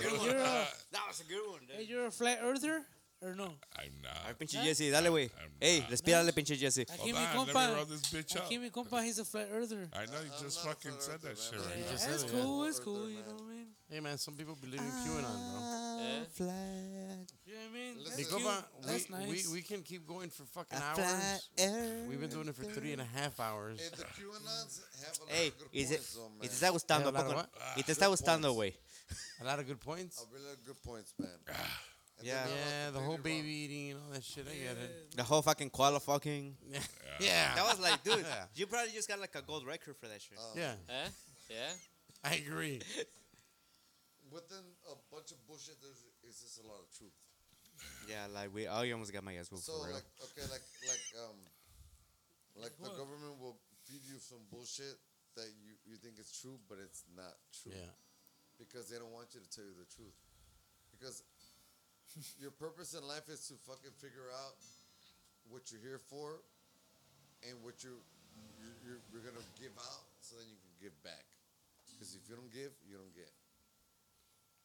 You're a,
That was a good one,
hey,
dude.
you're a flat earther or no?
I'm
A ver,
not.
pinche Jesse, dale, güey.
I'm
Ey,
not.
respírale, pinche Jesse.
Aquí
Hold
mi
on. Let me roll
compa,
this bitch up.
aquí mi compa, he's a flat earther.
I know you just
not a
fucking
flat
said that
earther,
shit.
man.
Right?
Yeah,
just
that's
said it, yeah.
cool, it's
Flat
cool,
earther,
you
man.
know what I mean?
Hey, man, some people believe in
Ah,
QAnon,
You know what
bro.
Yeah.
I mean?
Listen,
Hey,
That's
Copa,
cute. That's
we,
nice.
we, we can keep going for fucking hours. We've been doing it for three and a half hours.
Hey, the QAnons have a lot
Ey,
of good
y te,
points, though, man.
y te está gustando, ¿a
They have a
poco
lot
no?
of
Y te está
Ah,
gustando,
points.
güey.
A lot of good points.
a really good points, man. And uh, they're
Yeah.
not
Yeah, the whole baby
completely wrong.
eating and all that shit. I get it.
The whole fucking koala fucking.
Yeah. Yeah.
That was like, dude,
Yeah.
you probably just got like a gold record for that shit.
yeah.
Eh? Yeah.
I agree.
Within a bunch of bullshit, there's is just a lot of truth.
Yeah, like oh, we, I almost got my ass whooped
So
for real.
like, okay, like like um, like the government will bullshit that you, you think is true, but it's not true.
Yeah.
Because they don't want you to tell you the truth. Because your purpose in life is to fucking figure out what you're here for and what you're, you're, you're, you're going to give out so then you can give back. Because if you don't give, you don't get.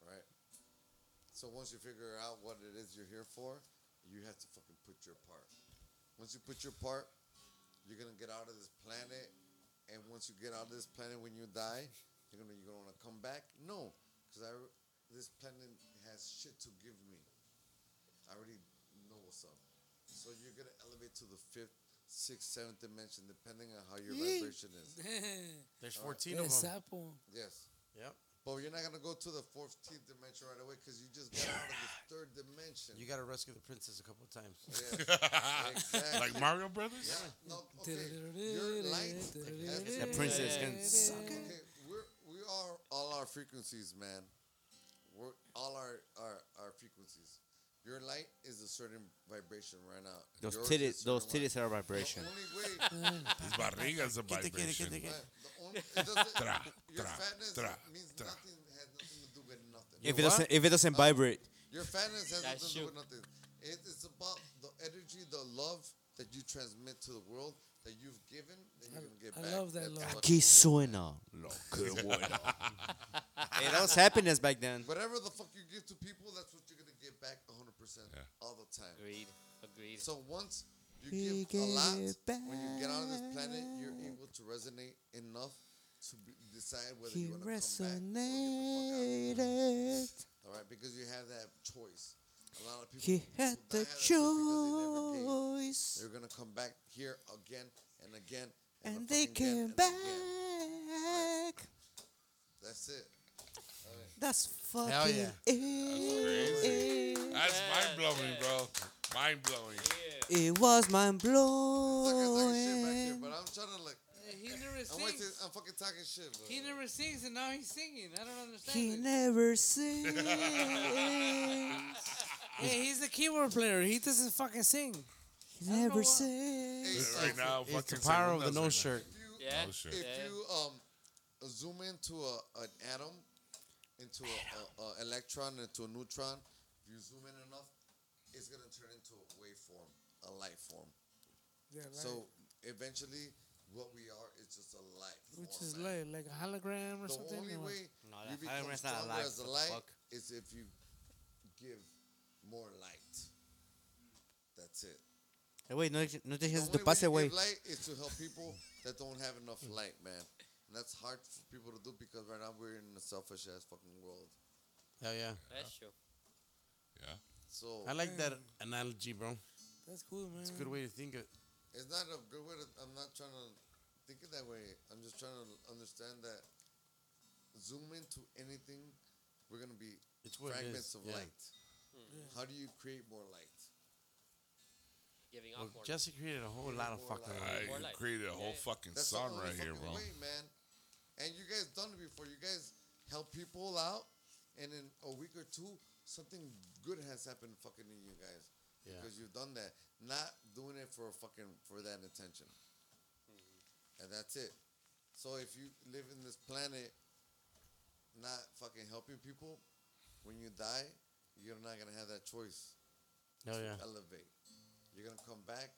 Right? So once you figure out what it is you're here for, you have to fucking put your part. Once you put your part, you're gonna get out of this planet. And once you get out of this planet, when you die, you're gonna you gonna wanna come back? No, because I re- this planet has shit to give me. I already know what's up. So you're gonna elevate to the fifth, sixth, seventh dimension, depending on how your
Yee.
vibration is.
There's 14 of them.
Sapo.
Yes.
Yep.
But you're not gonna go to the fourteenth dimension right away because you just got out of the third dimension.
You got to rescue the princess a couple of times.
Yeah, exactly.
Like Mario Brothers?
Yeah. No, okay. Your light has to
The princess can suck it.
Okay, we're we are all our frequencies, man. We're all our our, our frequencies. Your light is a certain vibration right now.
Those
Yours is
titties,
a
those
certain
titties are
one.
vibration.
The only way,
His barriga's a vibration.
the only, it doesn't,
Tra,
your
tra,
fatness
tra,
means
tra.
nothing has nothing to do with nothing.
If it doesn't, if it doesn't vibrate,
Your fatness has
That's
nothing to do with
true.
nothing. It, it's about the energy, the love that you transmit to the world that you've given that you're gonna get
I
back.
love that
That's
love.
aquí
fucking-
suena. Hey, that was happiness back then.
Whatever the fuck you give to people, that's what you're gonna get back 100 percent
Yeah.
all the time.
Agreed. Agreed.
So once you give a lot, when you get on this planet, you're able to resonate enough to be, decide whether you want to come back or get the fuck out. All right, because you have that choice. A lot of people
He
who
had
die
the
out of it because they never gave.
choice,
They're gonna come back here again and again.
and they
fucking again
came
and again.
back.
That's it.
That's
Hell
fucking
yeah.
it.
That's
Yeah,
mind blowing,
yeah.
bro. Mind blowing.
It was mind
It's like, it's
Oh,
like shit back here,
blowing.
but I'm trying to like.
He never
I'm, wasting,
sings.
I'm fucking talking shit, bro.
He never sings, and now he's singing. I don't
He
understand. it.
never sings.
Hey, he's the keyboard player. He doesn't fucking sing.
He
don't know
never
what-
sings.
It's
Right now,
It's the
fucking
power of the
segundas
no
right
shirt.
If you,
Yeah.
Oh, shit.
if
Yeah.
you um zoom into a, an atom, into a, a, a electron, into a neutron, if you zoom in enough, it's gonna turn into a waveform, a light form.
Yeah, like,
So eventually, what we are is just a light.
which
form,
is
man.
like like a hologram or
The
something.
only
or what?
way
No,
you
that
become
hologram's not
stronger
alive,
as a
what the
light
fuck?
is if you give more light. That's it.
Eh, Güey, no, no te
The
dejes
only
tu pase,
way
güey.
to give light is to help people that don't have enough light, man. And that's hard for people to do because right now we're in a selfish ass fucking world.
Hell yeah.
That's true.
Yeah.
So
I like that analogy, bro.
That's cool, man.
It's a good way to think of it.
it's not a good way to. I'm not trying to think it that way. I'm just trying to understand that. Zoom into anything, we're gonna be
It's what it
fragments
is,
of
yeah. Hmm.
light. How do you create more light?
Giving
Well,
off more.
Jesse created a whole lot of fucking.
More
I
light.
More light.
created a whole
Yeah.
fucking
That's the
song right
only
here,
fucking
bro.
way, man. And you guys done it before. You guys help people out, and in a week or two, something good has happened fucking in you guys.
Yeah.
Because you've done that. Not doing it for fucking for that intention. And that's it. So if you live in this planet not fucking helping people, when you die, you're not gonna have that choice
Hell yeah.
elevate. You're gonna come back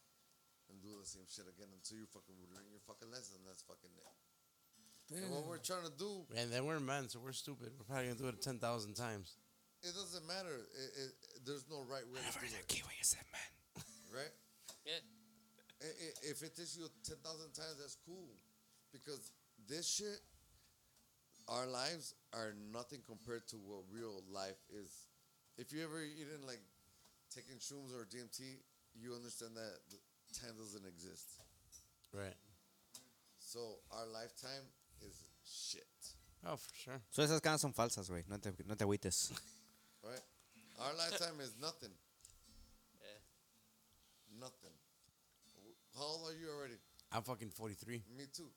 and do the same shit again until you fucking learn your fucking lesson. That's fucking it. And what we're trying to do,
And then we're men, so we're stupid. We're probably gonna do it ten thousand times.
it doesn't matter. It, it, there's no right way to do it, right?
Yeah.
I- i- If it takes you ten thousand times, that's cool, because this shit, our lives are nothing compared to what real life is. If you ever even like taking shrooms or DMT, you understand that the time doesn't exist.
Right.
So our lifetime is shit.
Oh, for sure.
So esas canas son falsas, güey. No te, no te agüites.
Right? Our lifetime is nothing.
Yeah.
Nothing. How old are you already?
I'm fucking forty three.
Me too.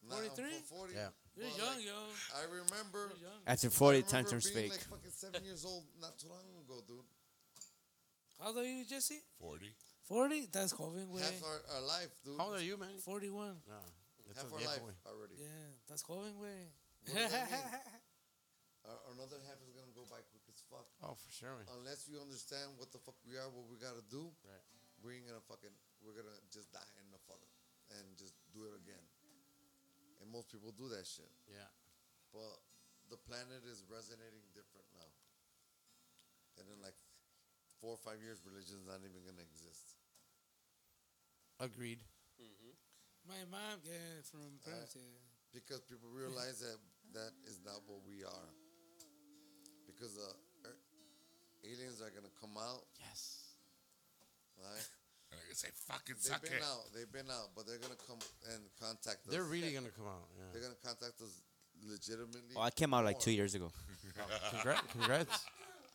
Now I'm
43?
40.
Yeah.
You're
Well,
young,
like,
yo.
I remember.
You're young.
After 40
I
time
remember
turns fake.
being like fucking seven years old not too long ago, dude.
How old are you, Jesse?
40.
Forty. That's joven,
Half
güey.
our, our life, dude.
How old are you, man?
Forty-one.
No. Esto es
Half our
viejo,
life
güey.
already.
Yeah, that's joven, güey.
What does that mean? Our, another half is gonna go by quick as fuck.
Oh, for sure, man.
Unless you understand what the fuck we are, what we gotta do,
Right.
we ain't gonna fucking we're gonna just die in the fuck and just do it again. And most people do that shit.
Yeah.
But the planet is resonating different now. And in like four or five years religion's not even gonna exist.
Agreed.
My mom, yeah, from
Uh,
parents, yeah.
because people realize that that is not what we are. Because uh, er- aliens are gonna come out,
Yes.
right?
And I can say fucking
They've
suck
been
it.
out, they've been out, but they're gonna come and contact us.
They're really gonna come out.
They're
Yeah.
gonna contact us legitimately.
Oh, I came out like two
Or-
years ago.
Congrats. Congrats.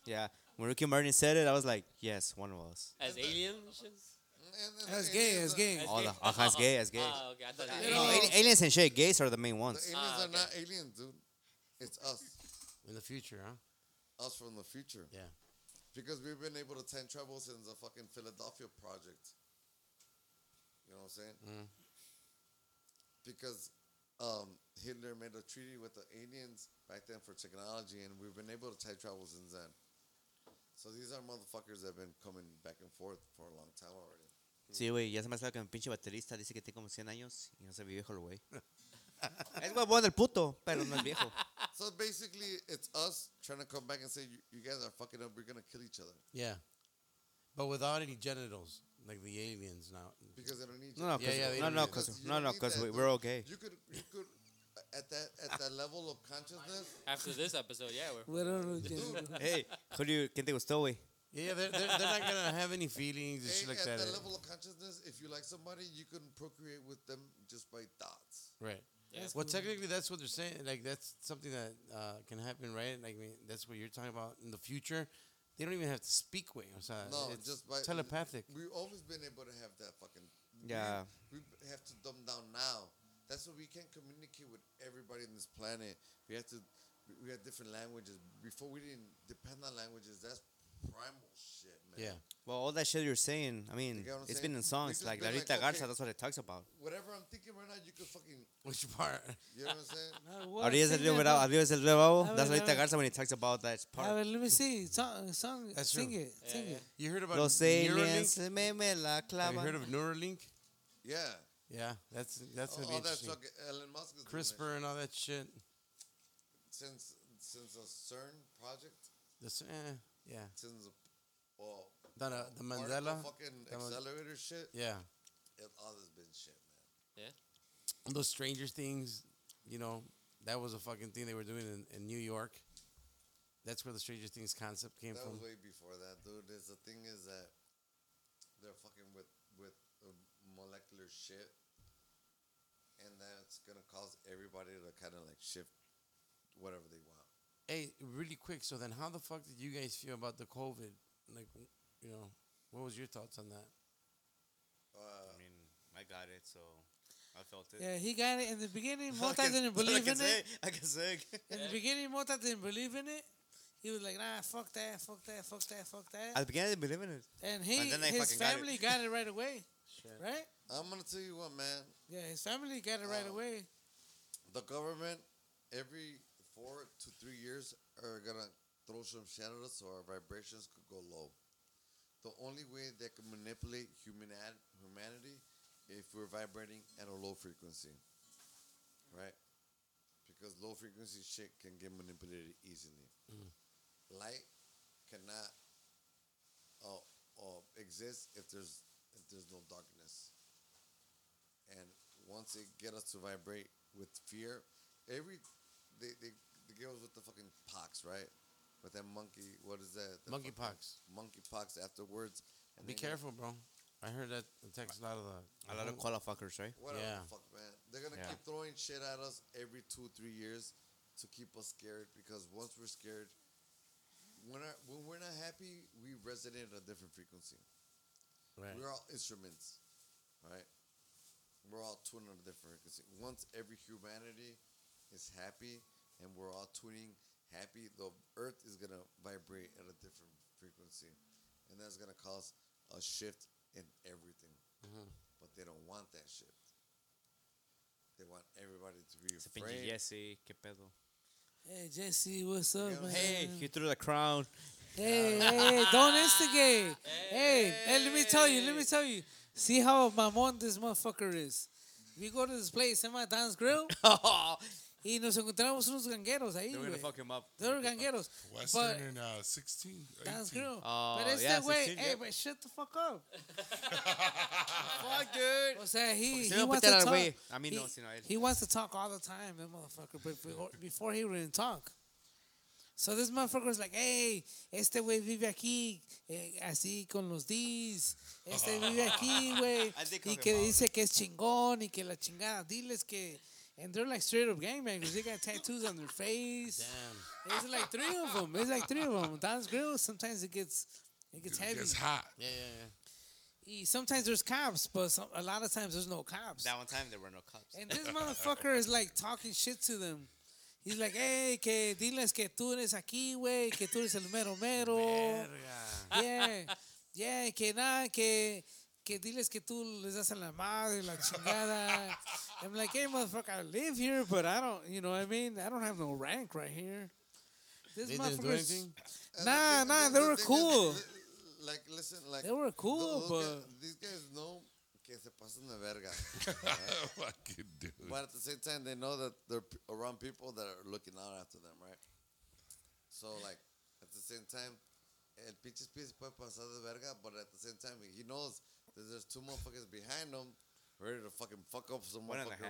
Yeah. When Ricky Martin said it, I was like, yes, one of us.
As aliens?
And- and-
That's
and
gay,
aliens
that's
are-
gay.
As
Oh,
gay?
the- ajá, es gay, es gay.
Ah, okay. I thought
Pero-
that-
You
No.
know, ali- aliens and shit, gays are the main
The
ones.
aliens
Ah,
are
okay.
not aliens, dude. It's us,
In the future, huh?
us from the future.
Yeah.
Because we've been able to tend trouble since the fucking Philadelphia project. You know what I'm saying? Because um, Hitler made a treaty with the aliens back then for technology, and we've been able to time travel since then. So these are motherfuckers that have been coming back and forth for a long time already.
Sí, güey, ya se me hace que mi pinche baterista dice que tiene como 100 años y no se ve viejo el güey. es huevón el puto, pero no es viejo.
So basically, it's us trying to come back and say, you, you guys are fucking up, we're gonna kill each other.
Yeah. But without any genitals, like the aliens now.
Because they don't need you.
No, no,
Yeah, yeah,
cause-
they
no,
do
no,
that.
Oh, cause-
you
no,
don't
no,
need
cause
that,
we-
dude.
we're okay.
You could, you could, at that, at that level of consciousness,
After this episode, yeah, we're
Little gay.
Hey, Julio, ¿quién te gustó, güey?
Yeah, they're, they're, they're not gonna have any feelings and shit
Hey,
like
at
that.
the level of consciousness, if you like somebody, you can procreate with them just by thoughts.
Right.
That's
well, technically, that's what they're saying. Like, that's something that uh, can happen, right? Like, I mean, that's what you're talking about in the future. They don't even have to speak, way. O
Uh,
sea,
No,
it's
just by
telepathic.
We've always been able to have that fucking. we-
Yeah.
We, have to dumb down now. That's what we can't communicate with everybody on this planet. We have to. we- We have different languages. Before we didn't depend on languages. That's primal shit, man.
Yeah.
Well, all that shit you're saying, I mean,
get what I'm
it's
saying?
been in
We've
songs
just
like
been
La
like,
Rita Garza.
okay.
That's what it talks about.
Whatever I'm thinking right now, you could fucking.
Which part?
You know what I'm saying?
Arriba es el río Bravo. Arriba es el río
A
Bravo.
ver,
That's
a
La Rita
ver.
Garza when it talks about that
A
part.
ver, let me see. Song, song,
That's
sing
true.
it, sing
yeah.
it.
You heard about
Los aliens
Neuralink?
me, me la
Have you heard
clavan.
of Neuralink?
Yeah.
Yeah, that's that's
All,
gonna
all
be
that
interesting.
Oh, fucking Elon Musk is doing that
CRISPR and all that shit.
shit. since since the CERN project
This, eh, yeah,
since the well
the, the, uh, the
particle
Mandela.
fucking
the Mand-
accelerator shit.
Yeah,
It all has been shit, man.
those Stranger Things, you know, that was a fucking thing they were doing in, in New York. That's where the Stranger Things concept came
That
from.
was way before that, dude. Is the thing is that they're fucking with with uh, molecular shit, and that's gonna cause everybody to kind of like shift whatever they want.
Hey, really quick. So then, how the fuck did you guys feel about the COVID? Like, you know, what was your thoughts on that?
I mean, I got it, so I felt it.
Yeah, he got it in the beginning. Mota didn't believe in it.
I can say.
In the beginning, Mota didn't believe in it. He was like, nah, fuck that, fuck that, fuck that, fuck that.
At the beginning, I didn't believe in it.
And he,
and then I
his
fucking got it.
family got it right away, right?
I'm gonna tell you what, man.
Yeah, his family got it right
Oh.
away.
The government every four to three years are gonna throw some shit at us, so our vibrations could go low. The only way they can manipulate human humanity if we're vibrating at a low frequency, right? Because low frequency shit can get manipulated easily.
Mm.
Light cannot uh, uh, exist if there's if there's no darkness and once they get us to vibrate with fear, every they they, they give us with the fucking pox, right? With that monkey, what is that? The
Monkey
fucking
pox.
Monkey pox afterwards. and
Be
then-
careful, bro. I heard that affects a lot of the.
A lot of koala fuckers, right?
Whatever
Yeah.
the fuck, man. They're gonna
Yeah.
keep throwing shit at us every two, three years to keep us scared because once we're scared, when our, when we're not happy, we resonate at a different frequency.
Right.
We're all instruments, right? We're all tuning on a different frequency. Once every humanity is happy and we're all tuning happy, the earth is going to vibrate at a different frequency. And that's going to cause a shift in everything. But they don't want that shift. They
they want everybody to be
Ese pinche
afraid.
Jesse, qué pedo.
Hey, Jesse, what's up, man?
Hey, you threw the crown.
Hey, hey, don't instigate. Hey, hey, let me tell you, let me tell you. See how mamón this motherfucker is. We go to this place, se llama Dan's Grill, y nos encontramos unos gangueros ahí,
They were gonna
güey.
fuck him up.
They were gangueros.
Western
But
and uh, 16.
Dan's
18.
Grill.
Oh,
but este
yeah,
güey,
16,
hey,
yeah.
but shut the fuck up.
Fuck, dude.
O sea, he,
si
he
no me
wants to
putean al
talk.
güey. A mí
he,
no, sino a él.
he wants to talk all the time, that motherfucker. But before, before he wouldn't talk. So this motherfucker was like, hey, este güey vive aquí, eh, así con los D's. Este vive aquí, güey.
Así
Y
con mi
que
madre.
dice que es chingón y que la chingada. Diles que... And they're like straight up gangbangers. They got tattoos on their face. Damn. It's like three of them. It's like three of them. Don's Grill, sometimes it gets... It gets
It
heavy.
gets hot.
Yeah, yeah,
Y e, Sometimes there's cops, but some, a lot of times there's no cops.
That one time there were no cops.
And this motherfucker is like talking shit to them. He's like, hey, que diles que tú eres aquí, güey, que tú eres el mero mero. Yeah, yeah, que nada, que, que diles que tú les das a la madre, la chingada. I'm like, hey, motherfucker, I live here, but I don't, you know what I mean? I don't have no rank right here. This
They didn't do
motherfucker's.
anything?
And the
Nah,
thing-
nah,
the-
they
the
were
thing is,
cool.
li- Like, listen, like
They were cool,
tho- those
but-
guys- these guys know que se pasan de verga,
Fucking dude.
but at the same time they know that they're p- around people that are looking out after them, right? So like at the same time, el pinche piece puede pasar de verga, but at the same time he knows that there's two motherfuckers behind him. Ready to fucking fuck up some
One and a
motherfucker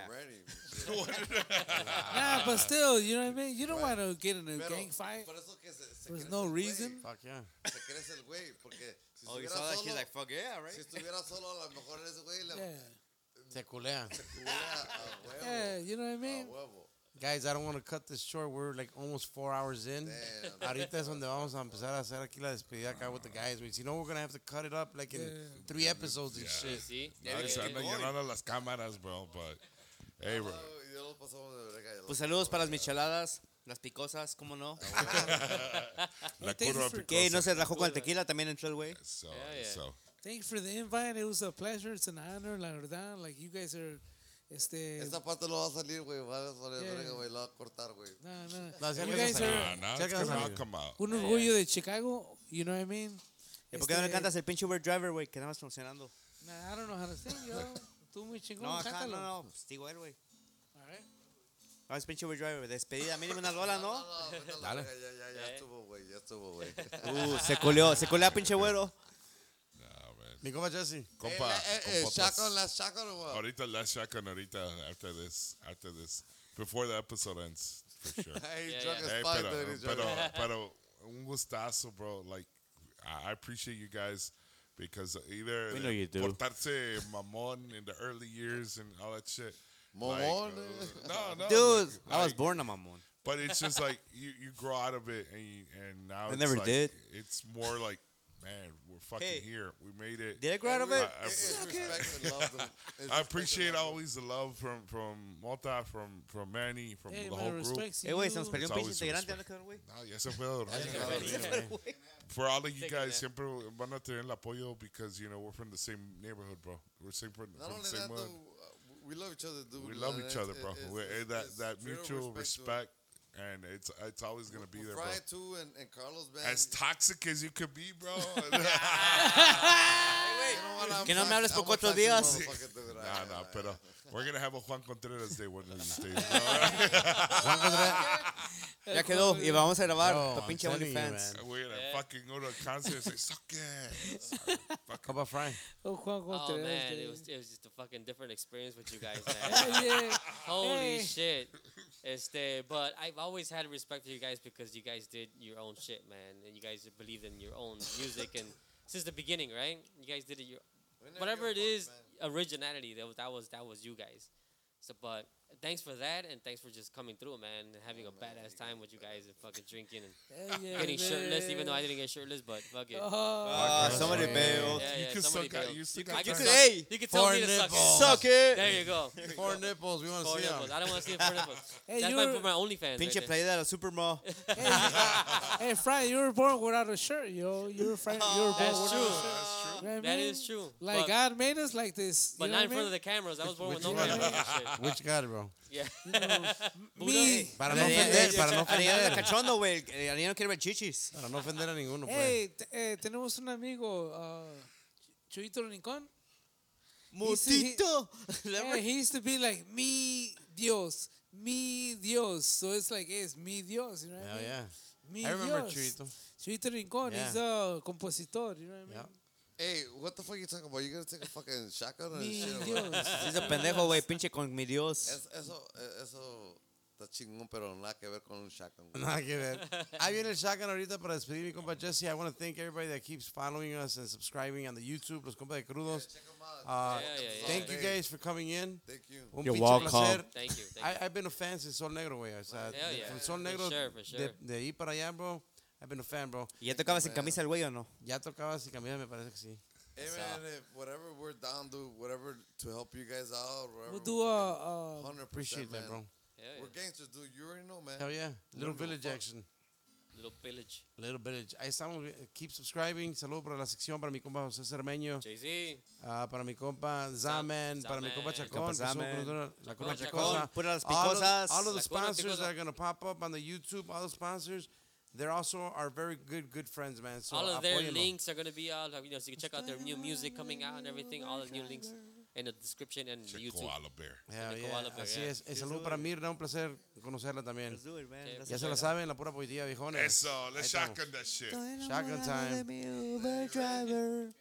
half.
already.
Nah, but still, you know what I mean? You don't
Right.
want to get in a
Pero,
gang fight.
por eso que se, se
There's
crece
no
el güey,
reason.
fuck yeah.
Se crece el güey, porque si
Oh, you
estuviera
saw that?
solo,
She's like, fuck yeah, right?
si estuviera solo, a lo mejor ese güey le
Yeah.
Te culea.
culea a huevo.
Yeah, you know
uh,
what I
A
mean?
huevo.
Guys, I don't want to cut this short. We're like almost four hours in.
Damn.
Ahorita es donde vamos a empezar a hacer aquí la despedida acá with the guys. We, you know, we're going to have to cut it up like in
Yeah.
three episodes and shit.
See?
No, se
Yeah.
andan llenando las cámaras, bro, but... Hey, bro.
Oh, ya lo pasamos de verga. ya lo
Pues saludos
pasamos
para las
de verga.
micheladas, las picosas, cómo no.
La
thank you
curva
for-
Que no
picosa.
se rajó con el tequila, también entró el güey.
So,
Yeah, yeah.
so.
Thank you for the invite. It was a pleasure. It's an honor, la verdad. Like you guys are, este.
Esta parte lo va a salir, güey. Va a salir de
Yeah.
verga, güey. Lo va a cortar, güey.
No, no.
No, si
you
algo
guys
se
are
Nah, nah, it's
Check
gonna
out
all
the-
come out.
un orgullo de Chicago. You know what I mean?
¿Y por qué no le
Este,
cantas el pinche Uber Driver, güey? Que nada más funcionando.
Nah, I don't know how to sing, yo. Tú muy chingón.
No, acá,
cántalo.
no, no, pues digo él, güey.
All right.
No, es pinche Uber Driver, despedida, mínimo una rola,
No,
¿no?
no, vete a la
Dale.
verga, Ya, ya, ya estuvo, güey. Ya estuvo, güey.
Uh, se coleó, se coleó a pinche güero.
Nah, man.
Mi compa Jesse.
Compa,
Eh, eh, eh,
compotas.
Chaco, la Chaco, güey.
Ahorita last shotgun ahorita after this after this before the episode ends for sure.
Hey,
Yeah,
drunk
yeah.
as
hey,
fuck,
pero,
dude, he's drunk
pero,
as fuck.
pero un gustazo, bro. Like I I appreciate you guys because either
We know you do.
portarse mamón in the early years and all that shit.
Mamón,
uh, no, no,
Dude,
like-
I was
like-
born a mamón.
But it's just like you, you grow out of it and you, and now it's
never
like,
did.
It's more like, man, we're fucking
Hey.
here. We made it.
Did I grow out of it?
I- I-
It's respect and love, dude. It's
I
respect
appreciate
and love.
always the love from from Malta, from from Manny, from
Hey,
the
man,
whole group.
respects
Eh, güey, se nos
you.
perdió
It's
un pinche
always
integrante.
respect.
¿Dónde quedó el güey?
No, Ah, ya se fue a dormir.
Se fue el güey.
For all of you
Taking
guys,
that.
siempre van a tener el apoyo because you know we're from the same neighborhood, bro. We're same from, from
Not
the
only
same
that,
mud.
though, uh, we love each other, dude.
We love
and
each
it's-
other, bro.
it's-
We're- eh,
it's-
that
it's
that
real
mutual
dude.
respect, and it's it's always gonna be there, bro.
Fry too and, and Carlos man.
As toxic as you could be, bro. nah,
You know what, I'm
Que no me
fuck-
hables por
I'm a
cuatro
fucking
días.
motherfucker, dude. I-
nah,
I-
pero we're gonna have a Juan Contreras day one of these days, bro.
Ya quedó, y vamos a grabar
Bro,
tu
I'm
pinche
telling you,
OnlyFans.
man.
we're gonna fucking go to a concert and say, "Suck it." Fuck
Compa Fry.
Oh, Juan
Oh
Contreras,
man,
dude.
it was, it was just a fucking different experience with you guys, man.
Yeah, yeah.
Holy
Hey.
shit. Este, but I've always had respect for you guys because you guys did your own shit, man. And you guys believed in your own music and since the beginning, right? You guys did it your
We never
whatever it
give a
is,
fuck, man.
originality. That was that was that was you guys. So but thanks for that and thanks for just coming through, man, and having a badass time with you guys and fucking drinking and
Hell yeah,
getting shirtless, even though I
man.
didn't get shirtless, but fuck it.
Oh,
Ah, somebody
Yeah.
bailed.
Yeah,
You
yeah,
can
somebody
suck out-
bailed.
you still
I
got
can
that-
suck-
Hey,
you can tell me to suck it.
suck it.
There you go.
Four nipples. We want
Four
to see 'em.
nipples. I don't want to see four nipples.
Hey,
That's
you
my,
were-
for my OnlyFans.
Pinche
right there.
playera de la Supermall.
hey, Fry, you were born without a shirt, yo. You were, Fry, you were born
Oh, That's
without a
true.
shirt. You know what I
That
mean?
is true.
Like
But-
God made us like this.
But
you know what
not in
I
front
mean?
of the cameras. I was born
Which
with no
one?
cameras. and shit.
Which got it, bro? bro.
Yeah.
Me.
Para no
Ariel-
ofender,
Ariel-
para no
Ariel era
ofender.
cachondo, güey. Eh, Ariel no quiere ver chichis.
Para no ofender a ninguno, pues.
Hey, te- eh, tenemos un amigo, uh, Chuyito Rincón.
Mutito.
Yeah, he used to be like, mi Dios, mi Dios. So it's like, it's mi Dios, you know what I
Hell
mean?
yeah.
Mi
I remember
Dios.
Chuyito.
Chuyito Rincón,
Yeah.
he's a compositor, you know what I
Yeah.
mean?
Hey, what the fuck you talking about? You gonna take a fucking shotgun and
Mi
shit? or what?
Dios.
Es de pendejo, güey. Pinche con mi Dios.
Es- eso, eh, eso está chingón, pero nada que ver con un shotgun. güey.
Nada que ver. Ahí viene el shotgun ahorita para despedir mi compa Jesse. I want to thank everybody that keeps following us and subscribing on the YouTube, los compas de crudos.
Check 'em out.
Uh,
Yeah, yeah, yeah.
Thank you
Hey.
guys for coming in.
Thank you.
Un
You're
pinche
welcome.
placer.
Thank you. Thank you.
I, I've been a fan since Sol Negro, güey. O sea,
Hell
de-
yeah.
from Sol
For
Negro,
sure, for sure.
de, de ahí para allá, bro. I've been a fan, bro.
¿Y ya tocaba sin camisa el güey o no?
Ya tocaba sin camisa, me parece que sí.
Hey man, if whatever we're down to, whatever to help you guys out, whatever
We'll do a, uh,
hundred
Appreciate
percent,
that, bro.
Yeah,
We're
yeah.
gangsters, dude. You already know, man.
Hell yeah. Little Village action.
Little village.
Little Village. Ahí estamos. güey. Keep subscribing. Saludos para la sección, para mi compa José Cermeño,
Jay Z.
ah, para mi compa Zaman, para mi compa
Zaman.
Chacón, que son
Zaman.
productora- la compa
Chacón,
Chacosa.
pura las
All of-
picosas.
All of the
La cuna
sponsors that
picosa.
are going to pop up on the YouTube, all the sponsors, they're also our very good, good friends, man. So
all of their
apóyenlo.
links are gonna be out. You know, so you can check out their new music coming out and everything. All the new links in the description and the
Check
YouTube.
Koala Bear.
Hell
de
yeah.
Koala Bear,
Así
yeah.
es. Eh, Saludos para Mirna, un placer conocerla también.
Let's do it, man.
Yeah,
Let's
Ya
do
se la
it.
saben, la pura poesía, viejones.
Eso, let's
Ahí estamos.
shotgun that shit.
Shotgun time.
Mi Uber driver.